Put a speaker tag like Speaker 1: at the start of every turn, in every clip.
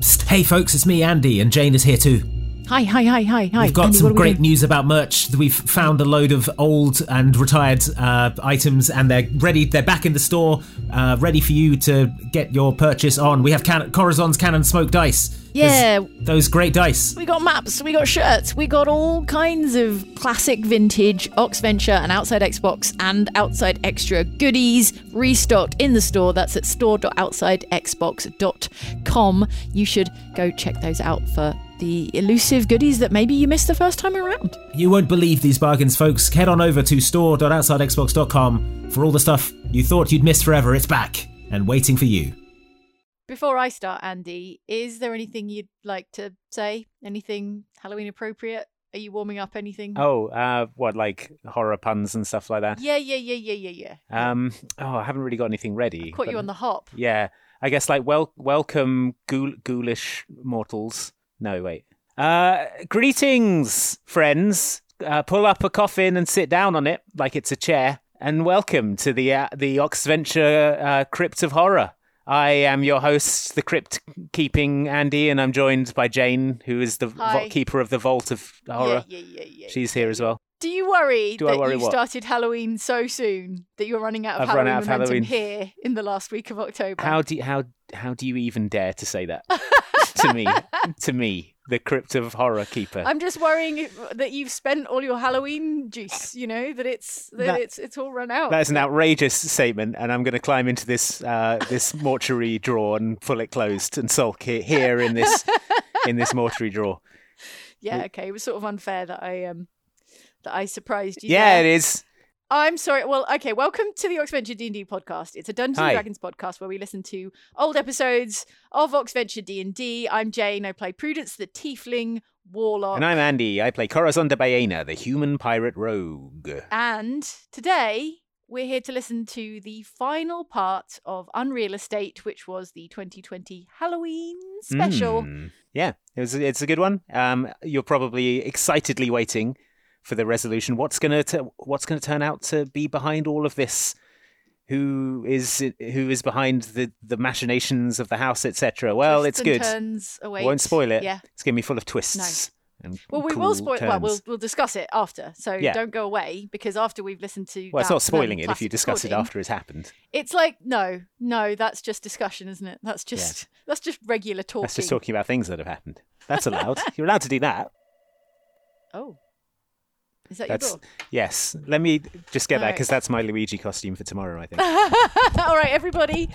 Speaker 1: Psst, hey folks, it's me, Andy, and Jane is here too.
Speaker 2: Hi, hi, hi, hi, hi.
Speaker 1: We've got
Speaker 2: Andy, what
Speaker 1: some
Speaker 2: are we
Speaker 1: great
Speaker 2: doing?
Speaker 1: news about merch. We've found a load of old and retired uh, items, and they're ready. They're back in the store, uh, ready for you to get your purchase on. We have can- Corazon's Cannon Smoke Dice.
Speaker 2: Yeah.
Speaker 1: There's those great dice.
Speaker 2: We got maps, we got shirts, we got all kinds of classic vintage Ox Venture and Outside Xbox and Outside Extra goodies restocked in the store. That's at store.outsidexbox.com. You should go check those out for the elusive goodies that maybe you missed the first time around.
Speaker 1: You won't believe these bargains, folks. Head on over to store.outsidexbox.com for all the stuff you thought you'd missed forever. It's back and waiting for you.
Speaker 2: Before I start, Andy, is there anything you'd like to say? Anything Halloween appropriate? Are you warming up anything?
Speaker 3: Oh, uh, what like horror puns and stuff like that.
Speaker 2: Yeah, yeah, yeah, yeah, yeah, yeah.
Speaker 3: Um. Oh, I haven't really got anything ready.
Speaker 2: Caught you
Speaker 3: but-
Speaker 2: on the hop.
Speaker 3: Yeah, I guess like wel- welcome ghoul- ghoulish mortals. No, wait. Uh, greetings, friends. Uh, pull up a coffin and sit down on it like it's a chair. And welcome to the uh, the Oxventure uh, Crypt of Horror. I am your host, the crypt keeping Andy, and I'm joined by Jane, who is the
Speaker 2: Hi.
Speaker 3: vo- keeper of the Vault of Horror.
Speaker 2: Yeah, yeah, yeah, yeah.
Speaker 3: She's here as well.
Speaker 2: Do you worry
Speaker 3: Do I
Speaker 2: that
Speaker 3: worry
Speaker 2: you
Speaker 3: what?
Speaker 2: started Halloween so soon that you're running out of
Speaker 3: I've run
Speaker 2: Halloween
Speaker 3: out of
Speaker 2: momentum
Speaker 3: Halloween.
Speaker 2: here in the last week of October?
Speaker 3: How do you, how how do you even dare to say that to me? To me, the Crypt of Horror Keeper.
Speaker 2: I'm just worrying if- that you've spent all your Halloween juice. You know that it's that,
Speaker 3: That-
Speaker 2: it's it's all run out.
Speaker 3: That is an outrageous statement, and I'm going to climb into this uh, this mortuary drawer and pull it closed and sulk he- here in this in this mortuary drawer.
Speaker 2: yeah, okay. It was sort of unfair that I um that I surprised you.
Speaker 3: Yeah,
Speaker 2: there.
Speaker 3: it is.
Speaker 2: I'm sorry. Well, okay. Welcome to the Oxventure D&D podcast. It's a Dungeons and
Speaker 3: Hi.
Speaker 2: Dragons podcast where we listen to old episodes of Oxventure D&D. I'm Jane. I play Prudence the Tiefling Warlock.
Speaker 3: And I'm Andy. I play Corazon de Baena, the human pirate rogue.
Speaker 2: And today we're here to listen to the final part of Unreal Estate, which was the 2020 Halloween special.
Speaker 3: Mm. Yeah, it was. It's a good one. Um, you're probably excitedly waiting for the resolution. What's gonna t- What's gonna turn out to be behind all of this? Who is who is behind the the machinations of the house, etc. Well, it's
Speaker 2: Twists and
Speaker 3: good.
Speaker 2: Turns await.
Speaker 3: Won't spoil it.
Speaker 2: Yeah.
Speaker 3: It's gonna be full of twists. And
Speaker 2: Well, we
Speaker 3: cool
Speaker 2: will spoil. Well, we'll
Speaker 3: turns.
Speaker 2: we'll discuss it after. So
Speaker 3: Yeah.
Speaker 2: don't go away because after we've listened to.
Speaker 3: Well, it's
Speaker 2: that,
Speaker 3: not spoiling
Speaker 2: um,
Speaker 3: it if you
Speaker 2: classic
Speaker 3: discuss it
Speaker 2: recording,
Speaker 3: after it's happened.
Speaker 2: It's like no, no. That's just discussion, isn't it? That's just that's just regular talking.
Speaker 3: That's just talking about things that have happened. That's allowed. You're allowed to do that.
Speaker 2: Oh, is that
Speaker 3: That's
Speaker 2: your door?
Speaker 3: yes. Let me just get that
Speaker 2: Alright.
Speaker 3: because that's my Luigi costume for tomorrow. I think.
Speaker 2: All right, everybody.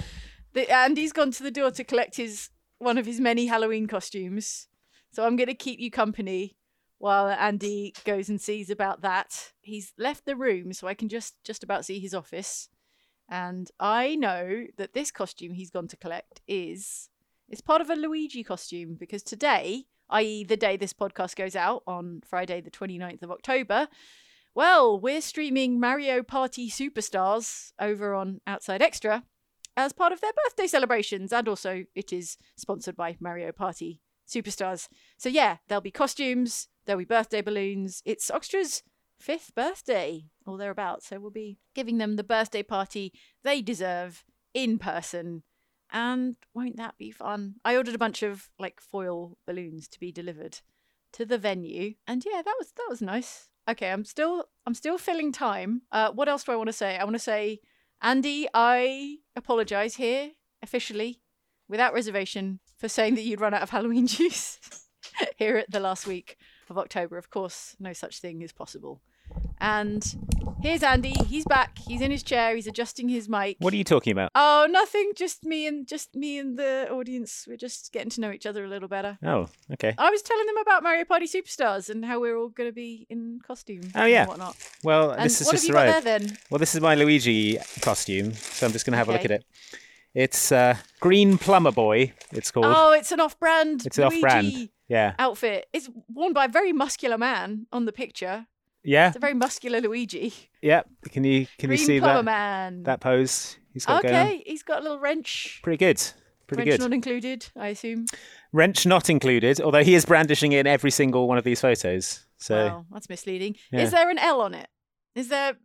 Speaker 2: The, Andy's gone to the door to collect his one of his many Halloween costumes. So I'm going to keep you company while Andy goes and sees about that. He's left the room, so I can just just about see his office. And I know that this costume he's gone to collect is it's part of a Luigi costume because today, i.e., the day this podcast goes out on Friday, the 29th of October, well, we're streaming Mario Party Superstars over on Outside Extra as part of their birthday celebrations, and also it is sponsored by Mario Party Superstars. So, yeah, there'll be costumes, there'll be birthday balloons. It's Oxtra's fifth birthday or thereabouts, so we'll be giving them the birthday party they deserve in person. And won't that be fun? I ordered a bunch of like foil balloons to be delivered to the venue and yeah that was that was nice okay i'm still i'm still filling time uh what else do i want to say i want to say andy i apologize here officially without reservation for saying that you'd run out of halloween juice here at the last week of october of course no such thing is possible and here's andy he's back he's in his chair he's adjusting his mic
Speaker 3: What are you talking about?
Speaker 2: oh nothing just me and just me and the audience we're just getting to know each other a little better
Speaker 3: Oh, okay.
Speaker 2: I was telling them about Mario Party Superstars and how we're all going to be in costume.
Speaker 3: Oh, yeah.
Speaker 2: and whatnot.
Speaker 3: Well,
Speaker 2: And
Speaker 3: this is
Speaker 2: what
Speaker 3: just
Speaker 2: have you got
Speaker 3: arrived.
Speaker 2: there then?
Speaker 3: Well, this is my Luigi costume, so I'm just going to have a look
Speaker 2: Okay.
Speaker 3: at it. It's uh, Green Plumber Boy. It's called.
Speaker 2: Oh, it's an off-brand.
Speaker 3: it's an off-brand.
Speaker 2: Luigi
Speaker 3: Yeah,
Speaker 2: outfit. It's worn by a very muscular man on the picture.
Speaker 3: yeah,
Speaker 2: It's a very muscular Luigi.
Speaker 3: yeah. Can you can
Speaker 2: Green
Speaker 3: you see
Speaker 2: plumber
Speaker 3: that
Speaker 2: man.
Speaker 3: that pose he's got going? on?
Speaker 2: okay, he's got a little wrench.
Speaker 3: Pretty good. Pretty
Speaker 2: wrench
Speaker 3: good.
Speaker 2: not included, I assume.
Speaker 3: Wrench not included, although he is brandishing in every single one of these photos. So
Speaker 2: Wow, that's misleading.
Speaker 3: Yeah.
Speaker 2: Is there an L on it? Is there?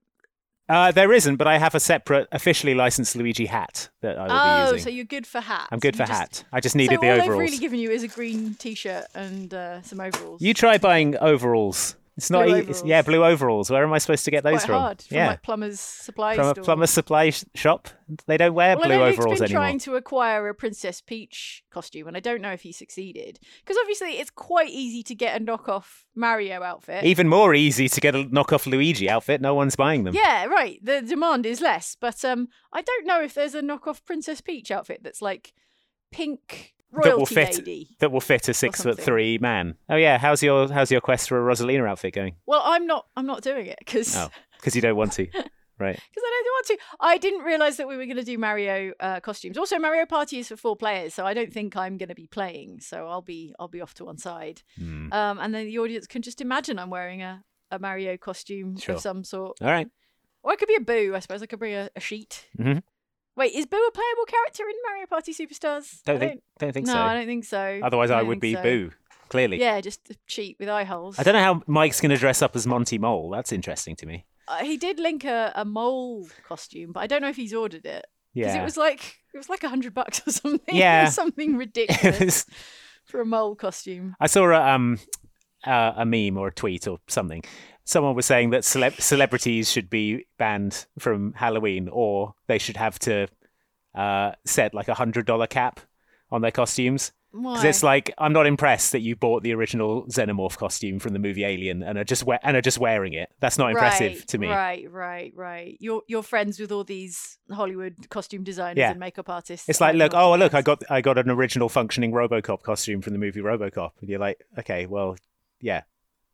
Speaker 3: uh, there isn't, but I have a separate officially licensed Luigi hat that I will be
Speaker 2: Oh,
Speaker 3: using.
Speaker 2: so you're good for hats.
Speaker 3: I'm good
Speaker 2: You
Speaker 3: for
Speaker 2: just-
Speaker 3: hat. I just needed
Speaker 2: so
Speaker 3: the
Speaker 2: all
Speaker 3: overalls.
Speaker 2: they've really given you is a green t-shirt and uh, some overalls.
Speaker 3: You try buying overalls. It's not
Speaker 2: Blue
Speaker 3: e- it's- yeah,
Speaker 2: overalls.
Speaker 3: blue overalls. Where am I supposed to get
Speaker 2: Quite
Speaker 3: those from?
Speaker 2: hard from
Speaker 3: yeah.
Speaker 2: like plumbers' supply
Speaker 3: from a
Speaker 2: store.
Speaker 3: plumber supply sh- shop. They don't wear
Speaker 2: well, I
Speaker 3: blue
Speaker 2: know Luke's
Speaker 3: overalls
Speaker 2: been
Speaker 3: anymore.
Speaker 2: trying to acquire a Princess Peach costume, and I don't know if he succeeded because obviously it's quite easy to get a knockoff Mario outfit.
Speaker 3: Even more easy to get a knockoff Luigi outfit. No one's buying them.
Speaker 2: Yeah, right. The demand is less, but um, I don't know if there's a knockoff Princess Peach outfit that's like pink royalty
Speaker 3: That will fit.
Speaker 2: lady.
Speaker 3: That will fit a six foot
Speaker 2: something.
Speaker 3: three man. Oh yeah, how's your how's your quest for a Rosalina outfit going?
Speaker 2: Well, I'm not. I'm not doing it because
Speaker 3: Oh, because you don't want to, right?
Speaker 2: I don't want to. I didn't realize that we were going to do Mario uh, costumes. Also, Mario Party is for four players, so I don't think I'm going to be playing. So I'll be I'll be off to one side,
Speaker 3: Hmm.
Speaker 2: um, and then the audience can just imagine I'm wearing a, a Mario costume
Speaker 3: Sure.
Speaker 2: of some sort,
Speaker 3: All right.
Speaker 2: or it could be a Boo. I suppose I could bring a, a sheet.
Speaker 3: Mhm.
Speaker 2: Wait, is Boo a playable character in Mario Party Superstars?
Speaker 3: Don't
Speaker 2: I
Speaker 3: think don't think
Speaker 2: no,
Speaker 3: so.
Speaker 2: I don't think so.
Speaker 3: Otherwise, I,
Speaker 2: don't
Speaker 3: would be
Speaker 2: think so.
Speaker 3: Boo. Clearly.
Speaker 2: Yeah, just a cheat with eye holes.
Speaker 3: I don't know how Mike's going to dress up as Monty Mole. That's interesting to me.
Speaker 2: Uh, he did link a, a mole costume, but I don't know if he's ordered it because
Speaker 3: Yeah.
Speaker 2: it was like it was like a hundred bucks or something.
Speaker 3: Yeah.
Speaker 2: something
Speaker 3: It
Speaker 2: ridiculous
Speaker 3: was-
Speaker 2: for a mole costume.
Speaker 3: I saw a um uh, a meme or a tweet or something. Someone was saying that celeb celebrities should be banned from Halloween, or they should have to uh, set like a hundred dollar cap on their costumes.
Speaker 2: Why?
Speaker 3: Because it's like I'm not impressed that you bought the original Xenomorph costume from the movie Alien and are just we- and are just wearing it. That's not impressive
Speaker 2: right,
Speaker 3: to me.
Speaker 2: Right, right, right. You're you're friends with all these Hollywood costume designers
Speaker 3: Yeah.
Speaker 2: and makeup artists.
Speaker 3: It's
Speaker 2: that
Speaker 3: like,
Speaker 2: I'm
Speaker 3: look,
Speaker 2: not
Speaker 3: oh look, I
Speaker 2: impressed.
Speaker 3: got I got an original functioning RoboCop costume from the movie RoboCop, and you're like, okay, well, yeah,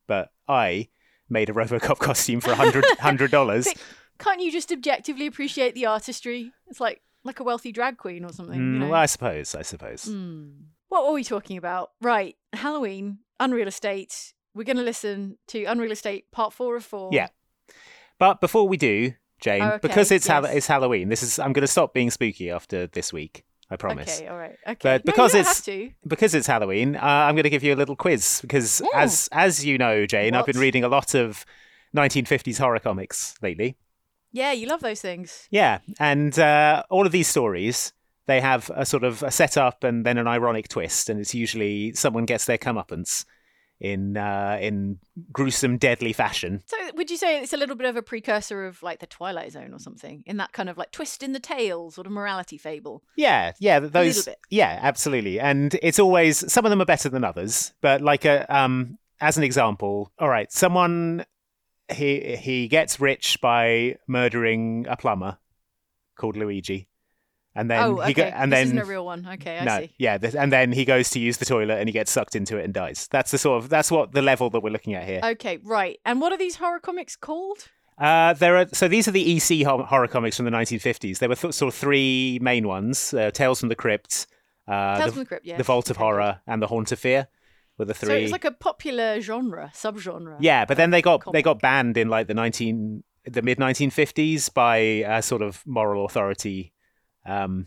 Speaker 3: but I made a RoboCop costume for a hundred hundred dollars.
Speaker 2: Pick- Can't you just objectively appreciate the artistry? It's like like a wealthy drag queen or something. you
Speaker 3: Mm,
Speaker 2: know?
Speaker 3: well, I suppose, I suppose.
Speaker 2: Hmm. What were we talking about? Right, Halloween, Unreal Estate. We're going to listen to Unreal Estate Part Four of Four.
Speaker 3: Yeah. But before we do, Jane,
Speaker 2: Oh, okay,
Speaker 3: because it's Hall-
Speaker 2: yes.
Speaker 3: it's Halloween, this is I'm going to stop being spooky after this week. I promise.
Speaker 2: Okay. All right. Okay.
Speaker 3: But
Speaker 2: No, you
Speaker 3: because
Speaker 2: don't
Speaker 3: it's-
Speaker 2: have to.
Speaker 3: because it's Halloween, uh, I'm going to give you a little quiz because,
Speaker 2: Ooh.
Speaker 3: as as you know, Jane, I've
Speaker 2: What?
Speaker 3: been reading a lot of 1950s horror comics lately.
Speaker 2: yeah, you love those things.
Speaker 3: Yeah, and uh, all of these stories they have a sort of a setup and then an ironic twist, and it's usually someone gets their comeuppance in uh, in gruesome, deadly fashion.
Speaker 2: So, would you say it's a little bit of a precursor of like the Twilight Zone or something in that kind of like twist in the tail sort of morality fable?
Speaker 3: Yeah, yeah, th- those.
Speaker 2: little bit.
Speaker 3: Yeah, absolutely. And it's always some of them are better than others, but like a um, as an example, all right, someone he he gets rich by murdering a plumber called Luigi, and then
Speaker 2: oh, okay.
Speaker 3: he go- and
Speaker 2: this
Speaker 3: then
Speaker 2: isn't a real one. Okay, I
Speaker 3: no,
Speaker 2: see.
Speaker 3: yeah, th- and then he goes to use the toilet and he gets sucked into it and dies. That's the sort of that's what the level that we're looking at here.
Speaker 2: Okay, right. And what are these horror comics called?
Speaker 3: Uh, there are so these are the EC hor- horror comics from the 1950s. There were th- sort of three main ones: uh, Tales from the Crypt, uh,
Speaker 2: Tales
Speaker 3: the,
Speaker 2: from the Crypt. Yeah.
Speaker 3: the Vault of
Speaker 2: Okay, good.
Speaker 3: Horror, and the Haunt of Fear were the three.
Speaker 2: So it's like a popular genre, subgenre.
Speaker 3: yeah, but then they got
Speaker 2: comic.
Speaker 3: they got banned in like the 19 the mid 1950s by uh, sort of moral authority. Um,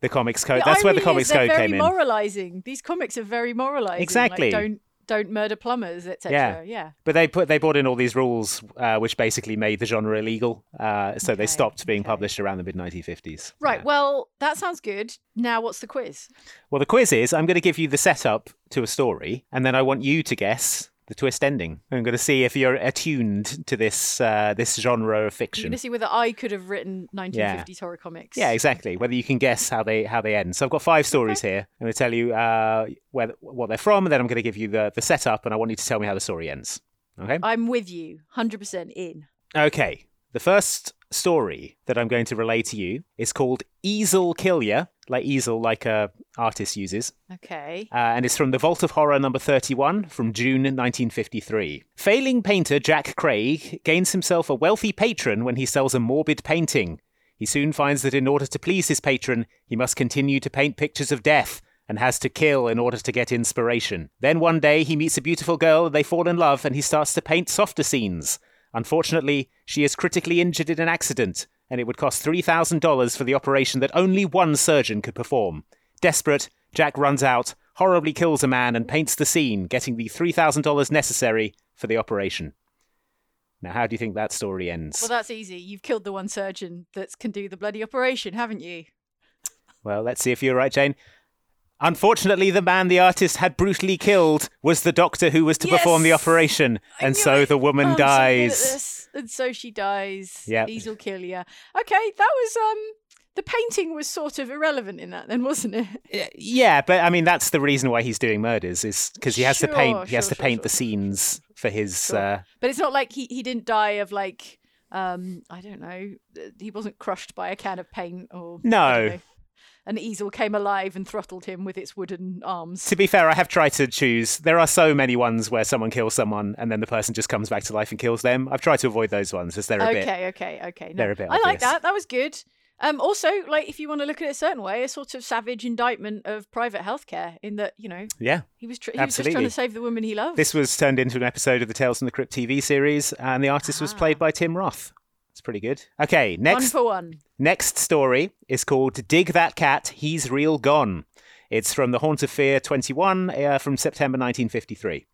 Speaker 3: the comics code. That's where the
Speaker 2: irony
Speaker 3: comics
Speaker 2: is they're
Speaker 3: code
Speaker 2: very
Speaker 3: came in.
Speaker 2: moralizing. These comics are very moralizing. like,
Speaker 3: Exactly.
Speaker 2: don't don't murder plumbers, etc. Yeah. yeah.
Speaker 3: But they put they brought in all these rules, uh, which basically made the genre illegal. Uh, so
Speaker 2: Okay,
Speaker 3: they stopped being
Speaker 2: okay.
Speaker 3: published around the mid 1950s.
Speaker 2: Right.
Speaker 3: Yeah.
Speaker 2: Well, that sounds good. Now, what's the quiz?
Speaker 3: Well, the quiz is I'm going to give you the setup to a story, and then I want you to guess the twist ending. I'm going to see if you're attuned to this uh, this genre of
Speaker 2: You're
Speaker 3: fiction.
Speaker 2: going to see whether I could have written 1950s horror comics.
Speaker 3: Yeah, exactly. Whether you can guess how they how they end. So I've got five stories here. I'm going to tell you uh, where what they're from, and then I'm going to give you the the setup, and I want you to tell me how the story ends. Okay.
Speaker 2: I'm with you, 100% in.
Speaker 3: Okay. The first story that I'm going to relay to you is called Easel Kill Ya, like easel, like a artist uses,
Speaker 2: Okay.
Speaker 3: uh, and it's from the Vault of Horror number 31 from June 1953. Failing painter Jack Craig gains himself a wealthy patron when he sells a morbid painting. He soon finds that in order to please his patron, he must continue to paint pictures of death and has to kill in order to get inspiration. Then one day he meets a beautiful girl, they fall in love, and he starts to paint softer scenes. Unfortunately, she is critically injured in an accident, and it would cost $3,000 for the operation that only one surgeon could perform. Desperate, Jack runs out, horribly kills a man, and paints the scene, getting the $3,000 necessary for the operation. Now, how do you think that story ends?
Speaker 2: Well, that's easy. You've killed the one surgeon that can do the bloody operation, haven't you?
Speaker 3: Well, let's see if you're right, Jane. Unfortunately, the man the artist had brutally killed was the doctor who was to perform the
Speaker 2: Yes!
Speaker 3: operation,
Speaker 2: I
Speaker 3: and
Speaker 2: knew
Speaker 3: so
Speaker 2: it.
Speaker 3: the woman
Speaker 2: I'm so Oh, good at
Speaker 3: dies.
Speaker 2: this. and so she dies.
Speaker 3: Yep.
Speaker 2: These will kill ya. Okay, that was um. The painting was sort of irrelevant in that, then, wasn't it?
Speaker 3: Y- Yeah, but I mean that's the reason why he's doing murders is because he has to
Speaker 2: Sure,
Speaker 3: paint. He has to
Speaker 2: sure, sure,
Speaker 3: paint
Speaker 2: sure.
Speaker 3: the scenes for his.
Speaker 2: Sure.
Speaker 3: Uh,
Speaker 2: But it's not like he, he didn't die of like um I don't know. uh, He wasn't crushed by a can of paint or I
Speaker 3: No.
Speaker 2: don't know. An easel came alive and throttled him with its wooden arms.
Speaker 3: to be fair, I have tried to choose. There are so many ones where someone kills someone and then the person just comes back to life and kills them. I've tried to avoid those ones as they're a bit.
Speaker 2: Okay, okay, okay. No,
Speaker 3: they're a bit
Speaker 2: I like
Speaker 3: obvious.
Speaker 2: that. That was good. Um, also, like if you want to look at it a certain way, a sort of savage indictment of private healthcare in that you know
Speaker 3: Yeah,
Speaker 2: he was tr- he was just
Speaker 3: Absolutely.
Speaker 2: trying to save the woman he loved.
Speaker 3: this was turned into an episode of the Tales from the Crypt TV series, and the artist was played by Tim Roth. It's pretty good. Okay,
Speaker 2: one
Speaker 3: next
Speaker 2: for one.
Speaker 3: Next story is called Dig That Cat, He's Real Gone. It's from The Haunt of Fear 21 uh, from September 1953.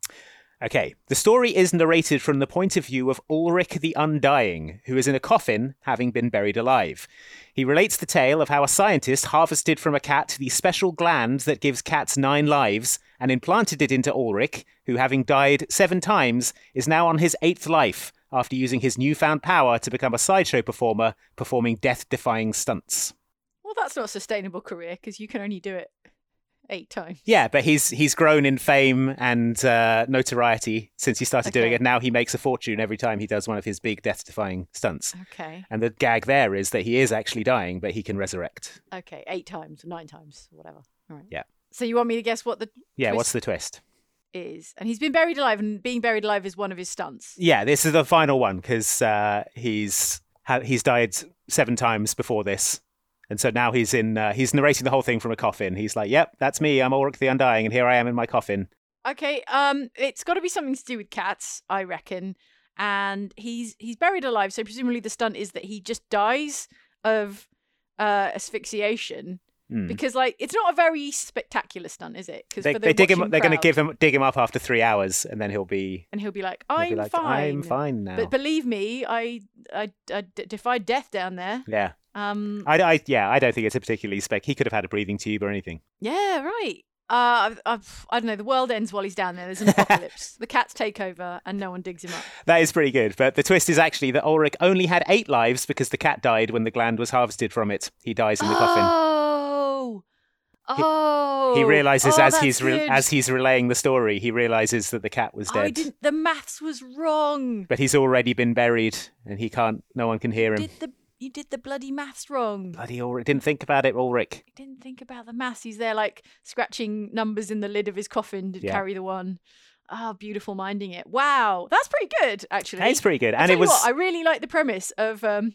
Speaker 3: Okay, the story is narrated from the point of view of Ulrich the Undying, who is in a coffin, having been buried alive. He relates the tale of how a scientist harvested from a cat the special gland that gives cats nine lives and implanted it into Ulrich, who, having died seven times, is now on his eighth life after using his newfound power to become a sideshow performer, performing death defying stunts.
Speaker 2: Well, that's not a sustainable career because you can only do it eight times.
Speaker 3: Yeah, but he's he's grown in fame and uh, notoriety since he started doing
Speaker 2: Okay.
Speaker 3: it. Now he makes a fortune every time he does one of his big death-defying stunts.
Speaker 2: Okay,
Speaker 3: And the gag there is that he is actually dying, but he can resurrect.
Speaker 2: okay, eight times, nine times, whatever. All right.
Speaker 3: Yeah.
Speaker 2: So you want me to guess what the
Speaker 3: Yeah,
Speaker 2: Twist.
Speaker 3: what's the twist?
Speaker 2: is? And he's been buried alive, and being buried alive is one of his stunts.
Speaker 3: Yeah, this is the final one because uh, he's ha- he's died seven times before this, and so now he's in. Uh, he's narrating the whole thing from a coffin. He's like, "Yep, that's me. I'm Ulrich the Undying, and here I am in my coffin."
Speaker 2: Okay. Um, it's got to be something to do with cats, I reckon. And he's he's buried alive, so presumably the stunt is that he just dies of uh, asphyxiation
Speaker 3: Mm.
Speaker 2: because, like, it's not a very spectacular stunt, is it? Because
Speaker 3: They,
Speaker 2: for the
Speaker 3: they dig him.
Speaker 2: watching
Speaker 3: They're going to
Speaker 2: crowd,
Speaker 3: give him dig him up after three hours, and then he'll be.
Speaker 2: and he'll be like,
Speaker 3: he'll
Speaker 2: "I'm
Speaker 3: be like,
Speaker 2: fine,
Speaker 3: I'm fine now.
Speaker 2: But believe me, I I, I d- defied death down there.
Speaker 3: yeah,
Speaker 2: Um,
Speaker 3: I, I yeah, I don't think it's a particularly spec. He could have had a breathing tube or anything.
Speaker 2: Yeah, right. Uh, I've, I've, I don't know. The world ends while he's down there. There's an apocalypse. the cats take over, and no one digs him up.
Speaker 3: That is pretty good. But the twist is actually that Ulrich only had eight lives because the cat died when the gland was harvested from it. He dies in the coffin.
Speaker 2: Oh, oh.
Speaker 3: He realizes
Speaker 2: Oh,
Speaker 3: as
Speaker 2: that's
Speaker 3: he's re-
Speaker 2: good.
Speaker 3: as he's relaying the story, he realizes that the cat was
Speaker 2: I
Speaker 3: dead.
Speaker 2: didn't. The maths was wrong.
Speaker 3: But he's already been buried, and he can't. No one can hear him.
Speaker 2: Did the you did the bloody maths wrong?
Speaker 3: Bloody Ulrich! Didn't think about it, Ulrich.
Speaker 2: I didn't think about the maths. He's there like scratching numbers in the lid of his coffin to
Speaker 3: Yeah.
Speaker 2: carry the one. Ah, beautiful minding it. Wow, that's pretty good actually.
Speaker 3: It's pretty good,
Speaker 2: I'll
Speaker 3: and
Speaker 2: tell
Speaker 3: it
Speaker 2: you
Speaker 3: was
Speaker 2: what, I really like the premise of um,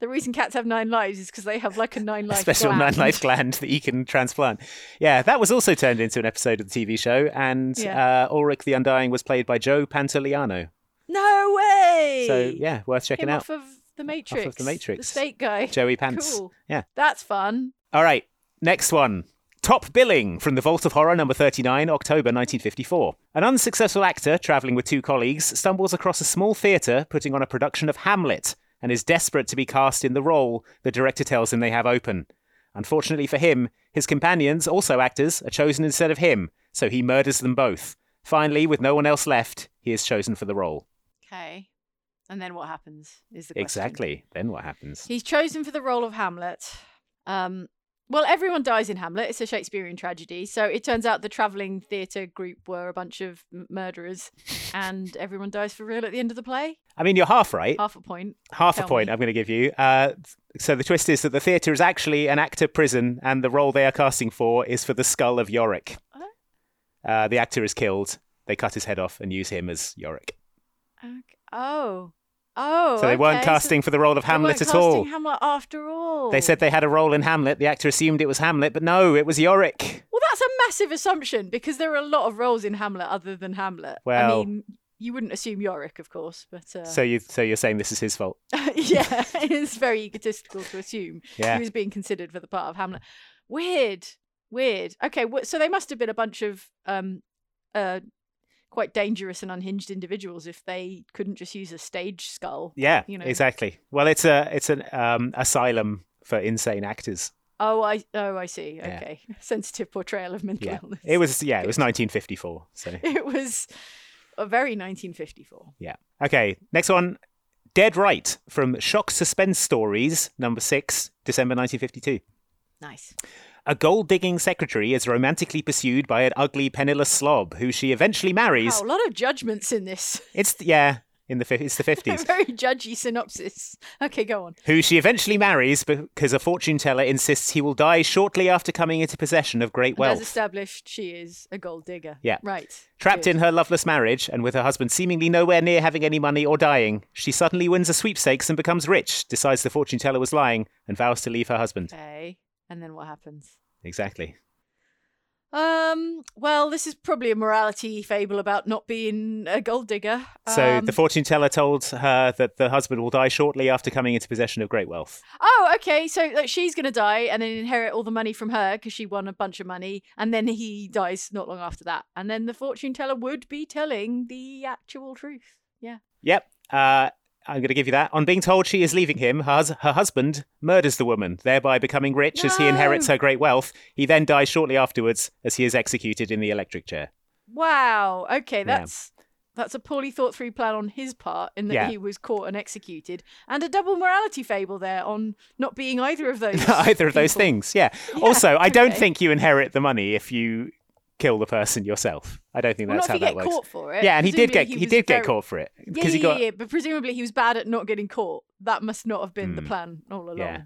Speaker 2: the reason cats have nine lives is because they have like a nine
Speaker 3: a
Speaker 2: life
Speaker 3: special
Speaker 2: gland.
Speaker 3: nine life gland that you can transplant. Yeah, that was also turned into an episode of the TV show, and
Speaker 2: Yeah.
Speaker 3: uh, Ulrich the Undying was played by Joe Pantoliano.
Speaker 2: No way.
Speaker 3: So yeah, worth checking
Speaker 2: Him
Speaker 3: out.
Speaker 2: off of the Matrix.
Speaker 3: Matrix.
Speaker 2: The state guy.
Speaker 3: Joey Pants.
Speaker 2: Cool.
Speaker 3: Yeah.
Speaker 2: That's fun.
Speaker 3: All right, next one. Top Billing from the Vault of Horror number 39, October 1954. An unsuccessful actor traveling with two colleagues stumbles across a small theatre putting on a production of Hamlet and is desperate to be cast in the role the director tells him they have open. Unfortunately for him, his companions, also actors, are chosen instead of him, so he murders them both. Finally, with no one else left, he is chosen for the role.
Speaker 2: Okay. And then what happens is the question.
Speaker 3: Exactly. Then what happens?
Speaker 2: He's chosen for the role of Hamlet. Um, well, everyone dies in Hamlet. It's a Shakespearean tragedy. So it turns out the travelling theatre group were a bunch of m- murderers, and everyone dies for real at the end of the play.
Speaker 3: I mean, you're half right.
Speaker 2: Half a point.
Speaker 3: half a
Speaker 2: Tell
Speaker 3: point
Speaker 2: me.
Speaker 3: I'm going to give you. Uh, so the twist is that the theatre is actually an actor prison, and the role they are casting for is for the skull of Yorick.
Speaker 2: Huh?
Speaker 3: Uh, the actor is killed. They cut his head off and use him as Yorick.
Speaker 2: Okay. Oh. Oh,
Speaker 3: So they weren't
Speaker 2: okay,
Speaker 3: casting for the role of
Speaker 2: they weren't
Speaker 3: Hamlet at
Speaker 2: casting
Speaker 3: all.
Speaker 2: Hamlet after all.
Speaker 3: They said they had a role in Hamlet. The actor assumed it was Hamlet, but no, it was Yorick.
Speaker 2: Well, that's a massive assumption because there are a lot of roles in Hamlet other than Hamlet. I
Speaker 3: Well-
Speaker 2: mean, you wouldn't assume Yorick, of course, but uh,
Speaker 3: So you so you're saying this is his fault?
Speaker 2: yeah, it's very egotistical to assume
Speaker 3: Yeah.
Speaker 2: he was being considered for the part of Hamlet. Weird, weird. Okay, wh- so they must have been a bunch of um, uh, quite dangerous and unhinged individuals if they couldn't just use a stage skull.
Speaker 3: Yeah,
Speaker 2: You know.
Speaker 3: exactly. Well, it's a it's an um, asylum for insane actors.
Speaker 2: Oh, I oh I see.
Speaker 3: Yeah.
Speaker 2: Okay, sensitive portrayal of mental
Speaker 3: Yeah,
Speaker 2: illness.
Speaker 3: it was yeah, it was
Speaker 2: Good.
Speaker 3: 1954. So
Speaker 2: It was a very 1954.
Speaker 3: yeah, okay. Next one, Dead Right from Shock Suspense Stories, number six, December 1952.
Speaker 2: Nice.
Speaker 3: A gold digging secretary is romantically pursued by an ugly, penniless slob who she eventually marries.
Speaker 2: Wow, a lot of judgments in this.
Speaker 3: It's yeah, in the fif- it's the 50s.
Speaker 2: very judgy synopsis. Okay, go on.
Speaker 3: who she eventually marries because a fortune teller insists he will die shortly after coming into possession of great
Speaker 2: And as
Speaker 3: wealth.
Speaker 2: established, she is a gold digger.
Speaker 3: Yeah.
Speaker 2: Right.
Speaker 3: Trapped in her loveless marriage and with her husband seemingly nowhere near having any money or dying, she suddenly wins a sweepstakes and becomes rich, decides the fortune teller was lying, and vows to leave her husband.
Speaker 2: Okay. And then what happens?
Speaker 3: Exactly.
Speaker 2: Um. Well, this is probably a morality fable about not being a gold digger.
Speaker 3: So
Speaker 2: Um,
Speaker 3: the fortune teller told her that the husband will die shortly after coming into possession of great wealth.
Speaker 2: Oh, okay. So like, she's going to die and then inherit all the money from her because she won a bunch of money. And then he dies not long after that. And then the fortune teller would be telling the actual truth. Yeah.
Speaker 3: Yep. Uh, I'm going to give you that. On being told she is leaving him, her, hus- her husband murders the woman, thereby becoming rich as he
Speaker 2: No.
Speaker 3: inherits her great wealth. He then dies shortly afterwards as he is executed in the electric chair.
Speaker 2: Wow. Okay. That's. That's a poorly thought through plan on his part in that
Speaker 3: Yeah.
Speaker 2: he was caught and executed, and a double morality fable there on not being either of those.
Speaker 3: Either of those
Speaker 2: people.
Speaker 3: things. Yeah. also, I don't
Speaker 2: okay.
Speaker 3: think you inherit the money if you kill the person yourself. I don't think
Speaker 2: Well,
Speaker 3: that's
Speaker 2: not if
Speaker 3: how
Speaker 2: you
Speaker 3: that
Speaker 2: get
Speaker 3: works.
Speaker 2: caught for it.
Speaker 3: yeah, and he did
Speaker 2: Presumably
Speaker 3: get he,
Speaker 2: was
Speaker 3: did
Speaker 2: very-
Speaker 3: get caught for it
Speaker 2: Yeah, yeah,
Speaker 3: he got
Speaker 2: yeah, but presumably he was bad at not getting caught. That must not have been the
Speaker 3: Hmm.
Speaker 2: plan all along.
Speaker 3: Yeah.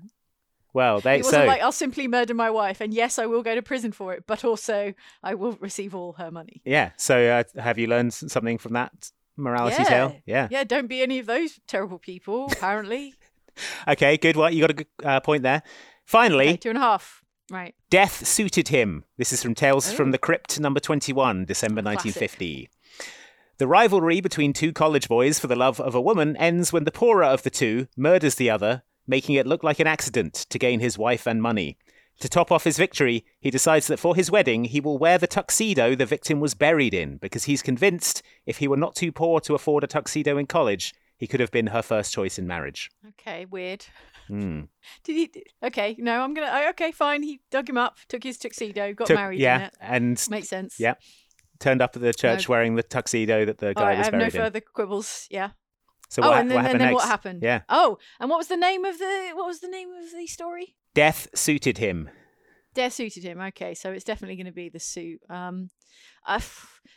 Speaker 3: well. They
Speaker 2: It
Speaker 3: so
Speaker 2: wasn't like I'll simply murder my wife, and yes, I will go to prison for it, but also I will receive all her money.
Speaker 3: yeah. So uh, have you learned something from that morality
Speaker 2: Yeah.
Speaker 3: tale? Yeah.
Speaker 2: Yeah, don't be any of those terrible people. Apparently,
Speaker 3: Okay. Good. Well, you got a good uh, point there. Finally,
Speaker 2: Okay, two and a half. Right.
Speaker 3: Death suited him. This is from Tales from the Crypt, number 21, December
Speaker 2: Oh. Classic.
Speaker 3: 1950. The rivalry between two college boys for the love of a woman ends when the poorer of the two murders the other, making it look like an accident to gain his wife and money. To top off his victory, he decides that for his wedding, he will wear the tuxedo the victim was buried in, because he's convinced if he were not too poor to afford a tuxedo in college, he could have been her first choice in marriage.
Speaker 2: Okay. Weird.
Speaker 3: Hmm.
Speaker 2: Did he? Okay. No, I'm gonna. oh, Okay. Fine. He dug him up, took his tuxedo, got
Speaker 3: Took-
Speaker 2: married. in
Speaker 3: yeah,
Speaker 2: it.
Speaker 3: and
Speaker 2: Makes sense.
Speaker 3: Yeah. turned up at the church wearing the tuxedo that the
Speaker 2: All
Speaker 3: guy
Speaker 2: right. Oh, I
Speaker 3: was
Speaker 2: have no
Speaker 3: buried in.
Speaker 2: further quibbles. Yeah.
Speaker 3: So
Speaker 2: oh,
Speaker 3: what,
Speaker 2: and then,
Speaker 3: what happened
Speaker 2: and then
Speaker 3: next?
Speaker 2: what happened?
Speaker 3: Yeah,
Speaker 2: Oh, and what was the name of the? What was the name of the story?
Speaker 3: death suited him.
Speaker 2: Dare suited him. Okay, so it's definitely going to be the suit. Um, uh,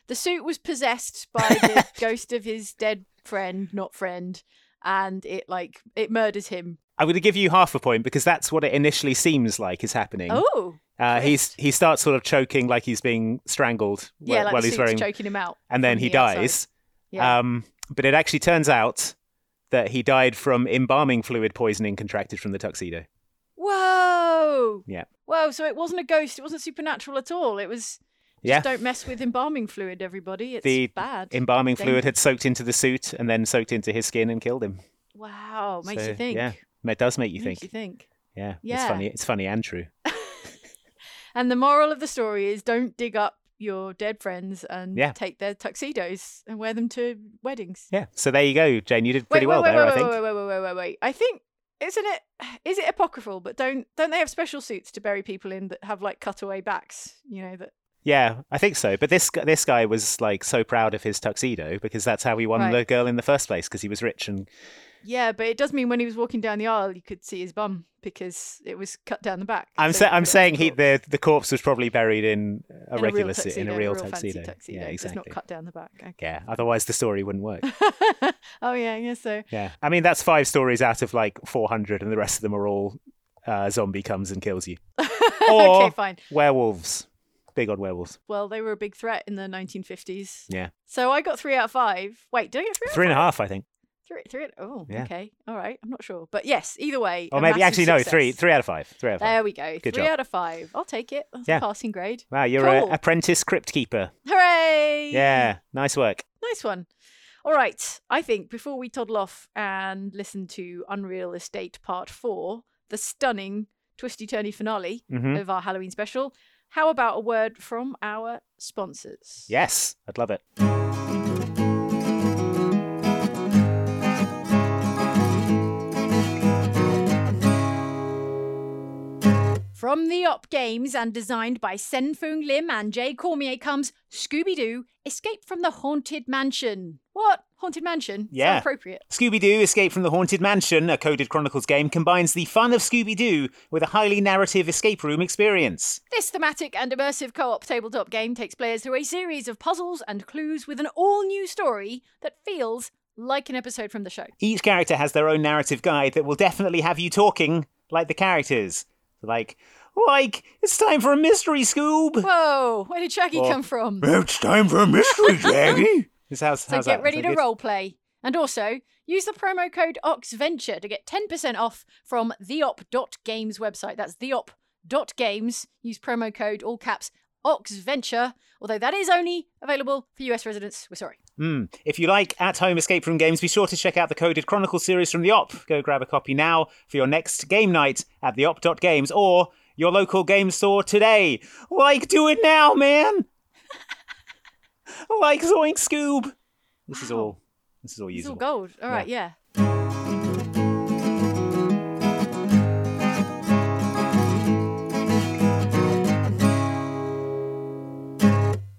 Speaker 2: the suit was possessed by the ghost of his dead friend, not friend, and it like it murders him.
Speaker 3: I'm going to give you half a point because that's what it initially seems like is happening.
Speaker 2: Oh,
Speaker 3: uh, he's he starts sort of choking like he's being strangled wh-
Speaker 2: yeah, like
Speaker 3: while
Speaker 2: the
Speaker 3: he's
Speaker 2: suit's
Speaker 3: wearing,
Speaker 2: choking him out,
Speaker 3: and then
Speaker 2: from
Speaker 3: he
Speaker 2: the outside.
Speaker 3: dies.
Speaker 2: Yeah.
Speaker 3: Um, but it actually turns out that he died from embalming fluid poisoning contracted from the tuxedo.
Speaker 2: Whoa.
Speaker 3: Yeah.
Speaker 2: Whoa. So it wasn't a ghost. It wasn't supernatural at all. It was.
Speaker 3: Yeah.
Speaker 2: Just don't mess with embalming fluid, everybody. It's
Speaker 3: The
Speaker 2: bad.
Speaker 3: Embalming fluid
Speaker 2: Dangerous.
Speaker 3: had soaked into the suit and then soaked into his skin and killed him.
Speaker 2: Wow. Makes
Speaker 3: So,
Speaker 2: you think.
Speaker 3: Yeah, it does make you
Speaker 2: Makes
Speaker 3: think.
Speaker 2: you think.
Speaker 3: Yeah, it's
Speaker 2: Yeah.
Speaker 3: funny. It's funny and true.
Speaker 2: And the moral of the story is don't dig up your dead friends and
Speaker 3: Yeah.
Speaker 2: take their tuxedos and wear them to weddings.
Speaker 3: Yeah. So there you go, Jane. You did
Speaker 2: Wait,
Speaker 3: pretty well
Speaker 2: wait,
Speaker 3: there,
Speaker 2: wait,
Speaker 3: I
Speaker 2: wait,
Speaker 3: think.
Speaker 2: wait, wait, wait, wait, wait, wait. I think isn't it is it apocryphal, but don't don't they have special suits to bury people in that have like cutaway backs, you know, that
Speaker 3: Yeah, I think so. But this gu- this guy was like so proud of his tuxedo because that's how he won
Speaker 2: Right.
Speaker 3: the girl in the first place because he was rich and
Speaker 2: Yeah, but it does mean when he was walking down the aisle you could see his bum because it was cut down the back.
Speaker 3: I'm
Speaker 2: so
Speaker 3: sa-
Speaker 2: you
Speaker 3: I'm
Speaker 2: could
Speaker 3: saying he
Speaker 2: actually walk
Speaker 3: the the corpse was probably buried in a
Speaker 2: in
Speaker 3: regular
Speaker 2: real
Speaker 3: suit in
Speaker 2: tuxedo,
Speaker 3: a real,
Speaker 2: fancy
Speaker 3: tuxedo.
Speaker 2: tuxedo.
Speaker 3: Yeah,
Speaker 2: Just
Speaker 3: exactly.
Speaker 2: not cut down the back. Okay.
Speaker 3: Yeah, otherwise the story wouldn't work.
Speaker 2: oh yeah, yeah, so
Speaker 3: yeah. I mean, that's five stories out of like 400 and the rest of them are all uh, zombie comes and kills you. Or
Speaker 2: Okay, fine.
Speaker 3: werewolves. Big on werewolves.
Speaker 2: Well, they were a big threat in the 1950s.
Speaker 3: Yeah.
Speaker 2: So I got three out of five. Wait, did I get three? out of
Speaker 3: Three and a half, I think.
Speaker 2: five? Three, three. Oh,
Speaker 3: Yeah.
Speaker 2: okay, all right. I'm not sure, but yes. Either way,
Speaker 3: Or
Speaker 2: a
Speaker 3: maybe
Speaker 2: massive
Speaker 3: actually no, three
Speaker 2: success.
Speaker 3: three out of five. Three out of five.
Speaker 2: There we go.
Speaker 3: Good
Speaker 2: three
Speaker 3: job.
Speaker 2: out of five. I'll take it. That's
Speaker 3: Yeah.
Speaker 2: a passing grade.
Speaker 3: Wow, you're
Speaker 2: Cool.
Speaker 3: a apprentice crypt keeper.
Speaker 2: Hooray!
Speaker 3: Yeah, nice work.
Speaker 2: Nice one. All right. I think before we toddle off and listen to Unreal Estate Part 4, the stunning twisty turny finale
Speaker 3: hmm
Speaker 2: of our Halloween special, how about a word from our sponsors?
Speaker 3: Yes, I'd love it.
Speaker 2: From the Op Games and designed by Senfung Lim and Jay Cormier comes Scooby Doo Escape from the Haunted Mansion. What? Haunted Mansion? Is that
Speaker 3: Yeah.
Speaker 2: appropriate.
Speaker 3: Scooby Doo Escape from the Haunted Mansion, a coded Chronicles game, combines the fun of Scooby Doo with a highly narrative escape room experience.
Speaker 2: This thematic and immersive co op tabletop game takes players through a series of puzzles and clues with an all new story that feels like an episode from the show.
Speaker 3: Each character has their own narrative guide that will definitely have you talking like the characters. Like, like, it's time for a mystery, Scoob!
Speaker 2: Whoa, where did Shaggy
Speaker 3: Or-
Speaker 2: come from?
Speaker 3: It's time for a mystery, Shaggy! This how's,
Speaker 2: So
Speaker 3: how's
Speaker 2: get
Speaker 3: that?
Speaker 2: ready
Speaker 3: Is
Speaker 2: to
Speaker 3: that good?
Speaker 2: roleplay. And also, use the promo code OXVenture to get 10% off from theop.games website. That's theop.games. Use promo code, all caps, OXVenture, although that is only available for US residents. We're sorry.
Speaker 3: Mm. If you like at home escape room games, be sure to check out the Coded Chronicle series from The Op. Go grab a copy now for your next game night at theop.games or your local game store today. Like, do it now, man! like, Zoink Scoob! This is
Speaker 2: Wow.
Speaker 3: all. This is all
Speaker 2: It's all
Speaker 3: usable.
Speaker 2: gold. All right, yeah.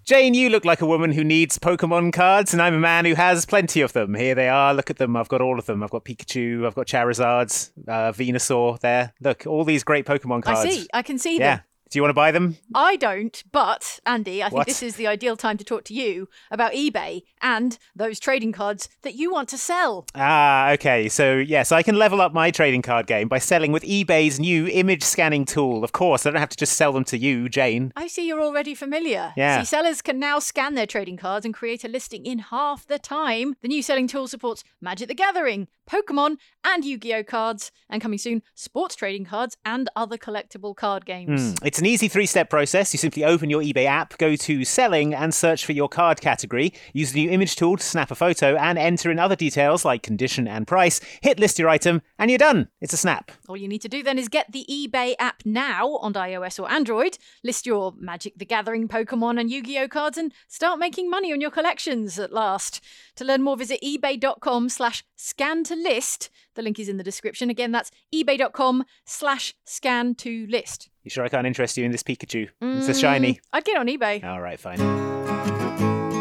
Speaker 3: Jane, you look like a woman who needs Pokemon cards, and I'm a man who has plenty of them. Here they are. Look at them. I've got all of them. I've got Pikachu. I've got Charizards. Uh, Venusaur. There. Look, all these great Pokemon cards.
Speaker 2: I see. I can see
Speaker 3: Yeah.
Speaker 2: them.
Speaker 3: Do you want to buy them?
Speaker 2: I don't, but Andy, I think
Speaker 3: What?
Speaker 2: this is the ideal time to talk to you about eBay and those trading cards that you want to sell.
Speaker 3: Ah, okay. So, yes, I can level up my trading card game by selling with eBay's new image scanning tool. Of course, I don't have to just sell them to you, Jane.
Speaker 2: I see you're already familiar.
Speaker 3: Yeah.
Speaker 2: See, sellers can now scan their trading cards and create a listing in half the time. The new selling tool supports Magic the Gathering, Pokemon, and Yu Gi Oh cards, and coming soon, sports trading cards and other collectible card games.
Speaker 3: Mm. It's an easy three step process. You simply open your eBay app, go to selling, and search for your card category. Use the new image tool to snap a photo and enter in other details like condition and price. Hit list your item, and you're done. It's a snap.
Speaker 2: All you need to do then is get the eBay app now on iOS or Android, list your Magic the Gathering, Pokemon, and Yu Gi Oh cards, and start making money on your collections at last. To learn more, visit ebay.com slash scan to list. The link is in the description. Again, that's ebay.com slash scan to list.
Speaker 3: You sure I can't interest you in this Pikachu? It's a shiny.
Speaker 2: I'd get on eBay.
Speaker 3: All right, fine.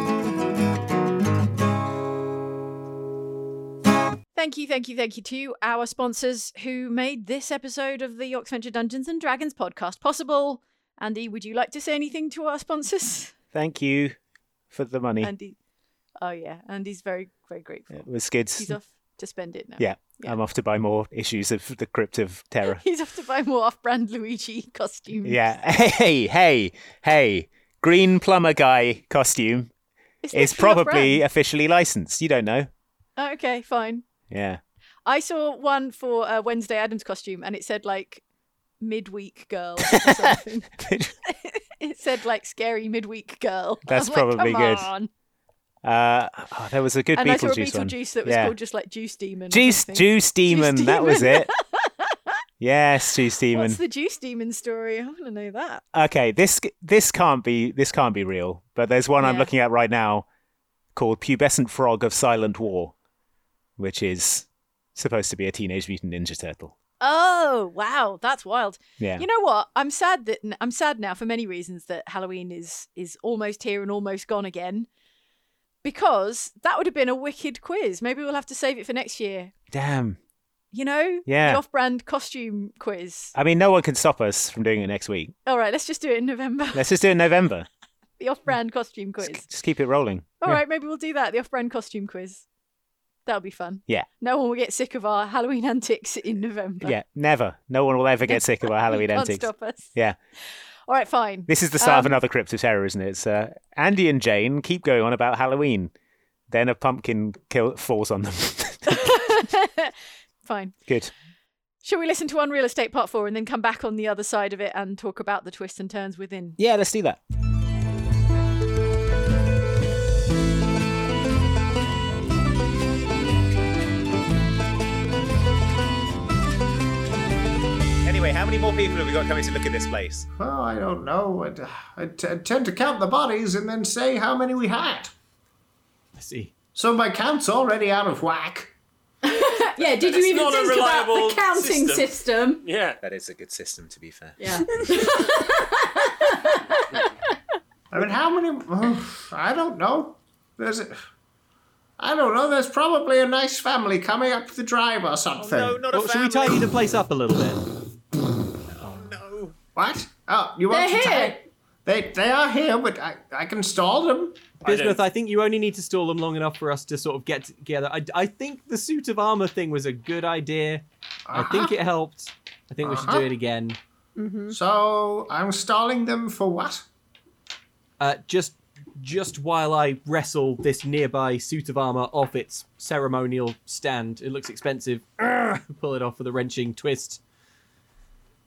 Speaker 2: Thank you, thank you, thank you to our sponsors who made this episode of the Oxventure Dungeons and Dragons podcast possible. Andy, would you like to say anything to our sponsors?
Speaker 3: Thank you for the money.
Speaker 2: Andy. Oh yeah, Andy's very very grateful.
Speaker 3: It was good.
Speaker 2: He's off to spend it now.
Speaker 3: Yeah,
Speaker 2: Yeah.
Speaker 3: I'm off to buy more issues of the Crypt of Terror.
Speaker 2: He's off to buy more off-brand Luigi costumes.
Speaker 3: yeah. Hey, hey, hey. Green plumber guy costume is
Speaker 2: literally off-brand.
Speaker 3: probably uh, officially licensed. You don't know.
Speaker 2: Oh, okay, fine.
Speaker 3: Yeah.
Speaker 2: I saw one for uh, Wednesday Adams costume, and it said like midweek girl. Or something. it said like scary midweek girl.
Speaker 3: That's
Speaker 2: I'm like,
Speaker 3: probably
Speaker 2: "Come
Speaker 3: good.
Speaker 2: on."
Speaker 3: uh, oh, there was a good
Speaker 2: And I saw a
Speaker 3: Beetlejuice one.
Speaker 2: Beetlejuice that was
Speaker 3: Yeah.
Speaker 2: called just like Juice Demon. or
Speaker 3: Juice,
Speaker 2: something.
Speaker 3: Juice Demon. that was it. yes, Juice Demon.
Speaker 2: What's the Juice Demon story? I want to know that.
Speaker 3: okay, this this can't be this can't be real. But there's one I'm
Speaker 2: Yeah.
Speaker 3: looking at right now called Pubescent Frog of Silent War, which is supposed to be a Teenage Mutant Ninja Turtle.
Speaker 2: Oh wow, that's wild.
Speaker 3: Yeah.
Speaker 2: You know what? I'm sad that I'm sad now for many reasons that Halloween is is almost here and almost gone again. Because that would have been a wicked quiz. Maybe we'll have to save it for next year.
Speaker 3: Damn.
Speaker 2: You know?
Speaker 3: Yeah.
Speaker 2: The off-brand costume quiz.
Speaker 3: I mean, no one can stop us from doing it next week.
Speaker 2: All right, let's just do it in November.
Speaker 3: Let's just do it in November.
Speaker 2: the off-brand costume quiz.
Speaker 3: Just, just keep it rolling.
Speaker 2: All
Speaker 3: Yeah.
Speaker 2: right, maybe we'll do that. The off-brand costume quiz. That'll be fun.
Speaker 3: Yeah.
Speaker 2: No one will get sick of our Halloween antics in November.
Speaker 3: Yeah, never. No one will ever get sick of our
Speaker 2: You
Speaker 3: Halloween
Speaker 2: can't
Speaker 3: antics.
Speaker 2: stop us.
Speaker 3: Yeah.
Speaker 2: All right, fine.
Speaker 3: This is the start of
Speaker 2: Um,
Speaker 3: another Crypt of Terror, isn't it? It's, uh, Andy and Jane keep going on about Halloween. Then a pumpkin kill- falls on them.
Speaker 4: Fine.
Speaker 5: Good.
Speaker 4: Shall we listen to On Real Estate Part 4 and then come back on the other side of it and talk about the twists and turns within?
Speaker 5: Yeah, let's do that.
Speaker 3: Anyway, how many more people have we got coming to look at this place?
Speaker 6: Well, I don't know. I'd- I t- I tend to count the bodies and then say how many we had.
Speaker 7: I see.
Speaker 6: So my count's already out of whack.
Speaker 2: Yeah, did you
Speaker 8: It's
Speaker 2: even
Speaker 8: not a
Speaker 2: think about the
Speaker 8: reliable
Speaker 2: counting
Speaker 8: system.
Speaker 2: system?
Speaker 8: Yeah.
Speaker 3: That is a good system, to be fair.
Speaker 2: Yeah.
Speaker 6: I mean, how many? oh, I don't know. There's, a, I don't know. There's probably a nice family coming up the drive or something.
Speaker 3: No, not
Speaker 9: Well,
Speaker 3: a
Speaker 9: should we
Speaker 3: family.
Speaker 9: tidy the place up a little bit?
Speaker 3: No.
Speaker 6: What? Oh, you
Speaker 2: They're
Speaker 6: want to
Speaker 2: here.
Speaker 6: take? They they are here, but I I can stall them.
Speaker 9: Bismuth, I, think you only need to stall them long enough for us to sort of get together. I, I think the suit of armor thing was a good idea. I think it helped. I think we should do it again.
Speaker 6: So I'm stalling them for what?
Speaker 9: Uh, just just while I wrestle this nearby suit of armor off its ceremonial stand. It looks expensive. Urgh! Pull it off with a wrenching twist.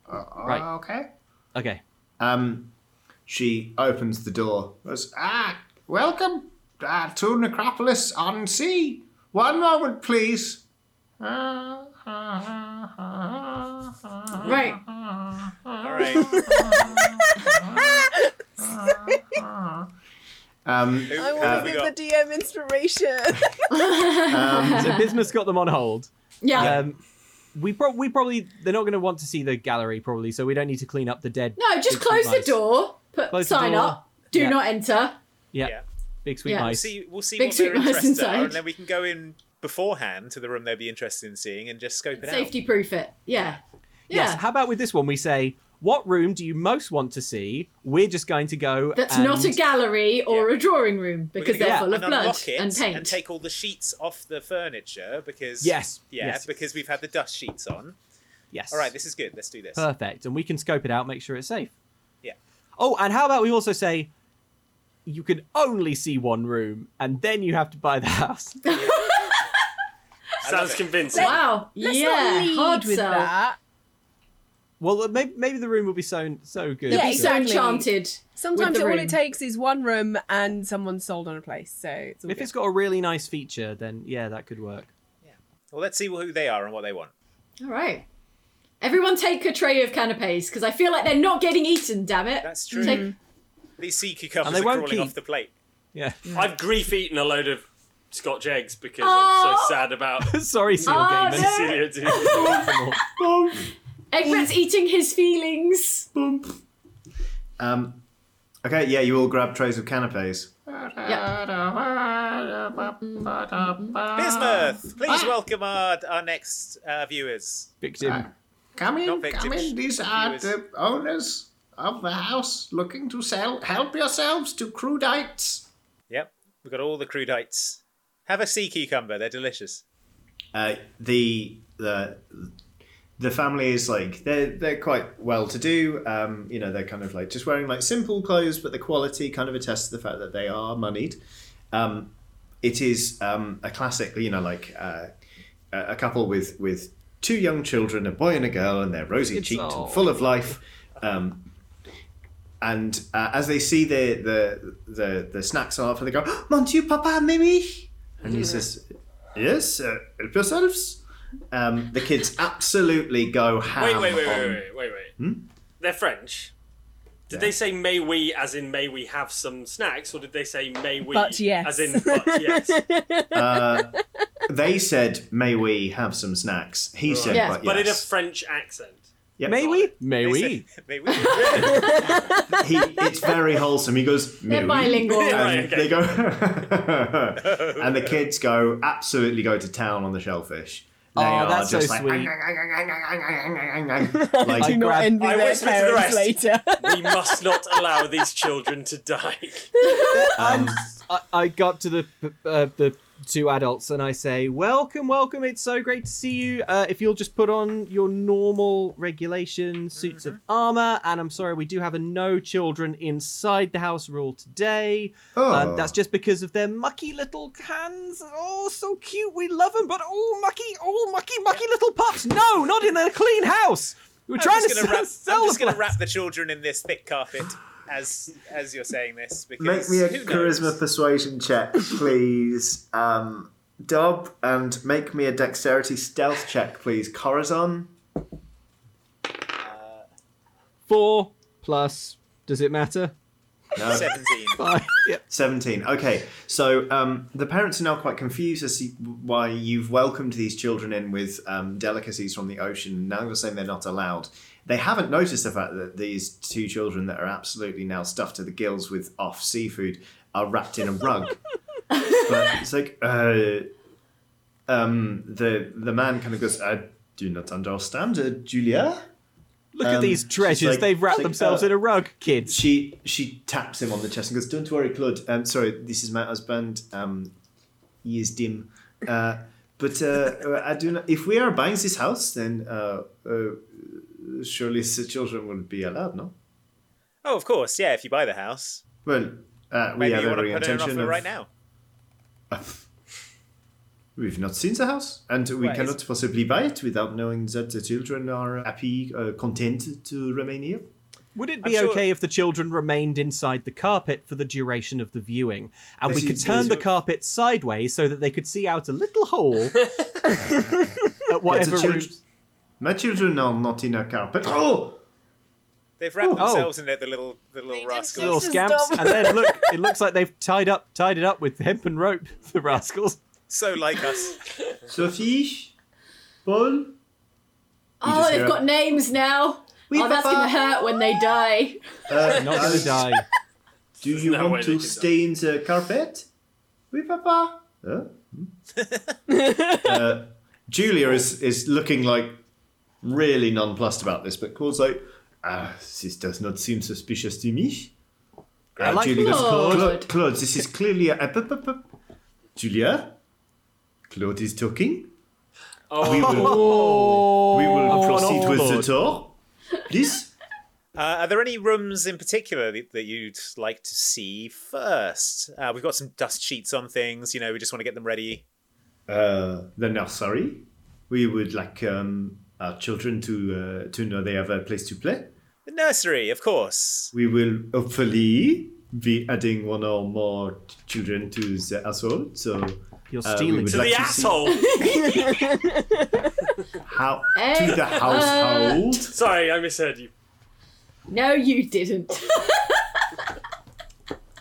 Speaker 9: Right.
Speaker 6: Okay.
Speaker 9: Okay.
Speaker 6: Um, she opens the door. Goes, ah, welcome uh, to Necropolis on Sea. One moment, please.
Speaker 2: Right.
Speaker 3: All right.
Speaker 6: Um,
Speaker 3: Who-
Speaker 10: I
Speaker 3: who
Speaker 10: want
Speaker 3: have
Speaker 10: to
Speaker 3: we
Speaker 10: give the
Speaker 3: got?
Speaker 10: DM inspiration.
Speaker 9: So Bismuth's got them on hold.
Speaker 2: Yeah.
Speaker 9: Um, we, pro- we probably they're not going to want to see the gallery probably, so we don't need to clean up the dead.
Speaker 2: No, just
Speaker 9: big
Speaker 2: close
Speaker 9: sweet
Speaker 2: the
Speaker 9: mice.
Speaker 2: door. Put
Speaker 9: Close the
Speaker 2: sign
Speaker 9: door.
Speaker 2: up. Do
Speaker 9: Yeah.
Speaker 2: not enter.
Speaker 9: Yeah,
Speaker 3: Yeah.
Speaker 9: big sweet
Speaker 2: Yeah.
Speaker 3: We'll
Speaker 9: mice.
Speaker 3: see, we'll see
Speaker 2: Big
Speaker 3: what their
Speaker 2: sweet mice
Speaker 3: interests
Speaker 2: inside.
Speaker 3: are, and then we can go in beforehand to the room they'll be interested in seeing and just scope it
Speaker 2: Safety proof it. Yeah. Yeah.
Speaker 9: Yes. How about with this one? We say, what room do you most want to see? We're just going to go.
Speaker 2: That's
Speaker 9: and-
Speaker 2: not a gallery or a drawing room
Speaker 3: out. We're
Speaker 2: because
Speaker 3: gonna
Speaker 2: they're
Speaker 3: go
Speaker 2: full of
Speaker 3: and
Speaker 2: blood
Speaker 3: unlock it
Speaker 2: and paint.
Speaker 3: and take all the sheets off the furniture because
Speaker 9: Yes,
Speaker 3: yeah,
Speaker 9: yes.
Speaker 3: because we've had the dust sheets on.
Speaker 9: Yes.
Speaker 3: All right, this is good. Let's do this.
Speaker 9: perfect, and we can scope it out, make sure it's safe.
Speaker 3: Yeah.
Speaker 9: Oh, and how about we also say, you can only see one room, and then you have to buy the house.
Speaker 3: love
Speaker 8: Sounds
Speaker 3: it.
Speaker 8: convincing.
Speaker 2: wow.
Speaker 10: Let's
Speaker 2: yeah.
Speaker 10: not lead
Speaker 2: Hard with
Speaker 10: with
Speaker 2: sell. that.
Speaker 10: that.
Speaker 9: well, maybe, maybe the room will be so so good.
Speaker 10: Yeah,
Speaker 2: Be so
Speaker 10: Exactly.
Speaker 2: enchanted.
Speaker 10: Sometimes
Speaker 2: with the
Speaker 10: all
Speaker 2: room.
Speaker 10: it takes is one room and someone sold on a place. So it's all
Speaker 9: If
Speaker 10: good.
Speaker 9: it's got a really nice feature, then yeah, that could work.
Speaker 3: Well, let's see who they are and what they want.
Speaker 2: All right. Everyone take a tray of canapes because I feel like they're not getting eaten, damn it.
Speaker 3: That's true.
Speaker 2: Take-
Speaker 3: These sea
Speaker 9: And
Speaker 3: cucumbers
Speaker 9: they
Speaker 3: are
Speaker 9: won't
Speaker 3: crawling
Speaker 9: keep-
Speaker 3: off the plate.
Speaker 9: Yeah.
Speaker 8: I've grief eaten a load of Scotch eggs because I'm
Speaker 2: Oh.
Speaker 8: so sad about
Speaker 9: Sorry, Seal
Speaker 2: Oh,
Speaker 9: Gaiman.
Speaker 2: no.
Speaker 8: Cecilia doing
Speaker 2: Egbert's
Speaker 9: Mm.
Speaker 2: eating his feelings.
Speaker 6: um, okay, yeah, you all grab trays of canapes.
Speaker 3: Bismuth, please welcome our, our next uh, viewers.
Speaker 9: Victim.
Speaker 6: Come in,
Speaker 3: Not
Speaker 6: come
Speaker 3: victims,
Speaker 6: in. These are
Speaker 3: viewers.
Speaker 6: the owners of the house looking to sell. Help yourselves to crudites.
Speaker 3: Yep, we've got all the crudites. Have a sea cucumber; they're delicious.
Speaker 6: Uh, the the the family is like they're they're quite well to do. Um, you know, they're kind of like just wearing like simple clothes, but the quality kind of attests to the fact that they are moneyed. Um, it is um, a classic, you know, like uh, a a couple with with two young children, a boy and a girl, and they're rosy cheeked and full of life. Um, and uh, as they see the the the, the snacks on offer, they go, "Mon Dieu, papa, mimi," and
Speaker 8: Mm.
Speaker 6: he says, "Yes, uh, help yourselves." Um, the kids absolutely go ham.
Speaker 8: Wait, wait, wait,
Speaker 6: on-
Speaker 8: wait, wait, wait, wait. They're French. Did they say may we as in may we have some snacks, or did they say may we
Speaker 10: But yes.
Speaker 8: as in but yes?
Speaker 6: They said, "May we have some snacks?" He said,
Speaker 2: Yes.
Speaker 6: "But
Speaker 8: But in a
Speaker 6: yes."
Speaker 8: French accent.
Speaker 6: Yep.
Speaker 9: May we? May
Speaker 3: They
Speaker 9: we?
Speaker 3: said- May we?
Speaker 6: He, it's very wholesome. He goes, "May
Speaker 2: They're
Speaker 6: we?"
Speaker 2: bilingual.
Speaker 8: Yeah,
Speaker 6: And
Speaker 8: right. okay.
Speaker 6: They go, and the kids go absolutely go to town on the shellfish. They
Speaker 9: Oh,
Speaker 6: are
Speaker 9: that's so
Speaker 6: just like,
Speaker 9: sweet.
Speaker 6: like
Speaker 10: do not
Speaker 9: grab-
Speaker 10: envy
Speaker 8: I
Speaker 10: their
Speaker 8: whisper to the
Speaker 10: parents
Speaker 8: rest.
Speaker 10: later.
Speaker 8: We must not allow these children to die.
Speaker 9: Um, I, I got to the uh, the two adults and I say, "Welcome, welcome! It's so great to see you. Uh, if you'll just put on your normal regulation suits
Speaker 3: Mm-hmm.
Speaker 9: of armor, and I'm sorry, we do have a no children inside the house rule today.
Speaker 6: Oh.
Speaker 9: Um, that's just because of their mucky little hands. Oh, so cute! We love them, but all mucky, all mucky, mucky little pups. No, not in a clean house. We're
Speaker 3: I'm
Speaker 9: trying
Speaker 3: just
Speaker 9: to
Speaker 3: gonna
Speaker 9: sell,
Speaker 3: wrap,
Speaker 9: sell
Speaker 3: I'm
Speaker 9: the
Speaker 3: just going to
Speaker 9: place.
Speaker 3: wrap the children in this thick carpet as as you're saying this.
Speaker 6: Make
Speaker 3: Because
Speaker 6: me a
Speaker 3: who knows?
Speaker 6: charisma persuasion check, please. Um, Dob, and make me a dexterity stealth check, please. Corazon.
Speaker 9: four plus. Does it matter?
Speaker 6: No.
Speaker 3: 17.
Speaker 9: Five. Yeah.
Speaker 6: 17. Okay, so um, the parents are now quite confused as to why you've welcomed these children in with um, delicacies from the ocean. Now you're saying they're not allowed. They haven't noticed the fact that these two children that are absolutely now stuffed to the gills with off seafood are wrapped in a rug. but it's like, uh, um, the, the man kind of goes, I do not understand, uh, Julia.
Speaker 9: Look
Speaker 6: Um,
Speaker 9: at these
Speaker 6: she's
Speaker 9: treasures.
Speaker 6: like-
Speaker 9: They've wrapped
Speaker 6: she's like,
Speaker 9: themselves
Speaker 6: uh,
Speaker 9: in a rug, kids.
Speaker 6: She she taps him on the chest and goes, "Don't worry, Claude. Um, sorry, this is my husband. Um, he is dim, uh, but uh, I do not. If we are buying this house, then uh, uh, surely the children will be allowed, no?
Speaker 3: Oh, of course. Yeah, if you buy the house,
Speaker 6: Well, uh, we
Speaker 3: maybe
Speaker 6: have
Speaker 3: you want
Speaker 6: every
Speaker 3: to put in an
Speaker 6: intention
Speaker 3: offer
Speaker 6: of.
Speaker 3: right now.
Speaker 6: We've not seen the house, and we
Speaker 3: Well, it's-
Speaker 6: cannot possibly buy it without knowing that the children are happy, uh, content to remain here.
Speaker 9: Would it
Speaker 3: I'm
Speaker 9: be
Speaker 3: sure-
Speaker 9: okay if the children remained inside the carpet for the duration of the viewing? And
Speaker 6: This
Speaker 9: we could
Speaker 6: is-
Speaker 9: turn
Speaker 6: this-
Speaker 9: the carpet sideways so that they could see out a little hole at
Speaker 6: But the
Speaker 9: whatever
Speaker 6: chil-
Speaker 9: room.
Speaker 6: My children are not in a carpet. Oh.
Speaker 3: They've wrapped
Speaker 9: Oh.
Speaker 3: themselves in it, the little the little rascals.
Speaker 9: Little
Speaker 10: This is
Speaker 9: scamps.
Speaker 10: dumb.
Speaker 9: And then look, it looks like they've tied up tied it up with hemp and rope, the rascals.
Speaker 3: So like us.
Speaker 6: Sophie, Paul.
Speaker 2: Oh,
Speaker 6: just
Speaker 2: they've
Speaker 6: hear
Speaker 2: got
Speaker 6: it.
Speaker 2: names now. oh, that's
Speaker 6: papa.
Speaker 2: gonna hurt when they die.
Speaker 6: Uh,
Speaker 9: Not gonna
Speaker 6: Alice,
Speaker 9: die.
Speaker 6: Do you
Speaker 8: no way
Speaker 6: want
Speaker 8: they
Speaker 6: to
Speaker 8: can
Speaker 6: stay in the carpet? Oui, papa. Huh? Hmm. uh, Julia is, is looking like really nonplussed about this, but Claude's like, ah, this does not seem suspicious to me.
Speaker 9: I like
Speaker 2: Claude.
Speaker 6: Claude, Claude, this is clearly a. up, up, up, up." Julia? Claude is talking. We will,
Speaker 9: Oh,
Speaker 6: we will
Speaker 9: an
Speaker 6: proceed with the
Speaker 9: overlord.
Speaker 6: tour. Please?
Speaker 3: Uh, are there any rooms in particular that, that you'd like to see first? Uh, we've got some dust sheets on things. You know, we just want to get them ready.
Speaker 6: uh, the nursery. We would like um, our children to uh, to know they have a place to play.
Speaker 3: The nursery, of course.
Speaker 6: We will hopefully be adding one or more children to the household. So
Speaker 9: You're
Speaker 6: uh, we
Speaker 9: stealing.
Speaker 6: would
Speaker 8: to
Speaker 6: like
Speaker 8: the
Speaker 6: to see
Speaker 8: asshole.
Speaker 6: how
Speaker 2: Eh,
Speaker 6: to the household.
Speaker 8: Sorry, I misheard you.
Speaker 2: No, you didn't.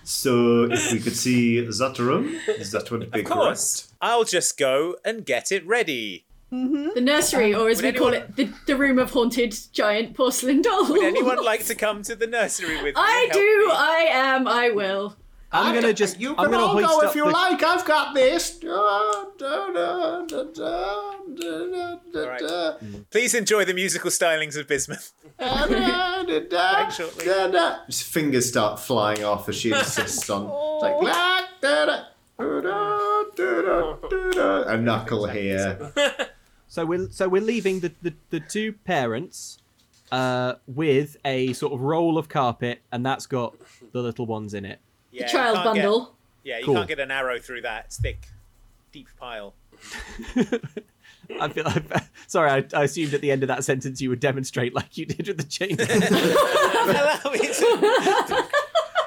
Speaker 6: So if we could see that room, that would be
Speaker 3: Of course. I'll just go and get it ready.
Speaker 2: the nursery, or as we
Speaker 3: Would
Speaker 2: call
Speaker 3: anyone-
Speaker 2: it, the, the room of haunted giant porcelain dolls.
Speaker 3: Would anyone like to come to the nursery with me?
Speaker 2: I
Speaker 3: and help
Speaker 2: do.
Speaker 3: me?
Speaker 2: I am. I will.
Speaker 9: I'm gonna just
Speaker 6: You
Speaker 9: I'm
Speaker 6: can
Speaker 9: gonna
Speaker 6: all
Speaker 9: hoist
Speaker 6: go
Speaker 9: up
Speaker 6: if you
Speaker 9: the-
Speaker 6: like. I've got this. Da, da, da, da, da, da, da,
Speaker 3: Alright.
Speaker 6: da.
Speaker 3: Please enjoy the musical stylings of Bismuth.
Speaker 6: Back
Speaker 3: shortly.
Speaker 6: His fingers start flying off as she insists on like "La, da, da, da, da, da, da, da." a knuckle here.
Speaker 9: So we're so we're leaving the the, the two parents uh, with a sort of roll of carpet, and that's got the little ones in it.
Speaker 3: Yeah, you
Speaker 2: Child
Speaker 3: can't get-
Speaker 2: bundle.
Speaker 3: yeah, you
Speaker 9: Cool.
Speaker 3: can't get an arrow through that thick, deep pile.
Speaker 9: I feel sorry. I, I assumed at the end of that sentence you would demonstrate like you did with the chain. Uh,
Speaker 3: Allow me to-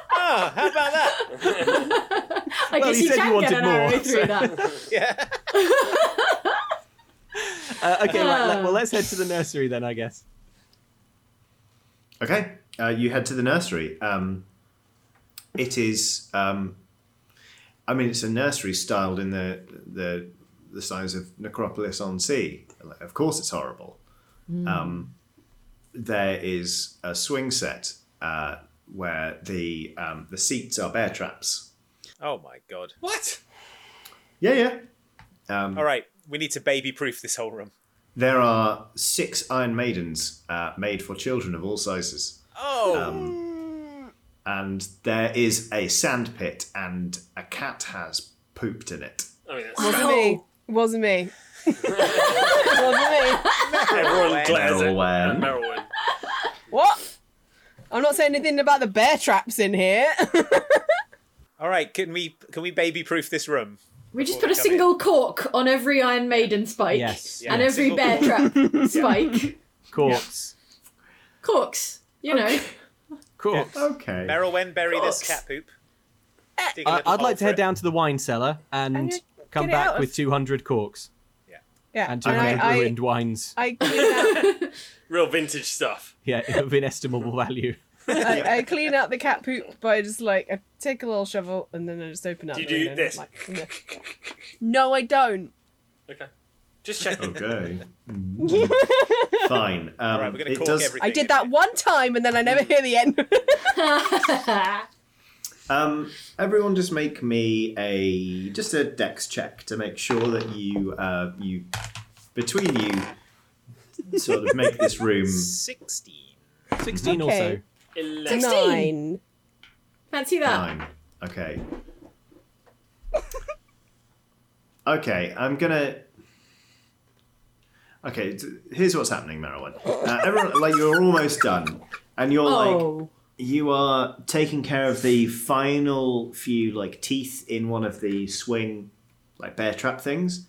Speaker 3: Ah, how about that?
Speaker 2: I
Speaker 9: Well,
Speaker 2: guess
Speaker 9: you
Speaker 2: you
Speaker 9: said you
Speaker 2: can get
Speaker 9: wanted
Speaker 2: an
Speaker 9: more,
Speaker 2: arrow
Speaker 9: so-
Speaker 2: through that.
Speaker 3: Yeah.
Speaker 9: uh, okay, right. let- well, let's head to the nursery then, I guess.
Speaker 6: Okay, uh, you head to the nursery. Um, it is, um, I mean, it's a nursery styled in the the the size of Necropolis on Sea. Like, Of course, it's horrible. Um, there is a swing set uh, where the um, the seats are bear traps.
Speaker 3: Oh my god.
Speaker 8: What?
Speaker 6: Yeah, yeah. Um,
Speaker 3: All right, we need to baby-proof this whole room.
Speaker 6: There are six Iron Maidens uh, made for children of all sizes. Um,
Speaker 3: Oh,
Speaker 6: and there is a sand pit and a cat has pooped in it.
Speaker 8: I mean, that's
Speaker 10: Wasn't me. Wasn't me. Wasn't me.
Speaker 8: everyone glares at
Speaker 6: Merwin.
Speaker 8: at Merwin.
Speaker 10: What? I'm not saying anything about the bear traps in here.
Speaker 3: All right, can we can we baby proof this room?
Speaker 2: We just
Speaker 3: Before
Speaker 2: put a
Speaker 3: they come
Speaker 2: single cork on every Iron Maiden spike
Speaker 9: Yes.
Speaker 2: and
Speaker 3: Yeah,
Speaker 2: every
Speaker 3: single
Speaker 2: bear trap spike.
Speaker 9: Corks.
Speaker 2: Corks, you know.
Speaker 9: Corks.
Speaker 6: Okay.
Speaker 3: Meryl, when bury this
Speaker 2: Corks.
Speaker 3: cat poop?
Speaker 10: Eh.
Speaker 3: Dig a
Speaker 9: I,
Speaker 3: little
Speaker 9: I'd
Speaker 3: hole
Speaker 9: like
Speaker 3: for
Speaker 9: to head
Speaker 3: it.
Speaker 9: down to the wine cellar and
Speaker 10: And you
Speaker 9: come
Speaker 10: get it
Speaker 9: back
Speaker 10: out of-
Speaker 9: with 200 corks
Speaker 10: yeah.
Speaker 9: and 200
Speaker 10: I, I,
Speaker 9: ruined wines.
Speaker 10: I, clean out,
Speaker 8: Real vintage stuff.
Speaker 9: Yeah, of inestimable value.
Speaker 10: I, I clean out the cat poop by just like I take a little shovel and then I just open up.
Speaker 8: Do you
Speaker 10: the
Speaker 8: do
Speaker 10: window and,
Speaker 8: this?
Speaker 10: like- no, I don't.
Speaker 8: Okay. Just checking.
Speaker 6: Okay. Fine. Um,
Speaker 3: All right, we're going
Speaker 6: it
Speaker 3: to cork
Speaker 6: does-
Speaker 3: everything.
Speaker 10: I did
Speaker 3: in
Speaker 10: that
Speaker 3: here.
Speaker 10: one time and then I never hear the end.
Speaker 6: Um, everyone, just make me a just a dex check to make sure that you uh, you between you sort of make this room.
Speaker 3: Sixteen.
Speaker 9: 16 or
Speaker 10: Okay.
Speaker 9: so.
Speaker 8: Eleven.
Speaker 10: Nine.
Speaker 2: Fancy that.
Speaker 6: Fine. Okay. okay, I'm gonna. Okay, d- here's what's happening, Merowyn. Uh, everyone, like you're almost done, and you're like
Speaker 2: Oh.
Speaker 6: you are taking care of the final few like teeth in one of the swing, like bear trap things,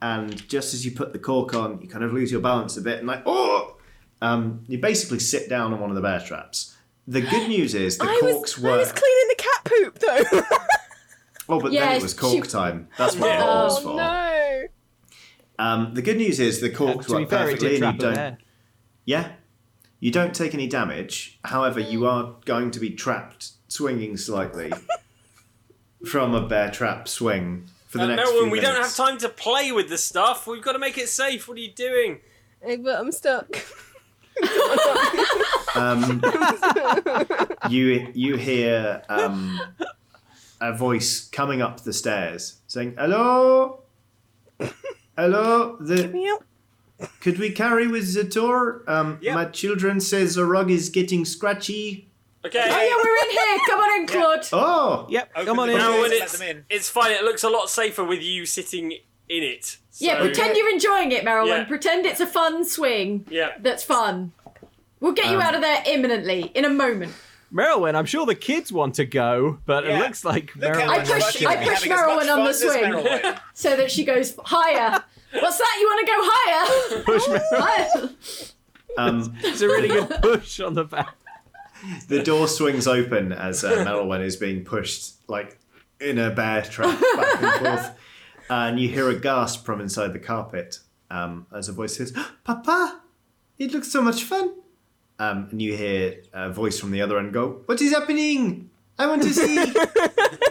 Speaker 6: and just as you put the cork on, you kind of lose your balance a bit, and like oh, um, you basically sit down on one of the bear traps. The good news is the
Speaker 10: I
Speaker 6: corks
Speaker 10: was,
Speaker 6: were.
Speaker 10: I was cleaning the cat poop though.
Speaker 6: Oh, but then
Speaker 2: Yeah,
Speaker 6: it was
Speaker 2: she-
Speaker 6: cork time. That's what it
Speaker 2: Oh,
Speaker 6: was for.
Speaker 10: no.
Speaker 6: Um, the good news is the corks
Speaker 9: to be
Speaker 6: work
Speaker 9: fair, it
Speaker 6: perfectly,
Speaker 9: did
Speaker 6: and
Speaker 9: trap
Speaker 6: you
Speaker 9: a
Speaker 6: don't.
Speaker 9: bear.
Speaker 6: Yeah, you don't take any damage. However,
Speaker 2: Mm.
Speaker 6: you are going to be trapped swinging slightly from a bear trap swing for the
Speaker 8: Uh,
Speaker 6: next.
Speaker 8: Merwin,
Speaker 6: few
Speaker 8: we don't have
Speaker 6: minutes.
Speaker 8: time to play with the stuff. We've got to make it safe. What are you doing?
Speaker 10: Eh, But I'm stuck.
Speaker 6: Um, You you hear um, a voice coming up the stairs saying, "Hello, hello." The
Speaker 10: Meow.
Speaker 6: Could we carry with the tour? Um,
Speaker 8: Yeah.
Speaker 6: My children say the rug is getting scratchy.
Speaker 8: Okay.
Speaker 2: Oh, yeah, we're in here. Come on in, Claude.
Speaker 6: Oh,
Speaker 9: Yep,
Speaker 3: Open
Speaker 9: come on
Speaker 3: the
Speaker 9: in.
Speaker 3: door.
Speaker 8: Merwin,
Speaker 3: Let
Speaker 8: it's,
Speaker 3: them in.
Speaker 8: it's fine. It looks a lot safer with you sitting in it.
Speaker 2: Yeah,
Speaker 8: So-
Speaker 2: pretend you're enjoying it, Marilyn.
Speaker 8: Yeah.
Speaker 2: Pretend it's a fun swing.
Speaker 8: Yeah.
Speaker 2: That's fun. We'll get you out of there imminently, in a moment.
Speaker 9: Merwin, I'm sure the kids want to go, but it
Speaker 3: Yeah.
Speaker 9: looks like
Speaker 3: Look how
Speaker 9: Merwin.
Speaker 2: I
Speaker 3: much
Speaker 2: pushed-
Speaker 3: luck you'll
Speaker 2: I
Speaker 3: be
Speaker 2: pushed
Speaker 3: having as much
Speaker 2: Merwin on
Speaker 3: fun
Speaker 2: the
Speaker 3: as
Speaker 2: swing.
Speaker 3: Merwin.
Speaker 2: So that she goes higher. What's that? You want to go higher?
Speaker 9: Push Merwin.
Speaker 2: Higher.
Speaker 6: um,
Speaker 9: It's a really good push on the back.
Speaker 6: the door swings open as uh, Merylwen is being pushed like in a bear trap back and forth, and you hear a gasp from inside the carpet um, as a voice says, "Papa, it looks so much fun." Um, and you hear a voice from the other end go, "What is happening? I want to see."
Speaker 9: All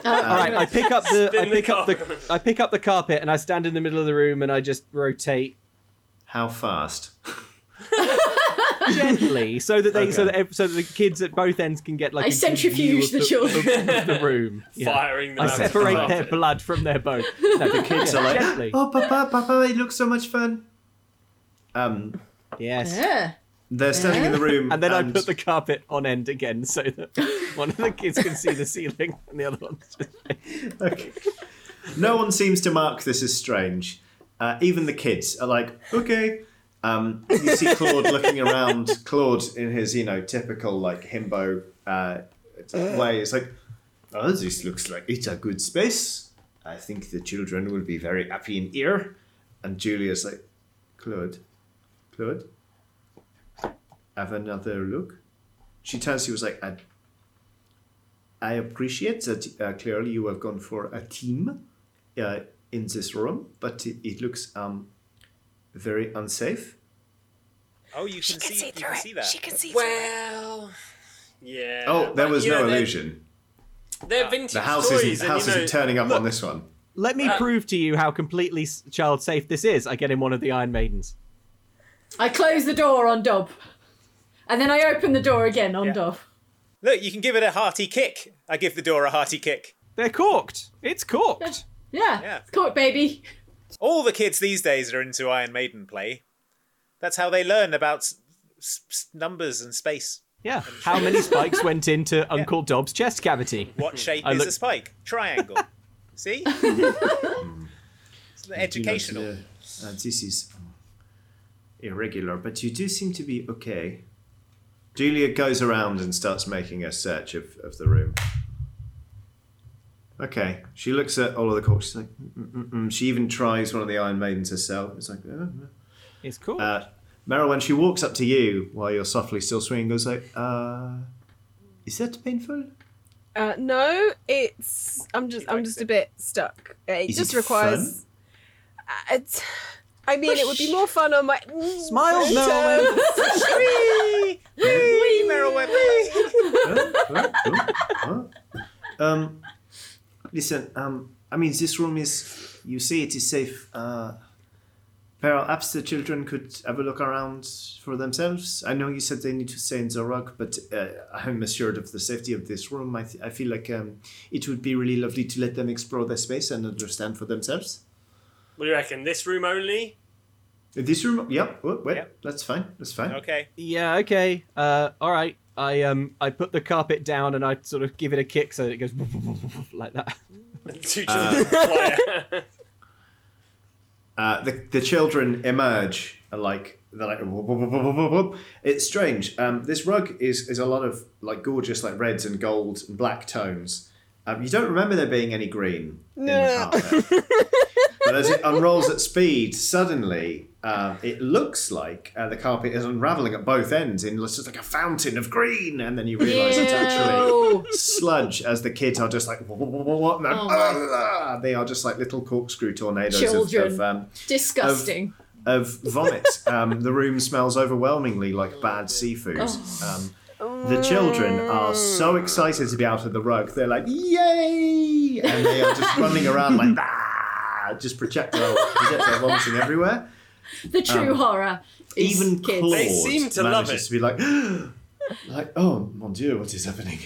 Speaker 9: right, I pick up the I
Speaker 8: Spin the
Speaker 9: pick up the I pick up the carpet and I stand in the middle of the room and I just rotate
Speaker 6: How fast?
Speaker 9: gently so that they so that
Speaker 6: Okay.
Speaker 9: ev- so that the kids at both ends can get like
Speaker 2: I
Speaker 9: a good
Speaker 2: centrifuge
Speaker 9: view of
Speaker 2: the children.
Speaker 9: of the room. Yeah.
Speaker 8: Firing them
Speaker 9: I
Speaker 8: out of
Speaker 9: separate
Speaker 8: the
Speaker 9: their
Speaker 8: carpet.
Speaker 9: blood from their bone. No, the kids
Speaker 6: So like,
Speaker 9: gently.
Speaker 6: "Oh, Papa, Papa, it looks so much fun." Um,
Speaker 9: Yes.
Speaker 2: Yeah.
Speaker 6: They're standing in the room,
Speaker 9: And then I put the carpet on end again so that one of the kids can see the ceiling and the other one's just
Speaker 6: Okay. No one seems to mark this as strange. Uh, even the kids are like, okay. Um, you see Claude looking around. Claude, in his you know typical like himbo uh, way, is like, oh, this looks like it's a good space. I think the children will be very happy in here. And Julia's like, Claude, Claude, have another look. She turns. She was like, I I appreciate that uh, clearly you have gone for a team uh, in this room, but it, it looks um, very unsafe.
Speaker 3: Oh, you can see. You can see that.
Speaker 10: can see
Speaker 8: Well. Yeah.
Speaker 6: Oh, there
Speaker 8: but,
Speaker 6: was
Speaker 8: you know,
Speaker 6: no
Speaker 8: they're-
Speaker 6: illusion.
Speaker 8: They're vintage
Speaker 6: The house
Speaker 8: toys,
Speaker 6: isn't,
Speaker 8: and,
Speaker 6: house
Speaker 8: you know,
Speaker 6: isn't turning up on this one.
Speaker 9: Let me prove to you how completely s- child safe this is. I get in one of the Iron Maidens.
Speaker 2: I close the door on Dob. And then I open the door again on Dob.
Speaker 3: Look, you can give it a hearty kick. I give the door a hearty kick.
Speaker 9: They're corked. It's corked.
Speaker 2: Yeah.
Speaker 3: Yeah.
Speaker 2: It's caught, baby.
Speaker 3: All the kids these days are into Iron Maiden play. That's how they learn about s- s- s- numbers and space.
Speaker 9: Yeah. How many spikes went into Uncle Dob's chest cavity?
Speaker 3: What shape
Speaker 9: I
Speaker 3: is
Speaker 9: look-
Speaker 3: a spike? Triangle.
Speaker 11: See? It's
Speaker 6: Do
Speaker 11: educational.
Speaker 6: not, uh, uh, this is um, irregular, but you do seem to be okay. Julia goes around and starts making a search of, of the room. Okay, she looks at all of the corpses. She's like, "Mm, Mm-mm-mm. she even tries one of the Iron Maidens herself. It's like, uh,
Speaker 9: It's cool.
Speaker 6: uh, Meryl, when she walks up to you while you're softly still swinging, goes like, uh, "Is that painful?
Speaker 10: Uh, no, it's. I'm just. I'm just a bit stuck. Uh, It
Speaker 6: Is
Speaker 10: just
Speaker 6: it
Speaker 10: requires. Uh, it's. I mean, it would be more fun on my.
Speaker 9: Smiles, Meryl.
Speaker 11: Whee! Whee! Meryl Webb.
Speaker 6: Huh? Huh? Huh? Huh? um, listen, um, I mean, this room is, you say it is safe. Uh, perhaps the children could have a look around for themselves. I know you said they need to stay in the rock, but uh, I'm assured of the safety of this room. I, th- I feel like um, it would be really lovely to let them explore their space and understand for themselves.
Speaker 8: What do you reckon? This room only?
Speaker 6: This room, yep, wait, wait,
Speaker 11: Yep.
Speaker 6: that's fine, that's fine.
Speaker 11: Okay.
Speaker 9: yeah, okay. Uh, all right. I um I put the carpet down and I sort of give it a kick so that it goes like that.
Speaker 8: Two children fly.
Speaker 6: Uh, the, the children emerge and like they're like whoop, whoop, whoop, whoop, whoop, whoop. it's strange um, this rug is is a lot of like gorgeous like reds and gold and black tones um, you don't remember there being any green in the carpet but as it unrolls at speed suddenly uh, it looks like uh, the carpet is unraveling at both ends in just like a fountain of green and then you realize it's actually
Speaker 12: Ew.
Speaker 6: sludge as the kids are just like "Whoa, whoa, whoa, whoa, whoa," and then,
Speaker 12: Oh
Speaker 6: "Ah," they are just like little corkscrew tornadoes of-
Speaker 12: Children.
Speaker 6: of um,
Speaker 12: Disgusting.
Speaker 6: of vomit. um, the room smells overwhelmingly like bad seafood.
Speaker 12: Oh.
Speaker 6: Um, the children are so excited to be out of the rug. They're like, yay! And they are just running around like, "Ah!" just projectile, projectile vomiting everywhere.
Speaker 12: the true horror. Is
Speaker 6: um, Even
Speaker 12: kids.
Speaker 6: Claude
Speaker 8: They seem to love
Speaker 6: manages
Speaker 8: it.
Speaker 6: to be like, like, oh mon dieu, what is happening?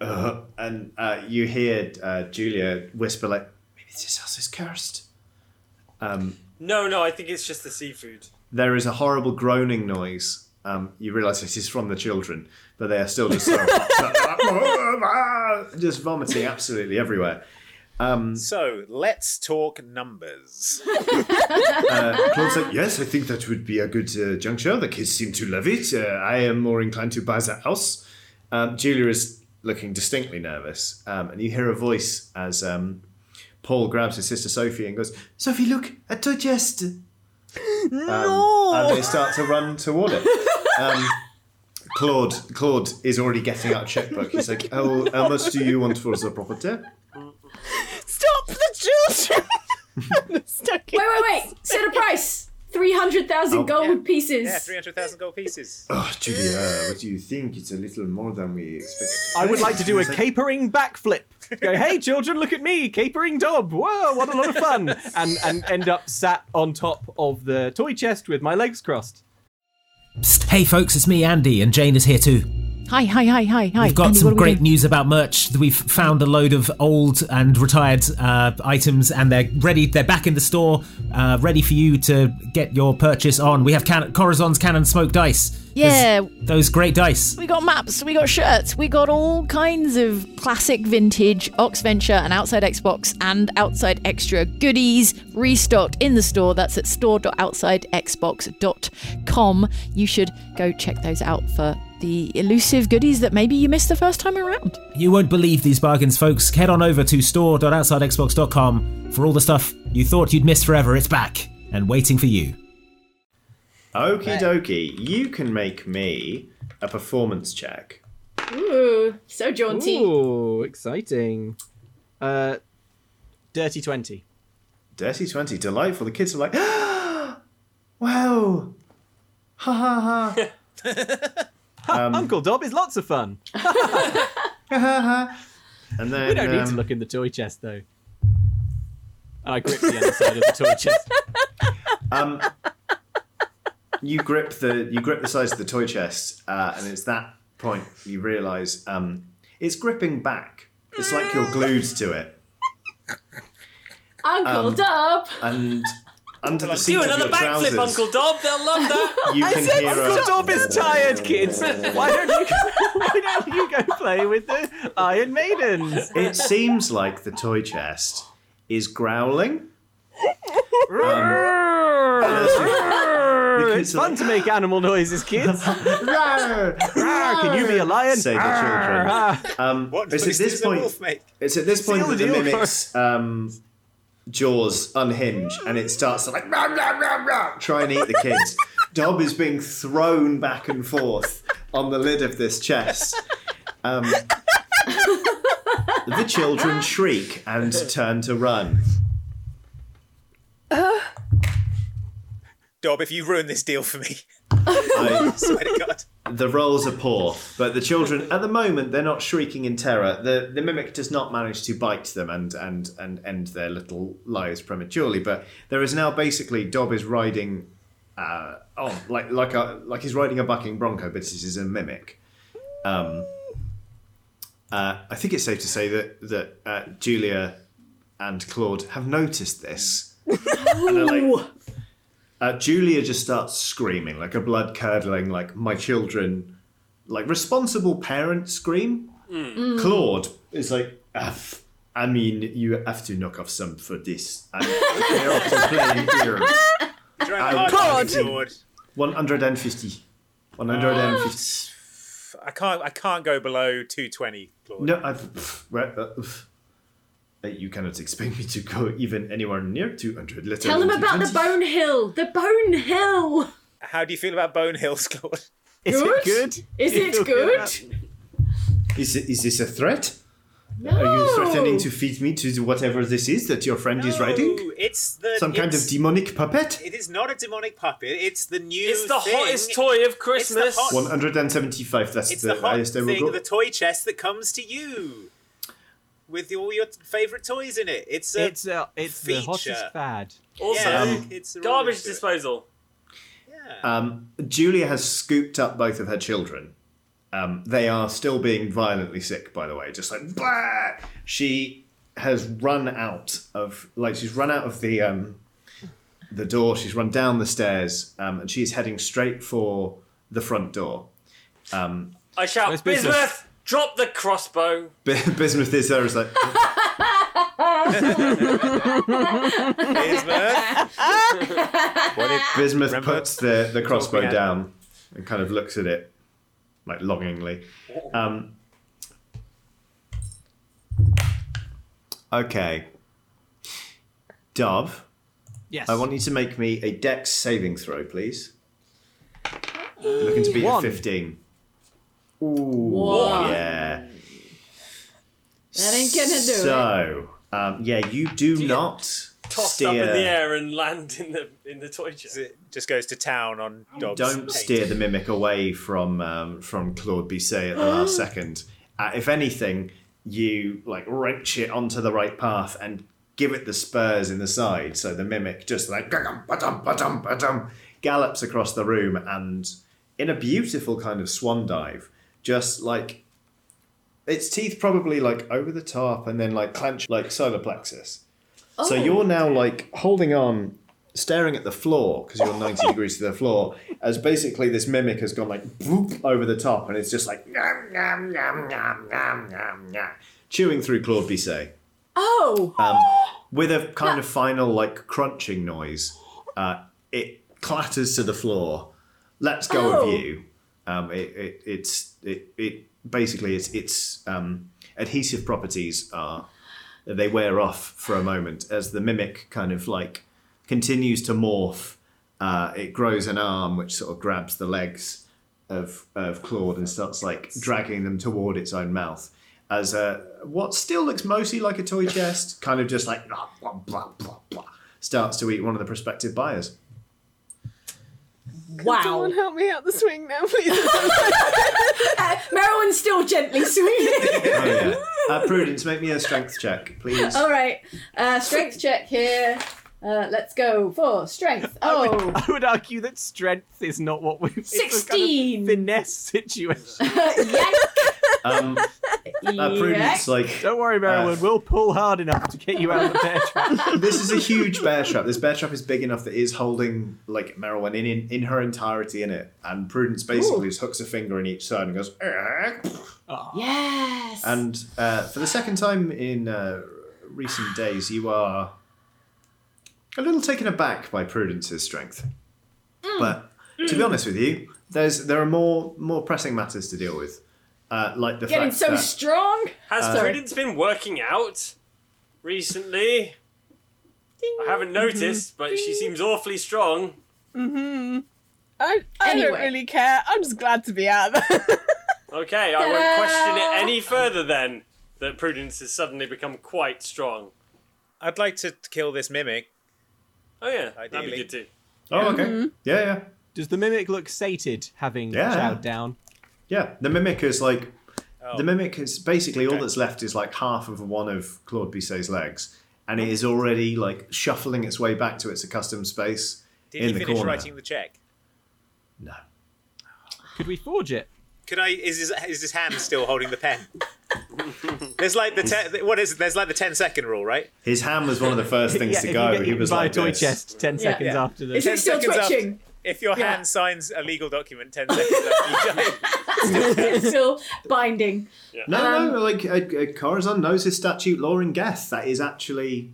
Speaker 6: Uh, and uh, you hear uh, Julia whisper like, maybe this house is cursed.
Speaker 8: no, no, I think it's just the seafood.
Speaker 6: there is a horrible groaning noise. Um, you realise this is from the children, but they are still just so just vomiting absolutely everywhere.
Speaker 11: So let's talk numbers.
Speaker 6: Uh, Claude's like, yes, I think that would be a good uh, juncture. The kids seem to love it. Uh, I am more inclined to buy the house. Um, Julia is looking distinctly nervous, um, and you hear a voice as um, Paul grabs his sister Sophie and goes, "Sophie, look, I told you."
Speaker 9: no.
Speaker 6: and they start to run toward it. Um, Claude, Claude is already getting out a checkbook. He's like, "How, how much do you want for the property?"
Speaker 10: Stop the children. I'm stuck in-
Speaker 12: Wait, wait, wait. Set a price. 300,000
Speaker 6: Oh.
Speaker 12: gold pieces.
Speaker 11: Yeah, 300,000 gold pieces.
Speaker 6: Oh, Julia, what do you think? It's a little more than we expected.
Speaker 9: I would like to do a capering backflip. Go, hey children, look at me, capering dob. Whoa, what a lot of fun! And and end up sat on top of the toy chest with my legs crossed.
Speaker 1: Psst, hey folks, it's me, Andy, and Jane is here too.
Speaker 2: Hi, hi, hi, hi, hi.
Speaker 1: We've got some great news about merch. We've found a load of old and retired uh, items, and they're ready. They're back in the store, uh, ready for you to get your purchase on. We have can- Corazon's Cannon Smoke Dice. There's
Speaker 2: Yeah.
Speaker 1: those great dice.
Speaker 2: We got maps, we got shirts, we got all kinds of classic vintage Ox Venture and Outside Xbox and Outside Extra goodies restocked in the store. That's at store.outsidexbox.com. You should go check those out for the elusive goodies that maybe you missed the first time around.
Speaker 1: You won't believe these bargains, folks. Head on over to store.outsidexbox.com for all the stuff you thought you'd missed forever. It's back and waiting for you.
Speaker 6: Okie dokie, you can make me a performance check.
Speaker 12: Ooh, so jaunty.
Speaker 9: Ooh, exciting. Uh, dirty twenty.
Speaker 6: Dirty 20, delightful. The kids are like, wow. Ha ha ha.
Speaker 9: Uncle Dob is lots of fun.
Speaker 6: And then
Speaker 9: We don't need
Speaker 6: um,
Speaker 9: to look in the toy chest though. And I grip the underside of the toy chest.
Speaker 6: you grip the you grip the sides of the toy chest, uh, and it's that point you realise um, it's gripping back. It's like you're glued to it,
Speaker 12: Uncle
Speaker 6: Um,
Speaker 12: Dub.
Speaker 6: and under the seat
Speaker 8: Do
Speaker 6: of
Speaker 8: another
Speaker 6: your trousers,
Speaker 8: backflip, Uncle Dob. They'll love that.
Speaker 6: you can hear
Speaker 9: Uncle
Speaker 6: a,
Speaker 9: Dob is tired, kids. Why don't you? Why don't you go play with the Iron Maidens?
Speaker 6: It seems like the toy chest is growling.
Speaker 9: it's fun to make animal noises, kids.
Speaker 6: Rawr,
Speaker 9: Ah, Can you be a lion?
Speaker 6: Say the children. Um,
Speaker 11: What
Speaker 6: it's
Speaker 11: does
Speaker 6: at this
Speaker 11: this
Speaker 6: point.
Speaker 11: wolf make?
Speaker 6: It's at this point
Speaker 9: Seal
Speaker 6: that the
Speaker 9: deal.
Speaker 6: mimics um, jaws unhinge and it starts to like rah, rah, rah, rah, try and eat the kids. Dob is being thrown back and forth on the lid of this chest. Um, the children shriek and turn to run.
Speaker 11: Dob, if you ruin this deal for me,
Speaker 6: I-
Speaker 11: swear to God.
Speaker 6: the rolls are poor, but the children at the moment they're not shrieking in terror. The the mimic does not manage to bite them and and and end their little lives prematurely. But there is now basically Dob is riding, uh, oh like like a like he's riding a bucking bronco, but this is a mimic. Um, uh, I think it's safe to say that that uh, Julia and Claude have noticed this. and are like, uh, Julia just starts screaming, like a blood curdling, like my children, like responsible parent scream.
Speaker 12: Mm.
Speaker 6: Claude is like, "Ah, f- I mean, you have to knock off some for this. And they're off to play games.
Speaker 11: Drive
Speaker 10: God.
Speaker 11: hard, Lord.
Speaker 6: 150. 150.
Speaker 11: I can't. I can't go below two twenty, Claude.
Speaker 6: No, I've, pff, right, uh, pff. Uh, you cannot expect me to go even anywhere near 200. Let
Speaker 12: Tell them
Speaker 6: alone
Speaker 12: about the
Speaker 6: 220.
Speaker 12: Bone Hill. The Bone Hill.
Speaker 11: How do you feel about Bone Hills, Claude?
Speaker 9: Is
Speaker 12: Good?
Speaker 9: it good?
Speaker 12: Is it good?
Speaker 6: Is, is this a threat?
Speaker 12: No.
Speaker 6: Are you
Speaker 12: Oh.
Speaker 6: threatening to feed me to the- whatever this is that your friend is writing?
Speaker 11: No, It's the
Speaker 6: Some kind of
Speaker 11: it's-
Speaker 6: demonic puppet?
Speaker 11: It is not a demonic puppet. It's the new.
Speaker 8: It's the
Speaker 11: thing.
Speaker 8: hottest toy of Christmas.
Speaker 11: hot-
Speaker 6: 175, that's
Speaker 11: It's
Speaker 6: the,
Speaker 11: the, hot
Speaker 6: highest I will
Speaker 11: thing,
Speaker 6: go.
Speaker 11: the toy chest that comes to you with the- all your favorite toys in it. It's a
Speaker 9: It's uh, it's the
Speaker 11: Feature.
Speaker 9: hottest fad.
Speaker 8: also,
Speaker 11: yeah,
Speaker 6: um,
Speaker 11: it's a roller
Speaker 8: garbage
Speaker 11: to it.
Speaker 8: disposal.
Speaker 6: um, Julia has scooped up both of her children. Um, they are still being violently sick, by the way, just like, bah! She has run out of, like, she's run out of the, um, the door, she's run down the stairs, um, and she's heading straight for the front door.
Speaker 8: I shout,
Speaker 9: Where's Bismuth?
Speaker 8: Bismuth, drop the crossbow.
Speaker 6: Bismuth is there, is like,
Speaker 11: Bismuth.
Speaker 6: Bismuth
Speaker 11: Remember?
Speaker 6: puts the, the
Speaker 11: we
Speaker 6: crossbow
Speaker 11: had.
Speaker 6: down and kind of looks at it, like longingly. Um, okay. Dove,
Speaker 9: Yes.
Speaker 6: I want you to make me a dex saving throw, please. You're looking to beat a
Speaker 9: One.
Speaker 6: 15. Ooh, yeah.
Speaker 12: That ain't gonna do
Speaker 6: So, um, yeah, you do not
Speaker 8: Tossed
Speaker 6: steer.
Speaker 8: up in the air and land in the in the toy chest.
Speaker 11: it just goes to town on Dobbs.
Speaker 6: Don't steer the mimic away from um, from Claude Bisset at the last second. Uh, if anything, you like wrench it onto the right path and give it the spurs in the side, so the mimic just like "Gagum, ba-dum, ba-dum, ba-dum," gallops across the room and in a beautiful kind of swan dive, just like its teeth probably like over the top and then like clench like solar plexus. So you're now like holding on staring at the floor because you're 90 degrees to the floor as basically this mimic has gone like boop over the top and it's just like "Nom, nom, nom, nom, nom, nom, nom," chewing through Claude Bisset
Speaker 12: Oh.
Speaker 6: with a kind of final like crunching noise uh, it clatters to the floor lets go
Speaker 12: Oh.
Speaker 6: of you um, it, it, it's it, it basically it's, it's um, adhesive properties are they wear off for a moment as the mimic kind of like continues to morph. Uh, it grows an arm which sort of grabs the legs of, of Claude and starts like dragging them toward its own mouth. As a, what still looks mostly like a toy chest, kind of just like blah, blah, blah, blah, blah, starts to eat one of the prospective buyers.
Speaker 12: wow.
Speaker 10: Someone help me out the swing now, please.
Speaker 12: Uh, Meryl's still gently swinging.
Speaker 6: Oh, yeah. uh, Prudence, make me a strength check, please.
Speaker 2: Oh.
Speaker 12: All right. Uh, strength check here. Uh, let's go for strength. Oh.
Speaker 9: I would argue that strength is not what we. it's a kind of
Speaker 12: 16.
Speaker 9: finesse situation.
Speaker 12: Yank.
Speaker 6: Um, that prudence, like uh,
Speaker 9: Don't worry, Marilyn. we'll pull hard enough to get you out of the bear trap.
Speaker 6: this is a huge bear trap. This bear trap is big enough that it is holding like Merowyn in, in in her entirety in it, and Prudence basically just hooks a finger in each side and goes. "Argh."
Speaker 2: Yes.
Speaker 6: And uh, for the second time in uh, recent days, you are a little taken aback by Prudence's strength.
Speaker 2: Hmm.
Speaker 6: But to be honest with you, there's there are more more pressing matters to deal with, uh, like the
Speaker 2: Getting
Speaker 6: fact
Speaker 2: so
Speaker 6: that
Speaker 2: strong.
Speaker 8: Has
Speaker 2: Uh, Sorry.
Speaker 8: Prudence been working out recently? I haven't noticed, but she seems awfully strong.
Speaker 10: hmm I, I don't
Speaker 2: Anyway.
Speaker 10: really care. I'm just glad to be out of there.
Speaker 8: Okay, I won't question it any further then that Prudence has suddenly become quite strong.
Speaker 3: I'd like to kill this mimic.
Speaker 8: Oh, yeah, that'd
Speaker 3: Ideally.
Speaker 8: be good too.
Speaker 6: Oh, okay.
Speaker 2: hmm.
Speaker 6: Yeah, yeah,
Speaker 9: Does the mimic look sated having
Speaker 6: Yeah.
Speaker 9: chowed down?
Speaker 6: yeah. The mimic is like
Speaker 3: Oh.
Speaker 6: the mimic is basically all that's left is like half of one of Claude Bisset's legs, and
Speaker 3: Oh.
Speaker 6: it is already like shuffling its way back to its accustomed space
Speaker 3: Did
Speaker 6: in
Speaker 3: he
Speaker 6: the
Speaker 3: finish
Speaker 6: corner.
Speaker 3: writing the check?
Speaker 6: No.
Speaker 9: Could we forge it?
Speaker 3: Can I? Is his, is his hand still holding the pen? There's like the ten, what is it? There's like the 10 second rule, right?
Speaker 6: His ham was one of the first things
Speaker 9: yeah,
Speaker 6: to
Speaker 9: if
Speaker 6: go.
Speaker 9: You
Speaker 6: he
Speaker 9: get eaten
Speaker 6: was
Speaker 9: by
Speaker 6: like
Speaker 9: a toy
Speaker 6: this.
Speaker 9: chest ten
Speaker 2: Yeah.
Speaker 9: seconds
Speaker 3: Yeah.
Speaker 9: after
Speaker 2: Is
Speaker 9: this.
Speaker 2: it still
Speaker 3: seconds after-
Speaker 2: twitching?
Speaker 3: If your
Speaker 2: Yeah.
Speaker 3: hand signs a legal document 10 seconds after you die.
Speaker 2: It's still binding.
Speaker 6: No, no,
Speaker 9: Um,
Speaker 6: like uh, uh, Corazon knows his statute law in Geth. That is actually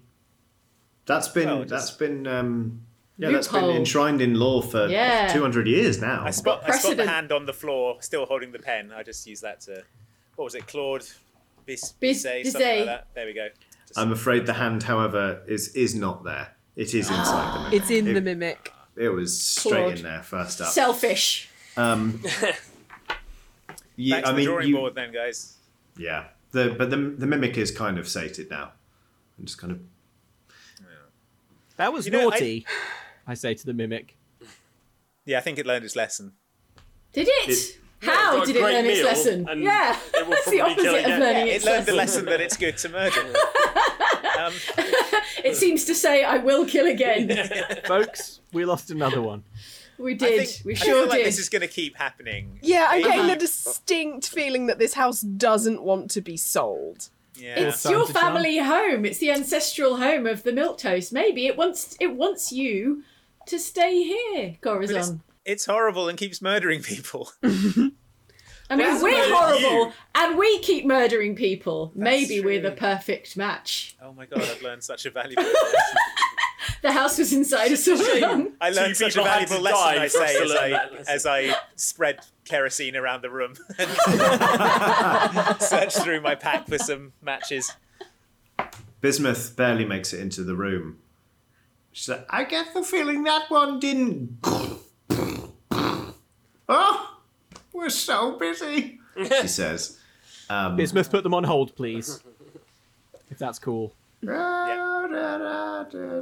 Speaker 6: that's been
Speaker 9: Oh,
Speaker 3: Well,
Speaker 6: that's been um, yeah, that's been
Speaker 2: Loophole.
Speaker 6: enshrined in law for
Speaker 2: Yeah.
Speaker 6: two hundred years now.
Speaker 3: I spot, I spot the
Speaker 2: precedent.
Speaker 3: hand on the floor, still holding the pen. I just use that to, what was it, Claude Bis,
Speaker 2: Bis-
Speaker 3: Bisset,
Speaker 2: Bisset.
Speaker 3: something like that. There we go.
Speaker 6: I'm afraid the hand, however, is is not there. It is inside the mimic.
Speaker 10: it's in
Speaker 6: the
Speaker 10: the mimic.
Speaker 6: It was straight
Speaker 2: Claude.
Speaker 6: in there first up.
Speaker 2: Selfish.
Speaker 6: um, you-
Speaker 3: Back to
Speaker 6: I
Speaker 3: the
Speaker 6: mean,
Speaker 3: drawing
Speaker 6: you-
Speaker 3: board then, guys.
Speaker 6: yeah. The but the the mimic is kind of sated now. I'm just kind of
Speaker 9: That was
Speaker 3: know, I-
Speaker 9: naughty. I... say to the mimic.
Speaker 3: Yeah, I think it learned its lesson.
Speaker 2: Did it? How
Speaker 8: got a
Speaker 2: did it
Speaker 8: great
Speaker 2: learn its
Speaker 8: meal,
Speaker 2: lesson?
Speaker 8: and
Speaker 2: Yeah.
Speaker 8: it will
Speaker 2: That's the
Speaker 8: probably kill
Speaker 2: opposite of
Speaker 8: again.
Speaker 2: learning
Speaker 3: It
Speaker 2: its
Speaker 3: learned the lesson
Speaker 2: lesson.
Speaker 3: that it's good to murder. um,
Speaker 2: It seems to say, I will kill again.
Speaker 9: Folks, we lost another one.
Speaker 2: We
Speaker 3: I
Speaker 2: did.
Speaker 3: think-
Speaker 2: we
Speaker 3: I
Speaker 2: sure
Speaker 3: feel like
Speaker 2: did.
Speaker 3: this is going to keep happening.
Speaker 10: Yeah, I'm
Speaker 3: Uh-huh.
Speaker 10: getting the distinct feeling that this house doesn't want to be sold.
Speaker 3: Yeah.
Speaker 2: It's
Speaker 9: Time
Speaker 2: your
Speaker 9: to charm.
Speaker 2: family home. It's the ancestral home of the milk toast. Maybe it wants it wants you to stay here,
Speaker 3: it's-
Speaker 2: Corazon.
Speaker 3: It's horrible and keeps murdering people.
Speaker 2: I mean,
Speaker 8: That's
Speaker 2: we're
Speaker 8: murdered
Speaker 2: horrible,
Speaker 8: you.
Speaker 2: and we keep murdering people. Maybe we're
Speaker 3: true.
Speaker 2: the perfect match.
Speaker 3: Oh my god, I've learned such a valuable lesson.
Speaker 2: The house was inside us all along.
Speaker 3: I learned
Speaker 8: Two
Speaker 3: such a
Speaker 8: people had
Speaker 3: valuable
Speaker 8: to
Speaker 3: lesson,
Speaker 8: die
Speaker 3: I
Speaker 8: for us
Speaker 3: say,
Speaker 8: to
Speaker 3: as
Speaker 8: learn
Speaker 3: I,
Speaker 8: that lesson.
Speaker 3: as I spread kerosene around the room and search through my pack for some matches.
Speaker 6: Bismuth barely makes it into the room. She's like, I get the feeling that one didn't. oh, we're so busy, she says. Um,
Speaker 9: Bismuth, put them on hold, please. If that's cool.
Speaker 3: We've got,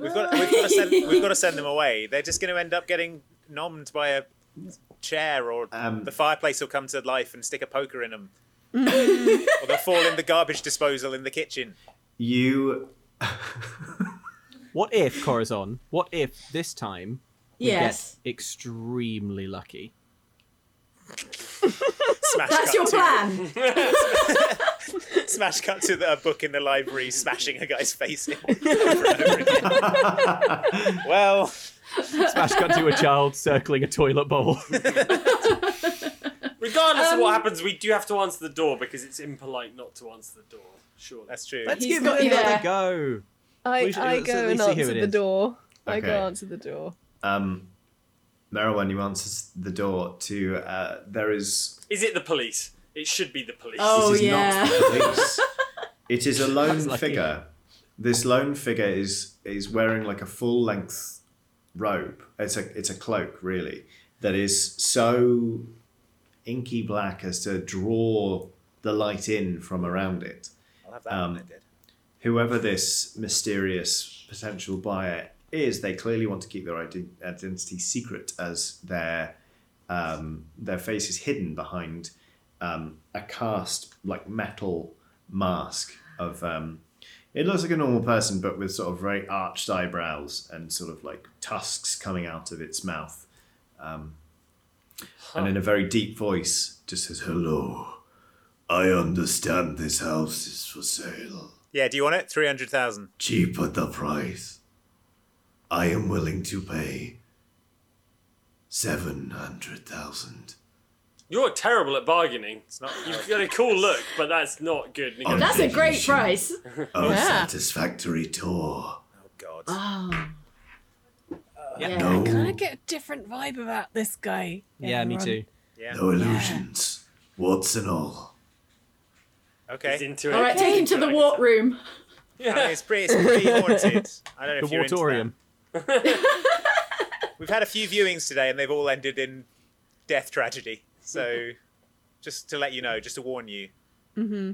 Speaker 3: we've, got to send, we've got to send them away. They're just going to end up getting nommed by a chair, or
Speaker 6: Um,
Speaker 3: the fireplace will come to life and stick a poker in them. or they'll fall in the garbage disposal in the kitchen.
Speaker 6: You.
Speaker 9: What if, Corazon, what if this time we
Speaker 2: Yes,
Speaker 9: get extremely lucky?
Speaker 3: Smash
Speaker 2: that's
Speaker 3: cut
Speaker 2: your
Speaker 3: to,
Speaker 2: plan.
Speaker 3: Smash cut to the, a book in the library, smashing a guy's face in. over and over again. well,
Speaker 9: Smash cut to a child circling a toilet bowl.
Speaker 8: Regardless
Speaker 2: Um,
Speaker 8: of what happens, we do have to answer the door because it's impolite not to answer the door. Sure.
Speaker 3: that's true.
Speaker 9: Let's
Speaker 2: He's
Speaker 9: give
Speaker 2: got
Speaker 9: it
Speaker 2: you
Speaker 9: another
Speaker 2: there.
Speaker 9: go.
Speaker 10: I,
Speaker 9: We should
Speaker 10: I
Speaker 9: let's at
Speaker 10: go and
Speaker 9: least see who
Speaker 10: answer
Speaker 9: it
Speaker 10: the
Speaker 9: is.
Speaker 10: door. I go
Speaker 6: Okay.
Speaker 10: answer the door.
Speaker 6: Um, Merowyn, you answers the door to. Uh, there is.
Speaker 8: Is it the police? It should be the police.
Speaker 2: Oh
Speaker 6: this is
Speaker 2: yeah.
Speaker 6: not the police. it is a lone
Speaker 9: lucky.
Speaker 6: figure. This lone figure is is wearing like a full length robe. It's a it's a cloak really that is so inky black as to draw the light in from around it.
Speaker 3: I'll have that
Speaker 6: Um,
Speaker 3: one I did.
Speaker 6: Whoever this mysterious potential buyer is, they clearly want to keep their ide- identity secret as their um, their face is hidden behind um, a cast like metal mask of um, it looks like a normal person but with sort of very arched eyebrows and sort of like tusks coming out of its mouth um, and in a very deep voice just says hello
Speaker 13: I understand this house is for sale.
Speaker 3: Yeah, do you want it? 300,000.
Speaker 13: Cheap at the price. I am willing to pay 700,000.
Speaker 8: You're terrible at bargaining. It's not You've got a cool look, but that's not good.
Speaker 13: I'm
Speaker 2: That's a great
Speaker 13: finishing
Speaker 2: price.
Speaker 13: A
Speaker 2: Yeah.
Speaker 13: satisfactory tour.
Speaker 10: Oh.
Speaker 13: Yeah.
Speaker 10: Yeah,
Speaker 13: No.
Speaker 10: I kind of get a different vibe about this guy.
Speaker 9: Yeah, me too.
Speaker 10: everyone.
Speaker 13: No illusions. Warts and all.
Speaker 3: Okay.
Speaker 8: He's into
Speaker 2: All right, take him to the wart room.
Speaker 3: I mean, it's pretty, it's pretty haunted. I don't know
Speaker 9: The
Speaker 3: if you're into
Speaker 9: Wartorium.
Speaker 3: that. We've had a few viewings today, and they've all ended in death tragedy. So, just to let you know, just to warn you.
Speaker 10: Mm-hmm.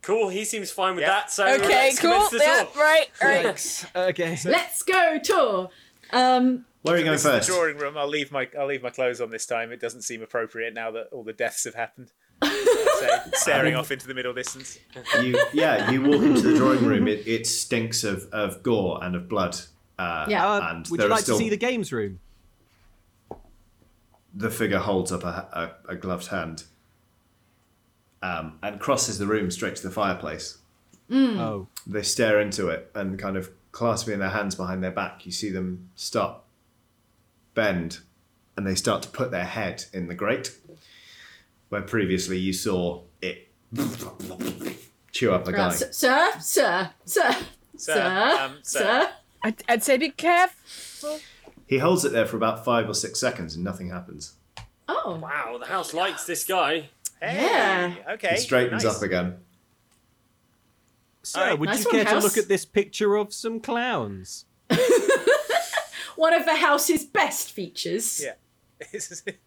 Speaker 8: Cool. He seems fine with that. So
Speaker 2: Okay,
Speaker 8: let's
Speaker 2: cool.
Speaker 8: commence the
Speaker 2: Yeah,
Speaker 8: talk.
Speaker 2: right, right.
Speaker 9: Yikes. Okay.
Speaker 2: Let's go tour. Um,
Speaker 6: Where are you going
Speaker 3: This is the
Speaker 6: first?
Speaker 3: drawing room. I'll leave my I'll leave my clothes on this time. It doesn't seem appropriate now that all the deaths have happened. so, staring off into the middle distance.
Speaker 6: You, yeah, you walk into the drawing room. It, it stinks of, of gore and of blood. Uh,
Speaker 2: Yeah.
Speaker 9: Uh,
Speaker 6: and
Speaker 9: would
Speaker 6: there
Speaker 9: you
Speaker 6: are
Speaker 9: like
Speaker 6: still,
Speaker 9: to see the games room?
Speaker 6: the figure holds up a, a, a gloved hand um, and crosses the room straight to the fireplace.
Speaker 2: Hmm.
Speaker 9: Oh.
Speaker 6: They stare into it and kind of clasping their hands behind their back. You see them stop, bend, and they start to put their head in the grate, where previously you saw it chew up a guy.
Speaker 2: right, s- sir, sir, sir,
Speaker 3: Sir,
Speaker 2: sir,
Speaker 3: um, sir.
Speaker 2: sir.
Speaker 10: I'd, I'd say be careful.
Speaker 6: He holds it there for about five or six seconds and nothing happens.
Speaker 2: Oh,
Speaker 8: Wow, the house likes this guy.
Speaker 3: Hey,
Speaker 2: Yeah.
Speaker 3: okay.
Speaker 6: He straightens
Speaker 3: nice.
Speaker 6: up again.
Speaker 9: Sir,
Speaker 3: Alright,
Speaker 9: would
Speaker 2: nice
Speaker 9: you
Speaker 2: one,
Speaker 9: care
Speaker 2: House.
Speaker 9: to look at this picture of some clowns?
Speaker 2: one of the house's best features.
Speaker 3: Yeah.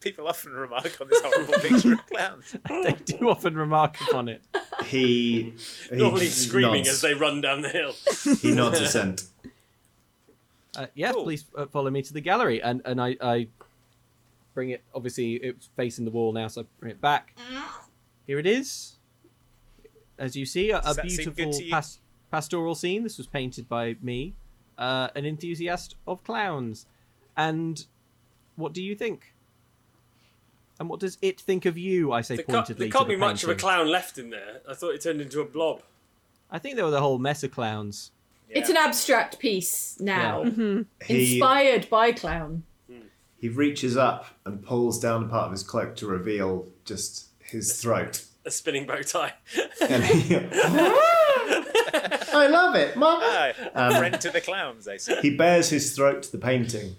Speaker 3: People often remark on this horrible picture of clowns.
Speaker 9: they do often remark upon it.
Speaker 6: He, he
Speaker 8: Normally screaming
Speaker 6: nods.
Speaker 8: as they run down the hill.
Speaker 6: he nods assent.
Speaker 9: Uh, yeah, please uh, follow me to the gallery, and and I, I bring it. Obviously, it's facing the wall now, so I bring it back. Here it is. As you see, a, a
Speaker 3: Does that seem good
Speaker 9: beautiful
Speaker 3: to you?
Speaker 9: pas- pastoral scene. This was painted by me, uh, an enthusiast of clowns. And what do you think? And what does it think of you? I say
Speaker 8: There can't,
Speaker 9: pointedly.
Speaker 8: there can't
Speaker 9: to the
Speaker 8: be much of a
Speaker 9: painting.
Speaker 8: clown left in there. I thought it turned into a blob.
Speaker 9: I think there were the whole mess of clowns.
Speaker 2: It's an abstract piece now,
Speaker 6: He,
Speaker 2: inspired by clown.
Speaker 6: he reaches up and pulls down a part of his cloak to reveal just his throat.
Speaker 8: A spinning bow tie.
Speaker 6: And he, I love it, Mum.
Speaker 3: Oh, friend to the clowns, they say.
Speaker 6: He bares his throat to the painting,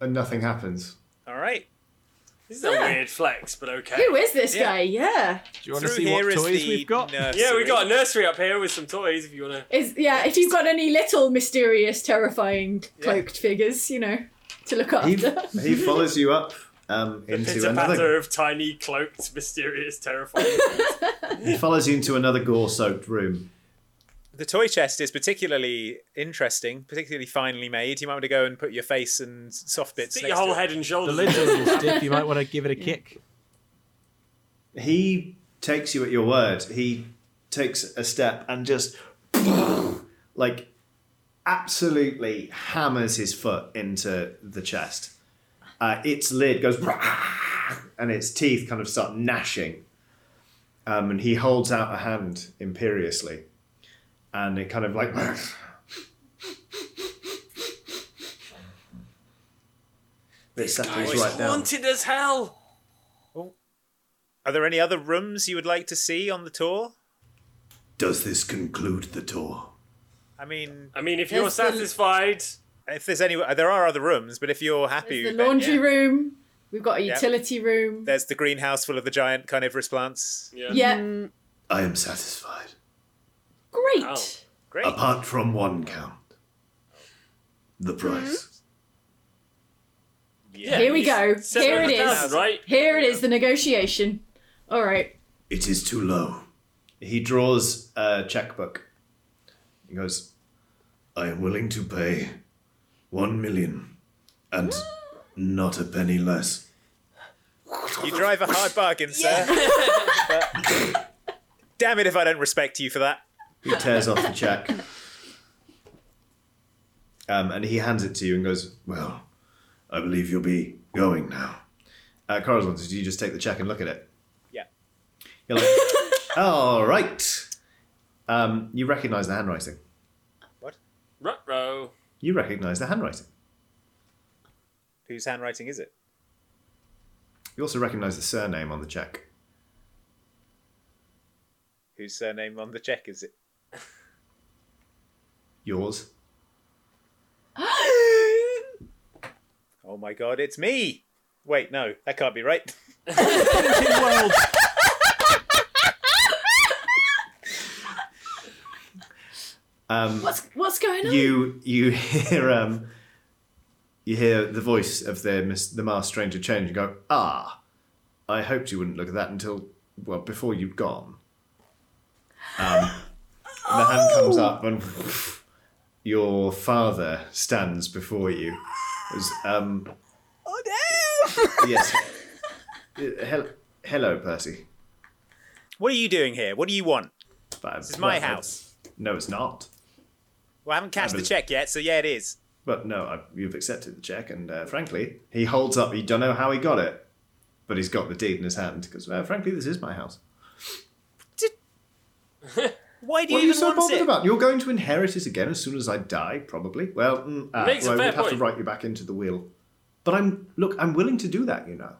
Speaker 6: and nothing happens.
Speaker 3: All right.
Speaker 8: this is a weird flex, but okay.
Speaker 2: Who is this
Speaker 3: Yeah.
Speaker 2: guy? Yeah,
Speaker 9: Do you want to
Speaker 3: Through
Speaker 9: see what
Speaker 3: here is
Speaker 9: toys
Speaker 3: the
Speaker 9: we've got?
Speaker 3: nursery.
Speaker 8: Yeah, we got a nursery up here with some toys if you want to.
Speaker 2: is yeah. If you've got any little mysterious, terrifying cloaked figures, you know, to look
Speaker 6: He,
Speaker 2: after.
Speaker 6: he follows you up um, into
Speaker 8: Pitter patter
Speaker 6: another.
Speaker 8: of tiny, cloaked, mysterious, terrifying.
Speaker 6: He follows you into another gore-soaked room.
Speaker 3: The toy chest is particularly interesting, particularly finely made. You might want to go and put your face and soft bits.
Speaker 8: Stick
Speaker 3: next
Speaker 8: your whole
Speaker 3: to it.
Speaker 8: head and
Speaker 9: The
Speaker 8: shoulders.
Speaker 9: lid's a little stiff. You might want to give it a kick.
Speaker 6: He takes you at your word. He takes a step and just like absolutely hammers his foot into the chest. Uh, its lid goes and its teeth kind of start gnashing. Um, and he holds out a hand imperiously. And it kind of like. This settles
Speaker 8: It's
Speaker 6: right down.
Speaker 8: haunted as hell.
Speaker 3: Are there any other rooms you would like to see on the tour?
Speaker 13: Does this conclude the tour?
Speaker 3: I mean,
Speaker 8: I mean, if
Speaker 2: There's
Speaker 8: you're
Speaker 2: the-
Speaker 8: satisfied,
Speaker 3: if there's any, uh, there are other rooms, but if you're happy,
Speaker 2: There's the
Speaker 3: then
Speaker 2: laundry
Speaker 3: yeah.
Speaker 2: room. We've got a
Speaker 3: Yeah.
Speaker 2: utility room.
Speaker 3: There's the greenhouse full of the giant carnivorous plants.
Speaker 8: yeah.
Speaker 2: yeah,
Speaker 13: I am satisfied.
Speaker 2: great.
Speaker 3: Oh,
Speaker 8: Wow.
Speaker 3: Great.
Speaker 13: Apart from one count. The price.
Speaker 8: Yeah,
Speaker 2: Here we
Speaker 8: you
Speaker 2: go.
Speaker 8: said
Speaker 2: Here it
Speaker 8: 100,000,
Speaker 2: is.
Speaker 8: Right.
Speaker 2: Here it is. The negotiation. All right.
Speaker 13: It is too low.
Speaker 6: He draws a checkbook. He goes,
Speaker 13: I am willing to pay one million and not a penny less.
Speaker 3: You drive a hard bargain, sir. But damn it if I don't respect you for that.
Speaker 6: He tears off the check. Um, and he hands it to you and goes,
Speaker 13: Well,
Speaker 14: I believe you'll be going now.
Speaker 6: Uh, Corazon, did you just take the check and look at it?
Speaker 3: Yeah.
Speaker 6: You're like, all right. Um, you recognise the handwriting.
Speaker 8: Ruh-roh.
Speaker 6: You recognise the handwriting.
Speaker 3: Whose handwriting is it?
Speaker 6: You also recognise the surname on the check.
Speaker 3: Whose surname on the check is it?
Speaker 6: Yours.
Speaker 3: Oh my god, it's me! Wait, no, that can't be right.
Speaker 6: Um,
Speaker 2: What's what's going on?
Speaker 6: you you hear um, you hear the voice of the mis- the masked stranger change and go ah I hoped you wouldn't look at that until well before you'd gone um, and the hand comes up and your father stands before you As, um,
Speaker 10: Oh no!
Speaker 6: yes Uh, hel- hello Percy
Speaker 3: What are you doing here? What do you want?
Speaker 6: But-
Speaker 3: This is my
Speaker 6: well,
Speaker 3: house.
Speaker 6: no it's not
Speaker 3: Well, I haven't cashed the
Speaker 6: believe-
Speaker 3: check yet, so yeah, it is.
Speaker 6: But no, I, you've accepted the check, and uh, frankly, he holds up. You don't know how he got it, but he's got the deed in his hand because, well, frankly, this is my house.
Speaker 3: Why do
Speaker 6: what
Speaker 3: you
Speaker 6: are you
Speaker 3: even
Speaker 6: so
Speaker 3: want
Speaker 6: bothered
Speaker 3: it?
Speaker 6: about? You're going to inherit it again as soon as I die, probably. Well, mm, uh,
Speaker 8: Makes a
Speaker 6: well, I
Speaker 8: fair
Speaker 6: would have to
Speaker 8: point.
Speaker 6: write you back into the will. But I'm look, I'm willing to do that, you know.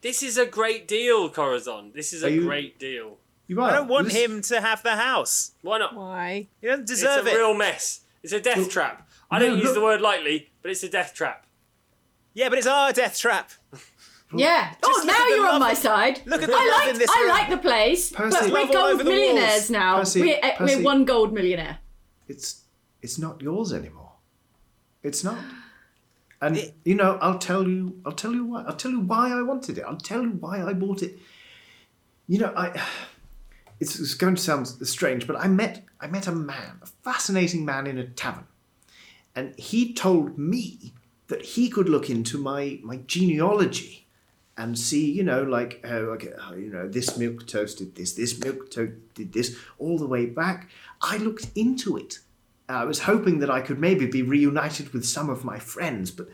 Speaker 8: This is a great deal, Corazon. This is
Speaker 6: Are
Speaker 8: a
Speaker 6: you-
Speaker 8: great deal.
Speaker 6: You are.
Speaker 3: I don't want
Speaker 6: This-
Speaker 3: him to have the house.
Speaker 8: Why not?
Speaker 10: Why?
Speaker 3: He doesn't deserve
Speaker 8: it's
Speaker 3: it.
Speaker 8: a real mess. It's a death trap. I don't
Speaker 6: no,
Speaker 8: use
Speaker 6: look-
Speaker 8: the word lightly, but it's a death trap.
Speaker 3: Yeah, but it's our death trap.
Speaker 2: Yeah.
Speaker 3: Just
Speaker 2: Oh,
Speaker 3: look
Speaker 2: now
Speaker 3: at the
Speaker 2: you're on
Speaker 3: love-
Speaker 2: my side.
Speaker 3: look at the love
Speaker 2: I
Speaker 3: in
Speaker 2: like
Speaker 3: this
Speaker 2: I
Speaker 3: room.
Speaker 2: like the place,
Speaker 6: Percy,
Speaker 2: but we're
Speaker 3: love all over
Speaker 2: gold
Speaker 3: the walls.
Speaker 2: millionaires now.
Speaker 6: Percy,
Speaker 2: we're uh,
Speaker 6: Percy.
Speaker 2: we're one gold millionaire.
Speaker 6: It's it's not yours anymore. It's not. And you know, I'll tell you. I'll tell you why. I'll tell you why I wanted it. I'll tell you why I bought it. You know, I. It's, it's going to sound strange, but I met I met a man, a fascinating man in a tavern, and he told me that he could look into my my genealogy, and see, you know, like uh, okay, oh, you know, this milk toast did this, this milk toast did this, all the way back. I looked into it. I was hoping that I could maybe be reunited with some of my friends, but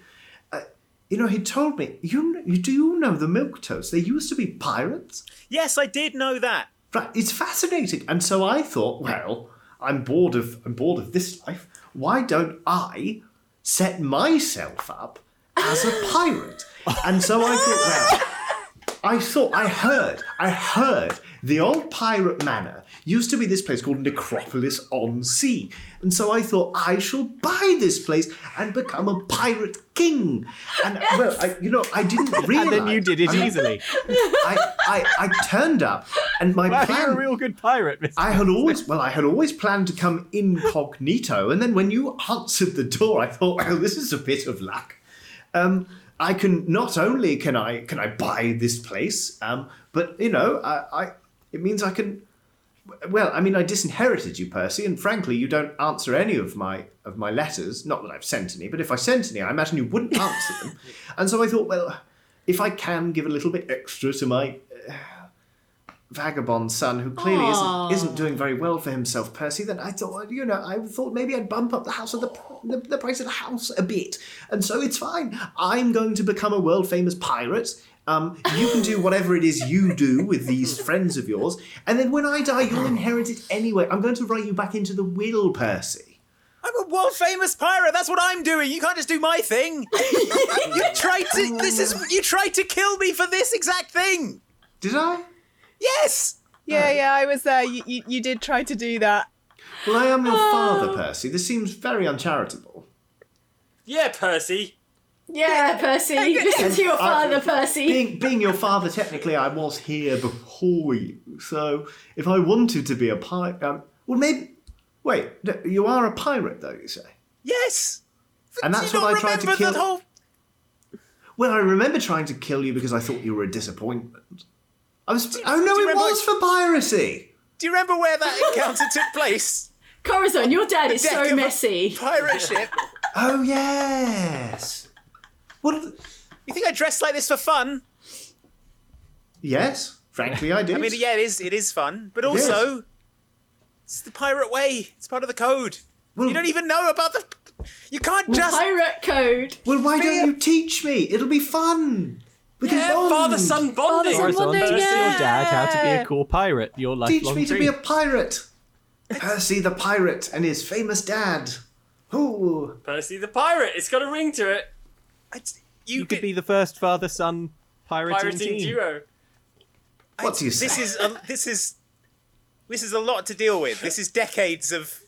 Speaker 6: uh, you know, he told me, you, kn- you do you know the milk toast? They used to be pirates.
Speaker 3: Yes, I did know that.
Speaker 6: Right, it's fascinating. And so I thought, well, I'm bored of I'm bored of this life. Why don't I set myself up as a pirate? And so I thought, well, I thought I heard, I heard the old pirate manor used to be this place called Necropolis on Sea. And so I thought I shall buy this place and become a pirate king. And well, I, you know, I didn't realize
Speaker 9: And then you did it easily.
Speaker 6: I, I, I turned up and my
Speaker 9: Wow,
Speaker 6: plan
Speaker 9: you're a real good pirate, Miss.
Speaker 6: I had always, well, I had always planned to come incognito, and then when you answered the door, I thought, well, this is a bit of luck. Um, I can not only can I can I buy this place, um, but you know, I, I it means I can. Well, I mean, I disinherited you, Percy, and frankly, you don't answer any of my of my letters. Not that I've sent any, but if I sent any, I imagine you wouldn't answer them. And so I thought, well, if I can give a little bit extra to my vagabond son who clearly isn't, isn't doing very well for himself, Percy, then I thought, you know, I thought maybe I'd bump up the house of the, the, the price of the house a bit. And so it's fine. I'm going to become a world famous pirate. Um, you can do whatever it is you do with these friends of yours. And then when I die, you'll inherit it anyway. I'm going to write you back into the will, Percy.
Speaker 3: I'm a world famous pirate. That's what I'm doing. You can't just do my thing. you tried to. This is. You tried to kill me for this exact thing.
Speaker 6: Did I?
Speaker 3: Yes.
Speaker 10: Yeah, yeah, I was there. You, you, you did try to do that.
Speaker 6: Well, I am your father, Percy. This seems very uncharitable.
Speaker 8: Yeah, Percy.
Speaker 2: Yeah, Percy. Listen to
Speaker 3: Uh,
Speaker 2: your
Speaker 6: I-
Speaker 2: father, Percy.
Speaker 6: being being your father, technically, I was here before you. So if I wanted to be a pirate, um, well, maybe. Wait, no, you are a pirate, though you say.
Speaker 3: Yes.
Speaker 6: And that's
Speaker 3: do you
Speaker 6: what
Speaker 3: not
Speaker 6: I tried to
Speaker 3: remember
Speaker 6: kill-
Speaker 3: The whole...
Speaker 6: Well, I remember trying to kill you because I thought you were a disappointment. I was. oh
Speaker 3: do you
Speaker 6: no, it
Speaker 3: remember-
Speaker 6: was for piracy.
Speaker 3: Do you remember where that encounter took place?
Speaker 2: Corazon, your dad is
Speaker 3: deck of
Speaker 2: so
Speaker 3: a-
Speaker 2: messy.
Speaker 3: Pirate ship.
Speaker 6: Oh yes. What?
Speaker 3: You think I dressed like this for fun?
Speaker 6: Yes. Frankly, I did.
Speaker 3: I mean, yeah, it is. It is fun, but also, it's the pirate way. It's part of the code.
Speaker 6: Well,
Speaker 3: You don't even know about the You can't
Speaker 6: just-
Speaker 2: pirate code.
Speaker 6: Well, why don't you teach me? It'll be fun. We can bond.
Speaker 9: Corazon, teach your dad how to be a cool pirate. Your lifelong
Speaker 6: Teach me to
Speaker 9: dream.
Speaker 6: be a pirate. Percy the pirate and his famous dad. Who?
Speaker 8: Percy the pirate. It's got a ring to it.
Speaker 9: you, could be the first father-son pirating,
Speaker 8: Pirating
Speaker 9: team.
Speaker 8: duo.
Speaker 6: What do you
Speaker 3: This is a, this is this is a lot to deal with. This is decades of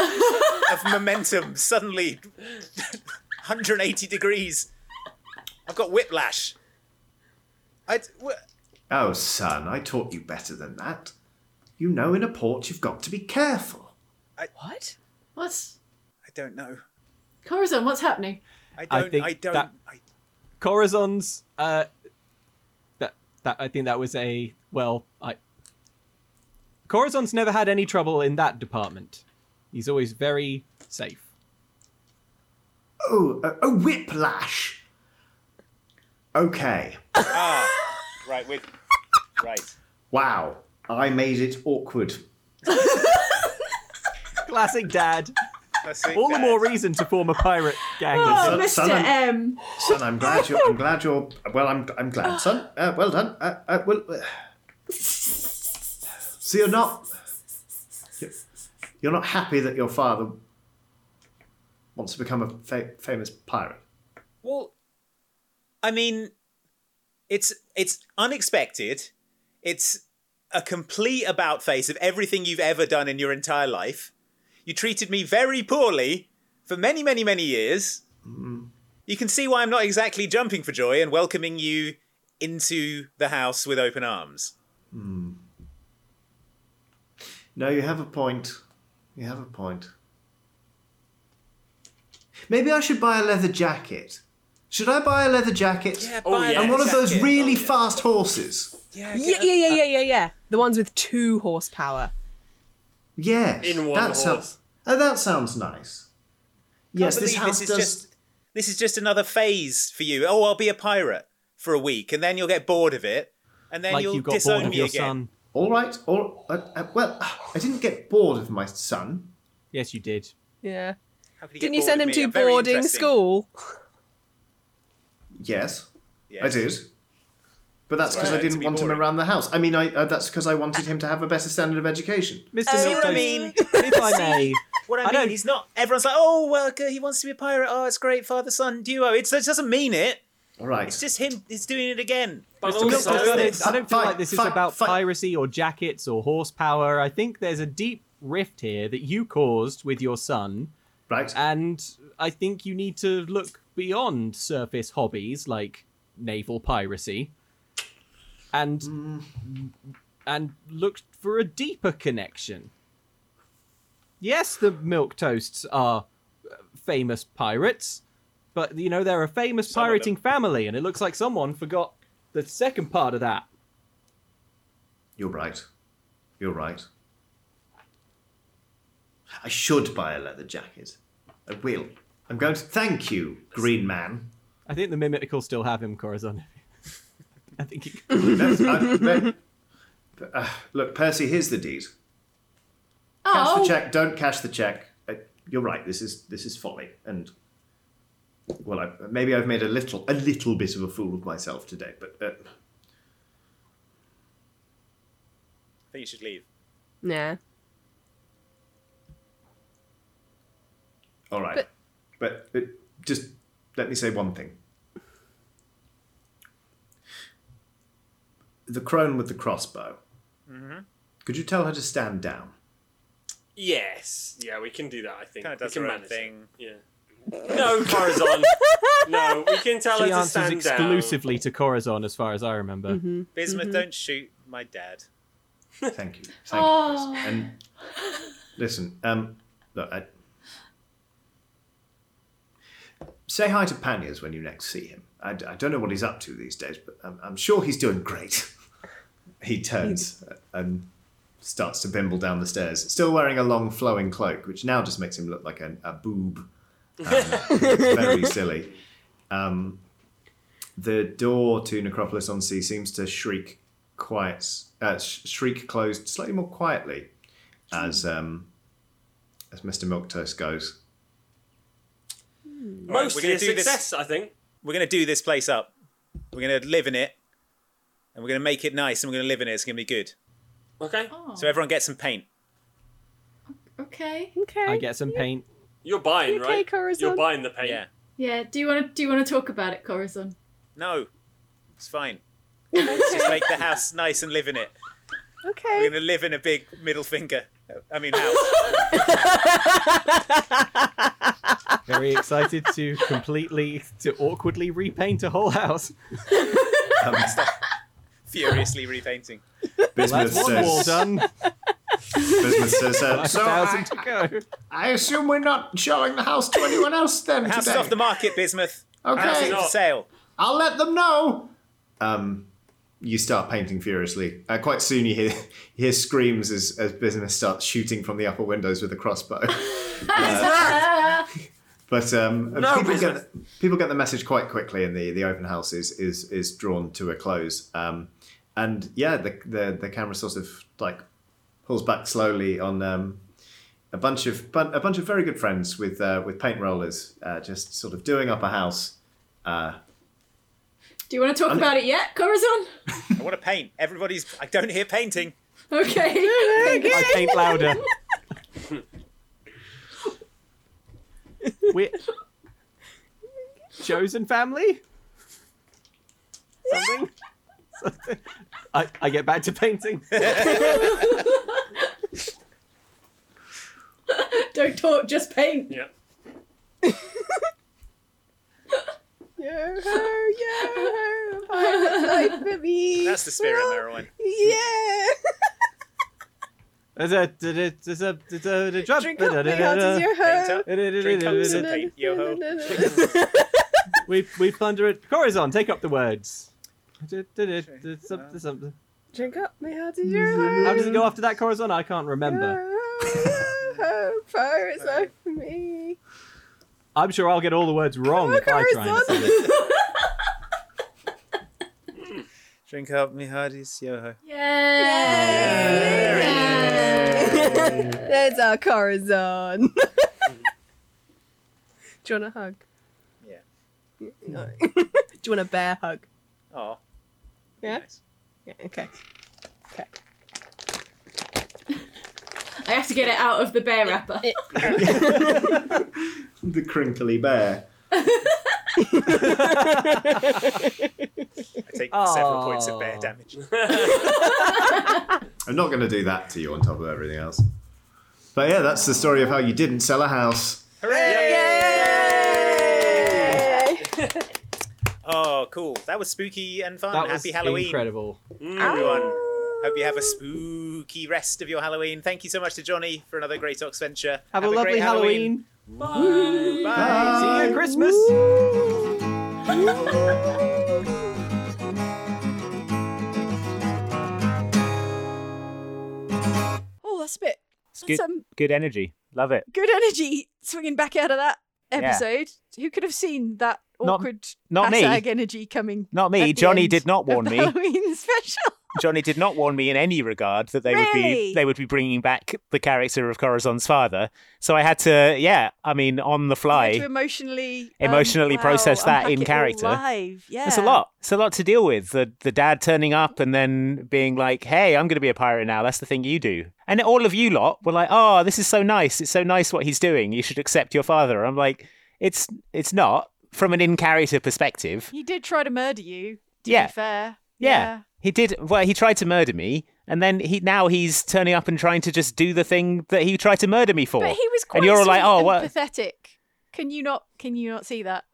Speaker 3: of momentum suddenly 180 degrees. I've got whiplash. I
Speaker 6: Oh, son, I taught you better than that. You know, in a port, you've got to be careful.
Speaker 2: What? What's
Speaker 3: I don't know.
Speaker 2: Corazon? What's happening?
Speaker 3: I
Speaker 9: I think that Corazon's uh, that that I think that was a well I Corazon's never had any trouble in that department. He's always very safe.
Speaker 6: Oh, a, a whiplash. Okay.
Speaker 3: ah right with right.
Speaker 6: Wow. I made it awkward.
Speaker 9: Classic dad.
Speaker 3: Classic
Speaker 9: All the more reason to form a pirate gang.
Speaker 3: Oh.
Speaker 6: son, son, I'm, Son, I'm glad you're. I'm glad you're. Well, I'm. I'm glad, son. Uh, well done. Uh, uh, well. Uh, so you're not. You're, you're not happy that your father wants to become a fa- famous pirate.
Speaker 3: Well, I mean, it's it's unexpected. It's a complete about face of everything you've ever done in your entire life. You treated me very poorly for many, many, many years.
Speaker 6: Mm.
Speaker 3: You can see why I'm not exactly jumping for joy and welcoming you into the house with open arms.
Speaker 6: Hmm. No, you have a point. You have a point. Maybe I should buy a leather jacket. Should I buy a leather jacket? Yeah,
Speaker 10: buy Oh, a yeah.
Speaker 6: And one of those
Speaker 10: jacket.
Speaker 6: really fast horses.
Speaker 10: Yeah, yeah, yeah, yeah, yeah, yeah. The ones with two horsepower.
Speaker 6: Yes.
Speaker 10: In
Speaker 3: one
Speaker 6: that sounds-
Speaker 3: horse.
Speaker 6: oh, that sounds nice. yes, this house
Speaker 3: is
Speaker 6: does.
Speaker 3: just this is just another phase for you. Oh, I'll be a pirate for a week, and then you'll get bored of it, and then you'll disown me again.
Speaker 6: All right. All, uh, uh, well, I didn't get bored of my son.
Speaker 9: Yes, you did.
Speaker 10: Yeah.
Speaker 3: you
Speaker 10: Didn't
Speaker 3: get
Speaker 10: you
Speaker 3: bored
Speaker 10: send
Speaker 3: of
Speaker 10: him
Speaker 3: me?
Speaker 10: to
Speaker 3: I'm very
Speaker 10: boarding
Speaker 3: interesting.
Speaker 10: school?
Speaker 6: Yes, I
Speaker 3: Yes.
Speaker 6: did. But that's because
Speaker 3: Right,
Speaker 6: I
Speaker 3: to
Speaker 6: didn't
Speaker 3: be
Speaker 6: want him
Speaker 3: boring.
Speaker 6: around the house. I mean, I, uh, that's because I wanted him to have a better standard of education.
Speaker 9: Mr.
Speaker 3: See Oh, what I
Speaker 9: Milktoast,
Speaker 3: mean?
Speaker 9: if I may,
Speaker 3: What I
Speaker 9: I
Speaker 3: mean,
Speaker 9: don't-
Speaker 3: he's not. Everyone's like, oh, well, g- he wants to be a pirate. Oh, it's great, father son duo. It's, it doesn't mean it.
Speaker 6: All right.
Speaker 3: It's just him. He's doing it again.
Speaker 9: But
Speaker 3: Mr.
Speaker 9: also,
Speaker 3: Milktoast got
Speaker 9: I
Speaker 3: it.
Speaker 9: don't- I don't feel like this is about piracy or jackets or horsepower. I think there's a deep rift here that you caused with your son.
Speaker 6: Right.
Speaker 9: And I think you need to look beyond surface hobbies like naval piracy and and look for a deeper connection. Yes, the milk toasts are uh, famous pirates, but you know they're a famous pirating family, and it looks like someone forgot the second part of that.
Speaker 6: You're right. You're right. I should buy a leather jacket. I will. I'm going to thank you, Green Man.
Speaker 9: I think the mimic will still have him, Corazon. I think. He...
Speaker 6: That's- I- but- but, uh, look, Percy, here's the deed. Cash
Speaker 2: Oh.
Speaker 6: the check. Don't cash the check. Uh, you're right. This is this is folly. And well, I, maybe I've made a little a little bit of a fool of myself today. But uh,
Speaker 3: I think you should leave.
Speaker 10: Nah.
Speaker 6: all right.
Speaker 10: But-
Speaker 6: But, uh, just let me say one thing. The crone with the crossbow.
Speaker 8: Mm-hmm.
Speaker 6: Could you tell her to stand down?
Speaker 8: Yes. Yeah, we can do that. I think
Speaker 3: Kinda
Speaker 8: we
Speaker 3: does
Speaker 8: can
Speaker 3: her own
Speaker 8: manage It. Yeah. No, Corazon. no, we can tell
Speaker 9: she
Speaker 8: her to
Speaker 9: answers
Speaker 8: stand down.
Speaker 9: exclusively to Corazon, as far as I remember. Mm-hmm.
Speaker 3: Bismuth, don't shoot my dad.
Speaker 6: Thank you. Thank
Speaker 2: Oh.
Speaker 6: you. And listen, um, look, I... say hi to Panyas when you next see him. I, I don't know what he's up to these days, but I'm, I'm sure he's doing great. he turns uh, and starts to bimble down the stairs, still wearing a long flowing cloak, which now just makes him look like a, a boob. Um, very silly. Um, the door to Necropolis on Sea seems to shriek quiet, uh, sh- shriek closed slightly more quietly as um, as Mr. Milktoast goes.
Speaker 8: Mostly
Speaker 11: gonna
Speaker 8: a
Speaker 11: do this-
Speaker 8: success, I think.
Speaker 11: We're going to do this place up. We're going to live in it. And we're going to make it nice and we're going to live in it. It's going to be good.
Speaker 8: Okay.
Speaker 2: Oh.
Speaker 11: So everyone get some paint.
Speaker 12: Okay.
Speaker 10: Okay.
Speaker 9: I get some paint.
Speaker 8: You're buying,
Speaker 12: Okay,
Speaker 8: right? You're
Speaker 12: Corazon.
Speaker 8: buying the paint. Yeah.
Speaker 12: Yeah. Do you want to do you want to talk about it, Corazon?
Speaker 11: No, it's fine. Let's just make the house nice and live in it.
Speaker 10: Okay.
Speaker 11: We're going to live in a big middle finger. I mean, house.
Speaker 9: Very excited to completely, to awkwardly repaint a whole house.
Speaker 6: Um,
Speaker 11: Furiously repainting.
Speaker 9: That's one wall done.
Speaker 6: Bismuth says, uh,
Speaker 9: Like
Speaker 6: so
Speaker 9: a
Speaker 6: I,
Speaker 9: thousand to go.
Speaker 6: I assume we're not showing the house to anyone else then
Speaker 11: House is
Speaker 6: today.
Speaker 11: off the market, Bismuth.
Speaker 6: Okay.
Speaker 11: House is for sale.
Speaker 6: I'll let them know. Um, you start painting furiously. Uh, quite soon, you hear you hear screams as as business starts shooting from the upper windows with a crossbow. Uh, But um,
Speaker 8: No,
Speaker 6: people
Speaker 8: business.
Speaker 6: get people get the message quite quickly, and the, the open house is is is drawn to a close. Um, and yeah, the, the the camera sort of like pulls back slowly on um, a bunch of bun- a bunch of very good friends with uh, with paint rollers, uh, just sort of doing up a house. Uh,
Speaker 12: Do you want to talk
Speaker 6: I'm-
Speaker 12: about it yet, Corazon?
Speaker 11: I want to paint. Everybody's. I don't hear painting.
Speaker 12: Okay.
Speaker 9: I paint louder. we chosen family. Something. Something. I, I get back to painting.
Speaker 12: Don't talk. Just paint.
Speaker 8: Yeah.
Speaker 15: Yo ho, yo ho, pirate life for me.
Speaker 11: That's the spirit, Merwin.
Speaker 15: Yeah.
Speaker 9: There's a there's a there's a there's a
Speaker 15: Drink up, big hearties, yo ho.
Speaker 11: Drink up some paint, yo ho.
Speaker 9: We we plunder it. Corazon, take up the words. Something, something.
Speaker 15: Drink up, me hearties, yo ho.
Speaker 9: How does it go after that, Corazon? I can't remember.
Speaker 15: Yo ho, pirate life for me.
Speaker 9: I'm sure I'll get all the words wrong if I try and sing it.
Speaker 11: Drink up, me hearties, yo ho.
Speaker 15: There's our Corazon. Do you want a hug?
Speaker 11: Yeah.
Speaker 15: No. Do you want a bear hug?
Speaker 11: Oh,
Speaker 15: Yeah. Yeah. Okay. Okay.
Speaker 12: I have to get it out of the bear wrapper.
Speaker 6: the crinkly bear.
Speaker 11: I take several points of bear damage.
Speaker 6: I'm not going to do that to you on top of everything else. But yeah, that's the story of how you didn't sell a house.
Speaker 11: Oh, cool. That was spooky and fun.
Speaker 9: That
Speaker 11: Happy
Speaker 9: was
Speaker 11: Halloween,
Speaker 9: incredible.
Speaker 11: everyone. Hope you have a spooky rest of your Halloween. Thank you so much to Johnny for another great Ox venture.
Speaker 9: Have, a lovely
Speaker 11: great
Speaker 9: Halloween.
Speaker 11: Bye. Bye.
Speaker 9: See you at Christmas.
Speaker 2: Oh, that's a bit. That's
Speaker 3: Good,
Speaker 2: some
Speaker 3: good energy. Love it.
Speaker 2: good energy swinging back out of that episode. Who could have seen that
Speaker 3: Not-
Speaker 2: awkward
Speaker 3: not me.
Speaker 2: hashtag energy coming?
Speaker 3: Not me.
Speaker 2: at the
Speaker 3: Johnny
Speaker 2: end
Speaker 3: did not
Speaker 2: of
Speaker 3: warn
Speaker 2: the
Speaker 3: me.
Speaker 2: Halloween special.
Speaker 3: Johnny did not warn me in any regard that they would
Speaker 2: Really?
Speaker 3: be they would be bringing back the character of Corazon's father. So I had to, yeah, I mean, on the
Speaker 2: I had
Speaker 3: fly,
Speaker 2: to emotionally um,
Speaker 3: Emotionally
Speaker 2: wow,
Speaker 3: process that
Speaker 2: unpack
Speaker 3: in
Speaker 2: it all
Speaker 3: character.
Speaker 2: live. Yeah,
Speaker 3: It's a lot. It's a lot to deal with. The the dad turning up and then being like, "Hey, I'm going to be a pirate now. That's the thing you do." And all of you lot were like, "Oh, this is so nice. It's so nice what he's doing. You should accept your father." I'm like, "It's it's not from an in character perspective.
Speaker 2: He did try to murder you. To
Speaker 3: Yeah.
Speaker 2: be fair.
Speaker 3: Yeah. He did well, he tried to murder me." And then he now he's turning up and trying to just do the thing that he tried to murder me for.
Speaker 2: But he was quite
Speaker 3: and you're all like,
Speaker 2: sweet
Speaker 3: "Oh,
Speaker 2: and
Speaker 3: what?
Speaker 2: pathetic." Can you not? Can you not see that?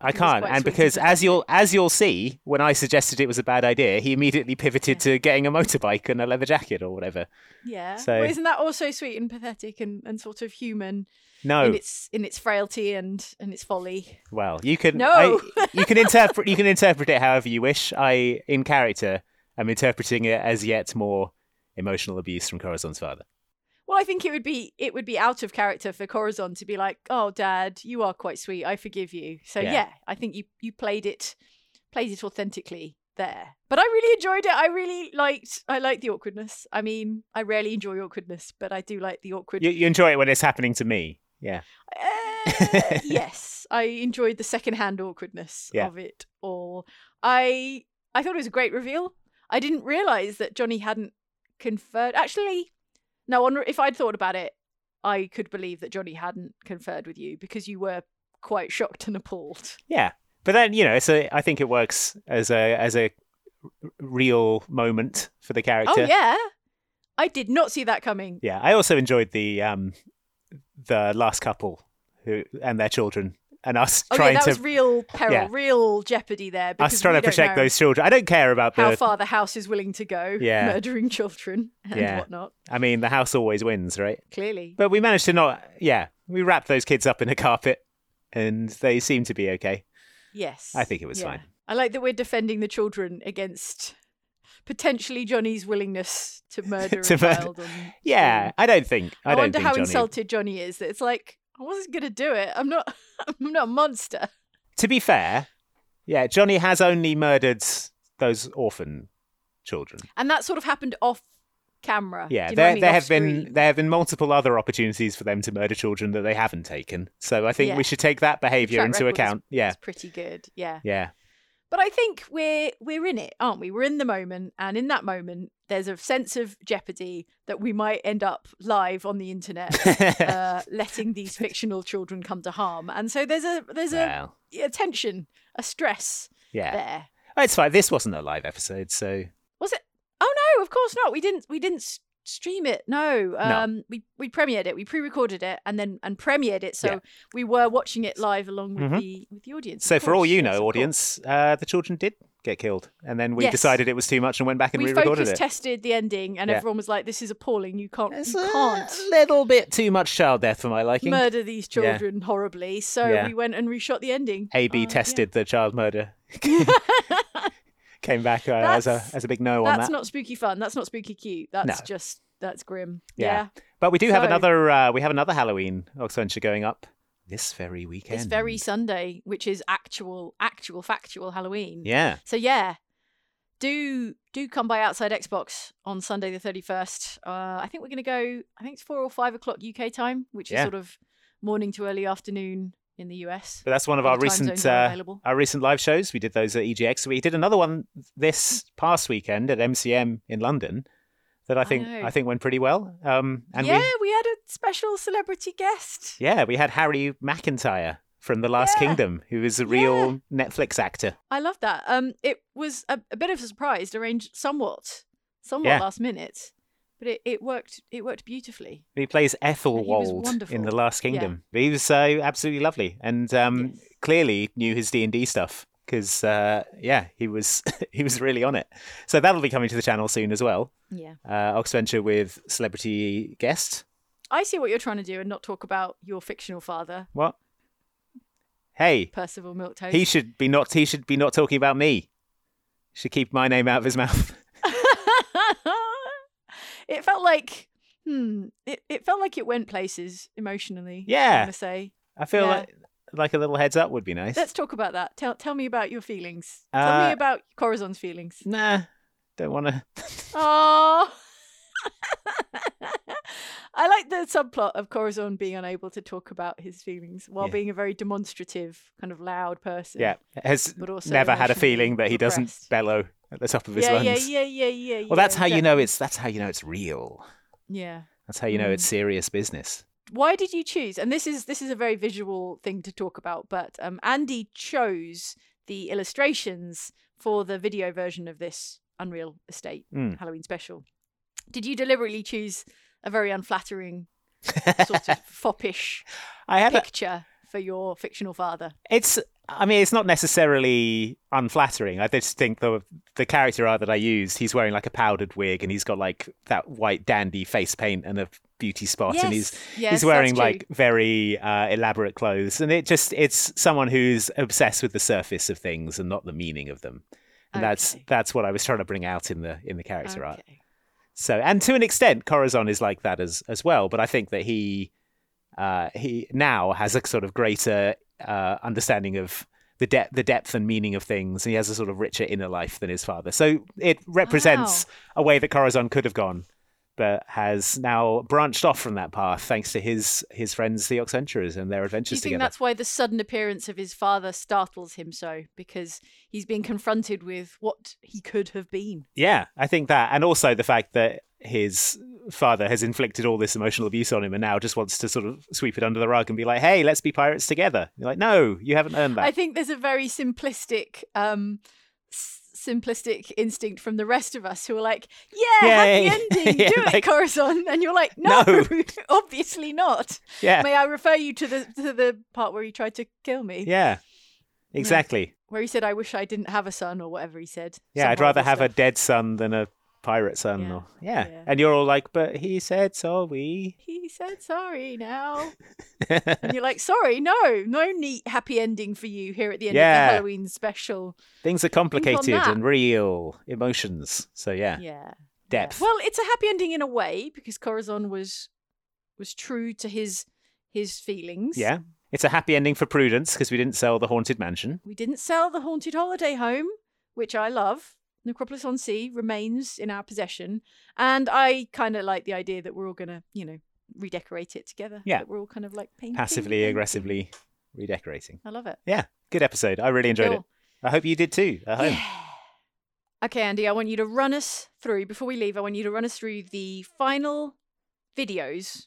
Speaker 3: I
Speaker 2: was
Speaker 3: can't."
Speaker 2: quite
Speaker 3: And
Speaker 2: sweet and
Speaker 3: because as you'll as you'll see, when I suggested it was a bad idea, he immediately pivoted to getting a motorbike and a leather jacket or whatever.
Speaker 2: Yeah.
Speaker 3: So-
Speaker 2: well, isn't that also sweet and pathetic and, and sort of human?
Speaker 3: No.
Speaker 2: In its in its frailty and and its folly.
Speaker 3: Well, you can
Speaker 2: No.
Speaker 3: I, you can interpret you can interpret it however you wish. I in character am interpreting it as yet more emotional abuse from Corazon's father.
Speaker 2: Well, I think it would be it would be out of character for Corazon to be like, "Oh, Dad, you are quite sweet. I forgive you." So
Speaker 3: Yeah.
Speaker 2: yeah, I think you you played it played it authentically there. But I really enjoyed it. I really liked I liked the awkwardness. I mean, I rarely enjoy awkwardness, but I do like the awkward.
Speaker 3: You, you enjoy it when it's happening to me. Yeah.
Speaker 2: Uh, yes. yes, I enjoyed the secondhand awkwardness
Speaker 3: Yeah.
Speaker 2: of it all. I I thought it was a great reveal. I didn't realize that Johnny hadn't conferred. Actually, no. On, if I'd thought about it, I could believe that Johnny hadn't conferred with you because you were quite shocked and appalled.
Speaker 3: Yeah, but then you know, so I think it works as a as a r- real moment for the character.
Speaker 2: Oh yeah, I did not see that coming.
Speaker 3: yeah. I also enjoyed the um the last couple who and their children and us
Speaker 2: Oh yeah,
Speaker 3: trying
Speaker 2: that
Speaker 3: to
Speaker 2: was real peril,
Speaker 3: yeah.
Speaker 2: real jeopardy there. Because
Speaker 3: us trying
Speaker 2: we
Speaker 3: to
Speaker 2: don't
Speaker 3: protect
Speaker 2: know
Speaker 3: those children. I don't care about
Speaker 2: How
Speaker 3: the
Speaker 2: far the house is willing to go,
Speaker 3: Yeah.
Speaker 2: murdering children and
Speaker 3: yeah.
Speaker 2: whatnot.
Speaker 3: I mean, the house always wins, right?
Speaker 2: Clearly,
Speaker 3: But we managed to not. Yeah, we wrapped those kids up in a carpet, and they seem to be okay.
Speaker 2: yes.
Speaker 3: I think it was
Speaker 2: Yeah.
Speaker 3: fine.
Speaker 2: I like that we're defending the children against potentially Johnny's willingness to murder
Speaker 3: To
Speaker 2: a
Speaker 3: murder-
Speaker 2: child. On...
Speaker 3: Yeah, I don't think. I,
Speaker 2: I,
Speaker 3: don't
Speaker 2: wonder
Speaker 3: think
Speaker 2: how
Speaker 3: Johnny...
Speaker 2: insulted Johnny is. That it's like I wasn't gonna do it. I'm not. I'm not a monster.
Speaker 3: To be fair, yeah, Johnny has only murdered those orphan children.
Speaker 2: And that sort of happened off camera.
Speaker 3: Yeah,
Speaker 2: Do you know what
Speaker 3: there
Speaker 2: I mean?
Speaker 3: there
Speaker 2: Off
Speaker 3: have
Speaker 2: screen.
Speaker 3: been there have been multiple other opportunities for them to murder children that they haven't taken. So I think
Speaker 2: Yeah.
Speaker 3: we should take that behaviour
Speaker 2: Track
Speaker 3: into
Speaker 2: record is-
Speaker 3: account. Yeah,
Speaker 2: is pretty good. Yeah.
Speaker 3: yeah,
Speaker 2: But I think we're we're in it, aren't we? We're in the moment, and in that moment, there's a sense of jeopardy that we might end up live on the internet, uh, letting these fictional children come to harm. And so there's a there's
Speaker 3: Well.
Speaker 2: a, a tension, a stress
Speaker 3: yeah.
Speaker 2: there.
Speaker 3: Oh, It's fine. This wasn't a live episode, so
Speaker 2: Was it? Oh no, of course not. We didn't we didn't s- stream it. No, um, we we premiered it. We pre-recorded it and then and premiered it. So
Speaker 3: Yeah.
Speaker 2: we were watching it live along with
Speaker 3: Mhm.
Speaker 2: the with the audience.
Speaker 3: so
Speaker 2: of
Speaker 3: for all
Speaker 2: course,
Speaker 3: you
Speaker 2: yes, of
Speaker 3: know,
Speaker 2: course.
Speaker 3: audience, uh, the children did get killed, and then we
Speaker 2: Yes.
Speaker 3: decided it was too much and went back and
Speaker 2: we
Speaker 3: re-recorded
Speaker 2: focus
Speaker 3: it.
Speaker 2: tested the ending, and
Speaker 3: Yeah.
Speaker 2: everyone was like, "This is appalling. You can't,
Speaker 3: It's
Speaker 2: you
Speaker 3: a
Speaker 2: can't
Speaker 3: little bit too much child death for my liking.
Speaker 2: murder these
Speaker 3: Yeah.
Speaker 2: children horribly." So
Speaker 3: Yeah.
Speaker 2: we went and reshot the ending.
Speaker 3: AB
Speaker 2: Uh,
Speaker 3: tested the child murder. Came back uh, as a as a big no on
Speaker 2: That's
Speaker 3: that.
Speaker 2: not spooky fun. That's not spooky cute. That's
Speaker 3: No.
Speaker 2: just that's grim.
Speaker 3: yeah.
Speaker 2: Yeah.
Speaker 3: But we do have
Speaker 2: So-
Speaker 3: another uh, we have another Halloween Oxventure going up this very weekend.
Speaker 2: It's very Sunday, which is actual, actual, factual Halloween.
Speaker 3: Yeah.
Speaker 2: So yeah, do do come by outside Xbox on Sunday the thirty first. Uh, I think we're gonna go. I think it's four or five o'clock UK time, which is
Speaker 3: Yeah.
Speaker 2: sort of morning to early afternoon in the US.
Speaker 3: But that's one of
Speaker 2: Other
Speaker 3: our
Speaker 2: time zones
Speaker 3: recent
Speaker 2: are
Speaker 3: uh,
Speaker 2: available.
Speaker 3: our recent live shows. We did those at EGX. We did another one this past weekend at MCM in London that I think
Speaker 2: know.
Speaker 3: I, think went pretty well. Um, and
Speaker 2: yeah,
Speaker 3: we
Speaker 2: we had a special celebrity guest.
Speaker 3: yeah we had Harry McIntyre from The Last
Speaker 2: Yeah.
Speaker 3: Kingdom, who is a real Netflix actor.
Speaker 2: I love that. Um, it was a, a bit of a surprise, arranged somewhat, somewhat
Speaker 3: Yeah.
Speaker 2: last minute, but it, it worked. It worked beautifully.
Speaker 3: He plays Ethelwald in
Speaker 2: wonderful.
Speaker 3: The Last Kingdom. He was uh, absolutely lovely, and um, clearly knew his D and D stuff because uh, yeah, he was he was really on it. So that'll be coming to the channel soon as well.
Speaker 2: Yeah.
Speaker 3: uh, Oxventure with celebrity guest.
Speaker 2: I see what you're trying to do and not talk about your fictional father,
Speaker 3: What? Hey,
Speaker 2: Percival Milktoast.
Speaker 3: he should be not he should be not talking about me. Should keep my name out of his mouth.
Speaker 2: it felt like hmm it, it felt like it went places emotionally i'm
Speaker 3: Yeah.
Speaker 2: gonna say
Speaker 3: I feel
Speaker 2: Yeah.
Speaker 3: like like a little heads up would be nice.
Speaker 2: let's talk about that tell tell me about your feelings tell me
Speaker 3: Uh,
Speaker 2: about corazon's feelings
Speaker 3: nah Don't want to.
Speaker 2: oh i like the subplot of corazon being unable to talk about his feelings while
Speaker 3: Yeah.
Speaker 2: being a very demonstrative kind of loud person
Speaker 3: Yeah, has
Speaker 2: But also
Speaker 3: never had a
Speaker 2: emotionally
Speaker 3: feeling that he doesn't
Speaker 2: repressed.
Speaker 3: bellow at the top of his
Speaker 2: yeah,
Speaker 3: lungs.
Speaker 2: yeah yeah yeah yeah
Speaker 3: Well, that's how you know it's that's how you know it's real.
Speaker 2: yeah
Speaker 3: That's how you know
Speaker 2: Hmm.
Speaker 3: it's serious business.
Speaker 2: why did you choose and this is this is a very visual thing to talk about but um andy chose the illustrations for the video version of this unreal estate
Speaker 3: Mm.
Speaker 2: halloween special did you deliberately choose a very unflattering sort of foppish
Speaker 3: I had a-
Speaker 2: picture for your fictional father
Speaker 3: It's I mean it's not necessarily unflattering. I just think the the character art that I used, he's wearing like a powdered wig and he's got like that white dandy face paint and a beauty spot and he's
Speaker 2: Yes, yes, that's
Speaker 3: he's wearing
Speaker 2: true.
Speaker 3: like very uh, elaborate clothes and it just it's someone who's obsessed with the surface of things and not the meaning of them. And that's that's what I was trying to bring out in the in the character art. So, and to an extent, Corazon is like that as as well. But I think that he uh, he now has a sort of greater uh, understanding of the depth, the depth and meaning of things. And he has a sort of richer inner life than his father. So it represents a way that Corazon could have gone, but has now branched off from that path thanks to his his friends the Oxenturers and their
Speaker 2: Do you
Speaker 3: adventures
Speaker 2: think
Speaker 3: together.
Speaker 2: that's why the sudden appearance of his father startles him so? Because he's being confronted with what he could have been.
Speaker 3: Yeah, I think that, and also the fact that his father has inflicted all this emotional abuse on him and now just wants to sort of sweep it under the rug and be like, "Hey, let's be pirates together." You're like, "No, you haven't earned that."
Speaker 2: I think there's a very simplistic, um, s- simplistic instinct from the rest of us who are like, "Yeah,
Speaker 3: Yay."
Speaker 2: happy ending, do
Speaker 3: Yeah,
Speaker 2: it,
Speaker 3: like-
Speaker 2: Corazon," and you're like, "No,
Speaker 3: No.
Speaker 2: obviously not."
Speaker 3: Yeah.
Speaker 2: May I refer you to the to the part where he tried to kill me?
Speaker 3: yeah, exactly.
Speaker 2: Where he said, "I wish I didn't have a son," or whatever he said.
Speaker 3: Yeah,
Speaker 2: Some
Speaker 3: I'd rather
Speaker 2: horrible
Speaker 3: have
Speaker 2: stuff.
Speaker 3: a dead son than a pirate son. Or yeah.
Speaker 2: Yeah.
Speaker 3: and you're all like, "But he said so." We
Speaker 2: He said sorry now. and you're like, sorry, no, no neat happy ending for you here at the end of
Speaker 3: Yeah.
Speaker 2: the Halloween special.
Speaker 3: things are
Speaker 2: Think on
Speaker 3: complicated
Speaker 2: that.
Speaker 3: and real emotions. So yeah,
Speaker 2: Yeah.
Speaker 3: depth.
Speaker 2: Well, it's a happy ending in a way because Corazon was was true to his his feelings.
Speaker 3: Yeah. It's a happy ending for Prudence because we didn't sell the Haunted Mansion.
Speaker 2: We didn't sell the haunted holiday home, which I love. Necropolis on Sea remains in our possession, and I kind of like the idea that we're all gonna, you know, redecorate it together.
Speaker 3: Yeah.
Speaker 2: That we're all kind of like painting.
Speaker 3: Passively, aggressively redecorating.
Speaker 2: I love it.
Speaker 3: Yeah, good episode. I really enjoyed
Speaker 2: Cool.
Speaker 3: it. I hope you did too at home.
Speaker 2: Okay, Andy, I want you to run us through, before we leave, I want you to run us through the final videos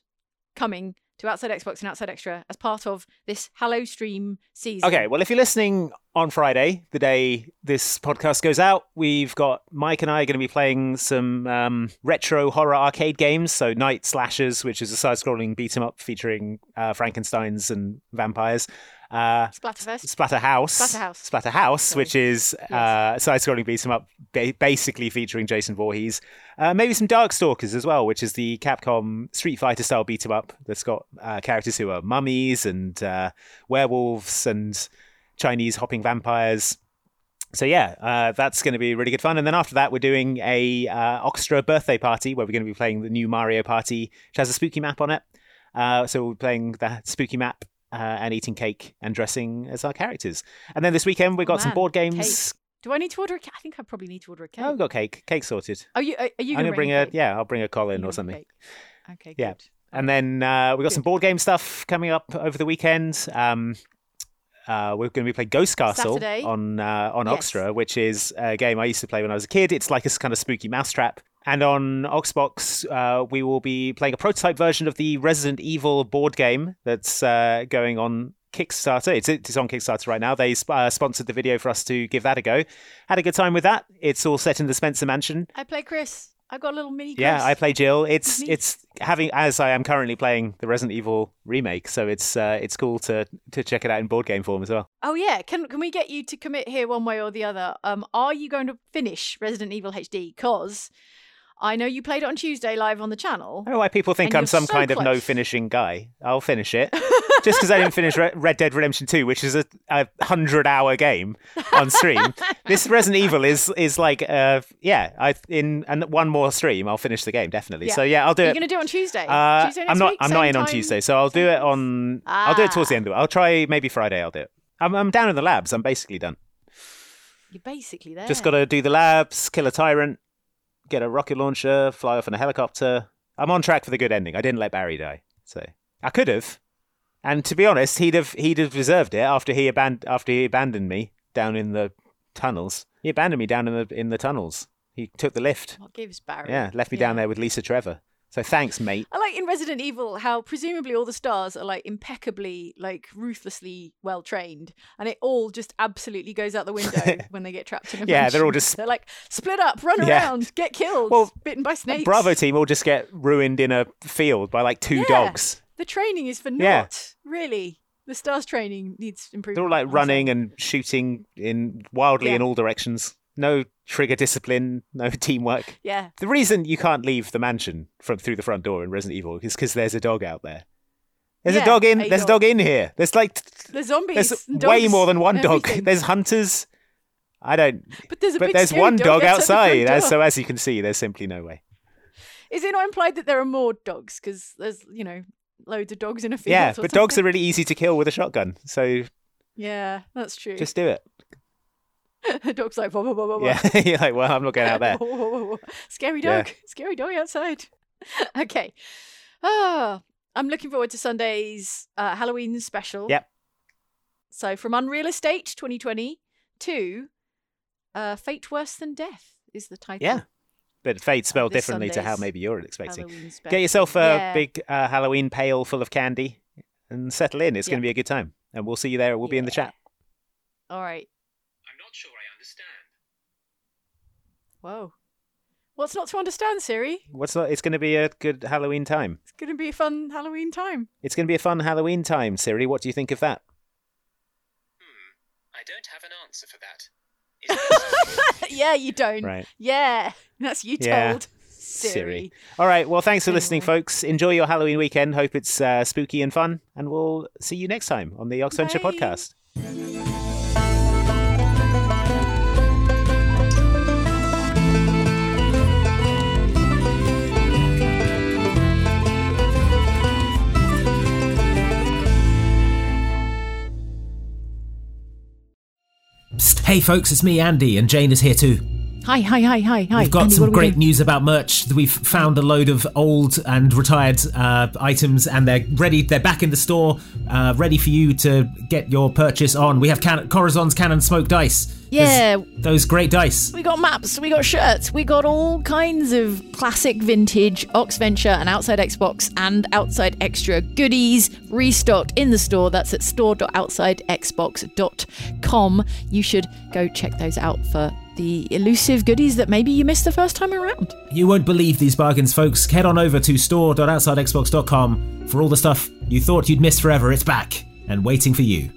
Speaker 2: coming to Outside Xbox and Outside Extra as part of this Hallow Stream season.
Speaker 3: Okay, well, if you're listening on Friday, the day this podcast goes out, we've got Mike and I going to be playing some um, retro horror arcade games. So, Night Slashers, which is a side scrolling beat 'em up featuring uh, Frankensteins and vampires. Uh,
Speaker 2: Splatterfest.
Speaker 3: Splatterhouse.
Speaker 2: Splatterhouse.
Speaker 3: Splatterhouse, which is uh, side scrolling beat 'em up, ba- basically featuring Jason Voorhees. Uh, maybe some Darkstalkers as well, which is the Capcom Street Fighter style beat 'em up that's got uh, characters who are mummies and uh, werewolves and Chinese hopping vampires. So yeah, uh, that's going to be really good fun. And then after that, we're doing a uh, Oxtra birthday party where we're going to be playing the new Mario Party, which has a spooky map on it. Uh, so we're playing that spooky map uh, and eating cake and dressing as our characters. And then this weekend we've got some
Speaker 2: Man,
Speaker 3: board games.
Speaker 2: cake. Do I need to order a cake? I think I probably need to order a cake.
Speaker 3: Oh, we've got cake. Cake sorted.
Speaker 2: Are you- are- are you
Speaker 3: I'm
Speaker 2: gonna
Speaker 3: gonna bring
Speaker 2: bring a
Speaker 3: a yeah. I'll bring a Colin or something.
Speaker 2: Okay,
Speaker 3: Yeah. And then uh, we've got some board game stuff coming up over the weekend. Um, uh, we're going to be playing Ghost Castle
Speaker 2: Saturday.
Speaker 3: on uh, on
Speaker 2: Yes.
Speaker 3: Oxtra, which is a game I used to play when I was a kid. It's like a kind of spooky mousetrap. And on Oxbox, uh, we will be playing a prototype version of the Resident Evil board game that's uh, going on Kickstarter. It's, it's on Kickstarter right now. They sp- uh, sponsored the video for us to give that a go. Had a good time with that. It's all set in the Spencer Mansion.
Speaker 2: I play Chris. I've got a little mini
Speaker 3: Yeah,
Speaker 2: Chris.
Speaker 3: I play Jill. It's
Speaker 2: Neat.
Speaker 3: it's having as I am currently playing the Resident Evil remake, so it's uh, it's cool to to check it out in board game form as well.
Speaker 2: Oh yeah, can can we get you to commit here one way or the other? Um, are you going to finish Resident Evil HD? Cause I know you played it on Tuesday live on the channel.
Speaker 3: I don't know why people think
Speaker 2: And
Speaker 3: I'm
Speaker 2: you're
Speaker 3: some
Speaker 2: so
Speaker 3: kind of no
Speaker 2: close.
Speaker 3: finishing guy. I'll finish it just because I didn't finish Re- Red Dead Redemption Two, which is a, a hundred hour game on stream. this Resident Evil is is like uh yeah, I in and one more stream I'll finish the game definitely. So yeah, I'll do it.
Speaker 2: Are you going to do it on Tuesday?
Speaker 3: Uh,
Speaker 2: Tuesday next
Speaker 3: I'm not.
Speaker 2: week,
Speaker 3: I'm not
Speaker 2: same
Speaker 3: in on
Speaker 2: time? Ah.
Speaker 3: Tuesday, so I'll do it on. I'll do it towards the end of it. I'll try maybe Friday. I'll do it. I'm, I'm down in the labs. I'm basically done.
Speaker 2: You're basically there.
Speaker 3: Just got to do the labs, kill a tyrant, get a rocket launcher, fly off in a helicopter. I'm on track for the good ending. I didn't let Barry die, so I could have. And to be honest, he'd have he'd have deserved it after he aband- after he abandoned me down in the tunnels. He abandoned me down in the in the tunnels. He took the lift.
Speaker 2: What gives Barry?
Speaker 3: Yeah, left me down there with Lisa Trevor. So thanks, mate.
Speaker 2: I like in Resident Evil how presumably all the stars are like impeccably, like ruthlessly well trained, and it all just absolutely goes out the window when they get trapped in a
Speaker 3: Yeah, they're all
Speaker 2: mansion.
Speaker 3: just-
Speaker 2: they're like split up, run
Speaker 3: Yeah.
Speaker 2: around, get killed, bitten by
Speaker 3: The
Speaker 2: snakes.
Speaker 3: Bravo team all just get ruined in a field by like two
Speaker 2: Yeah.
Speaker 3: dogs.
Speaker 2: The training is for naught,
Speaker 3: Yeah.
Speaker 2: really. The stars training needs improvement.
Speaker 3: They're all like
Speaker 2: honestly.
Speaker 3: running and shooting in wildly in
Speaker 2: Yeah.
Speaker 3: all directions. No trigger discipline, no teamwork.
Speaker 2: Yeah.
Speaker 3: The reason you can't leave the mansion from through the front door in Resident Evil is because there's a dog out there. There's
Speaker 2: Yeah,
Speaker 3: a dog in.
Speaker 2: a
Speaker 3: there's a dog in here. There's like
Speaker 2: The zombies.
Speaker 3: there's
Speaker 2: and
Speaker 3: way
Speaker 2: dogs
Speaker 3: more than one
Speaker 2: and
Speaker 3: dog.
Speaker 2: everything.
Speaker 3: There's hunters. I don't.
Speaker 2: But there's a big scary
Speaker 3: one
Speaker 2: dog
Speaker 3: dog
Speaker 2: outside the
Speaker 3: outside.
Speaker 2: front
Speaker 3: as-
Speaker 2: door.
Speaker 3: so as you can see, there's simply no way.
Speaker 2: Is it not implied that there are more dogs? Because there's, you know, loads of dogs in a field.
Speaker 3: Yeah,
Speaker 2: or
Speaker 3: but dogs
Speaker 2: something.
Speaker 3: are really easy to kill with a shotgun. So
Speaker 2: Yeah, that's true.
Speaker 3: just do it.
Speaker 2: dogs like, whoa, whoa, whoa, whoa, whoa.
Speaker 3: Yeah, you're like, well, I'm not going out there.
Speaker 2: Whoa, whoa, whoa, whoa. Scary
Speaker 3: Yeah.
Speaker 2: dog. Scary dog outside. okay. Ah, I'm looking forward to Sunday's uh, Halloween special.
Speaker 3: Yep.
Speaker 2: So from Unreal Estate 2020 to uh, Fate Worse Than Death is the title.
Speaker 3: Yeah. But fate spelled
Speaker 2: This
Speaker 3: differently to how
Speaker 2: Sunday's
Speaker 3: maybe you're expecting.
Speaker 2: Halloween special.
Speaker 3: Get yourself a
Speaker 2: Yeah.
Speaker 3: big uh, Halloween pail full of candy and settle in. It's going to be a good time. And we'll see you there. We'll be in the chat.
Speaker 2: All right. I'm not sure I understand. Whoa. What's not to understand, Siri?
Speaker 3: What's not, It's going to be a good Halloween time.
Speaker 2: It's going to be a fun Halloween time.
Speaker 3: It's going to be a fun Halloween time, Siri. What do you think of that?
Speaker 16: I don't have an answer for that.
Speaker 2: yeah, you don't.
Speaker 3: Right.
Speaker 2: Yeah. That's you
Speaker 3: Yeah.
Speaker 2: told Siri.
Speaker 3: All right. Well, thanks for listening, folks. Enjoy your Halloween weekend. Hope it's uh, spooky and fun. And we'll see you next time on the Oxventure podcast.
Speaker 1: Psst, hey folks, it's me, Andy, and Jane is here too.
Speaker 2: Hi, hi, hi, hi, hi.
Speaker 1: We've got some great news about merch. We've found a load of old and retired uh, items, and they're ready. They're back in the store, uh, ready for you to get your purchase on. We have can- Corazon's Cannon Smoke Dice. There's
Speaker 2: Yeah.
Speaker 1: those great dice.
Speaker 2: We got maps, we got shirts, we got all kinds of classic vintage Ox Venture and Outside Xbox and Outside Extra goodies restocked in the store. That's at store.outsidexbox.com. You should go check those out for the elusive goodies that maybe you missed the first time around.
Speaker 1: You won't believe these bargains, folks. Head on over to store.outsidexbox.com for all the stuff you thought you'd missed forever. It's back and waiting for you.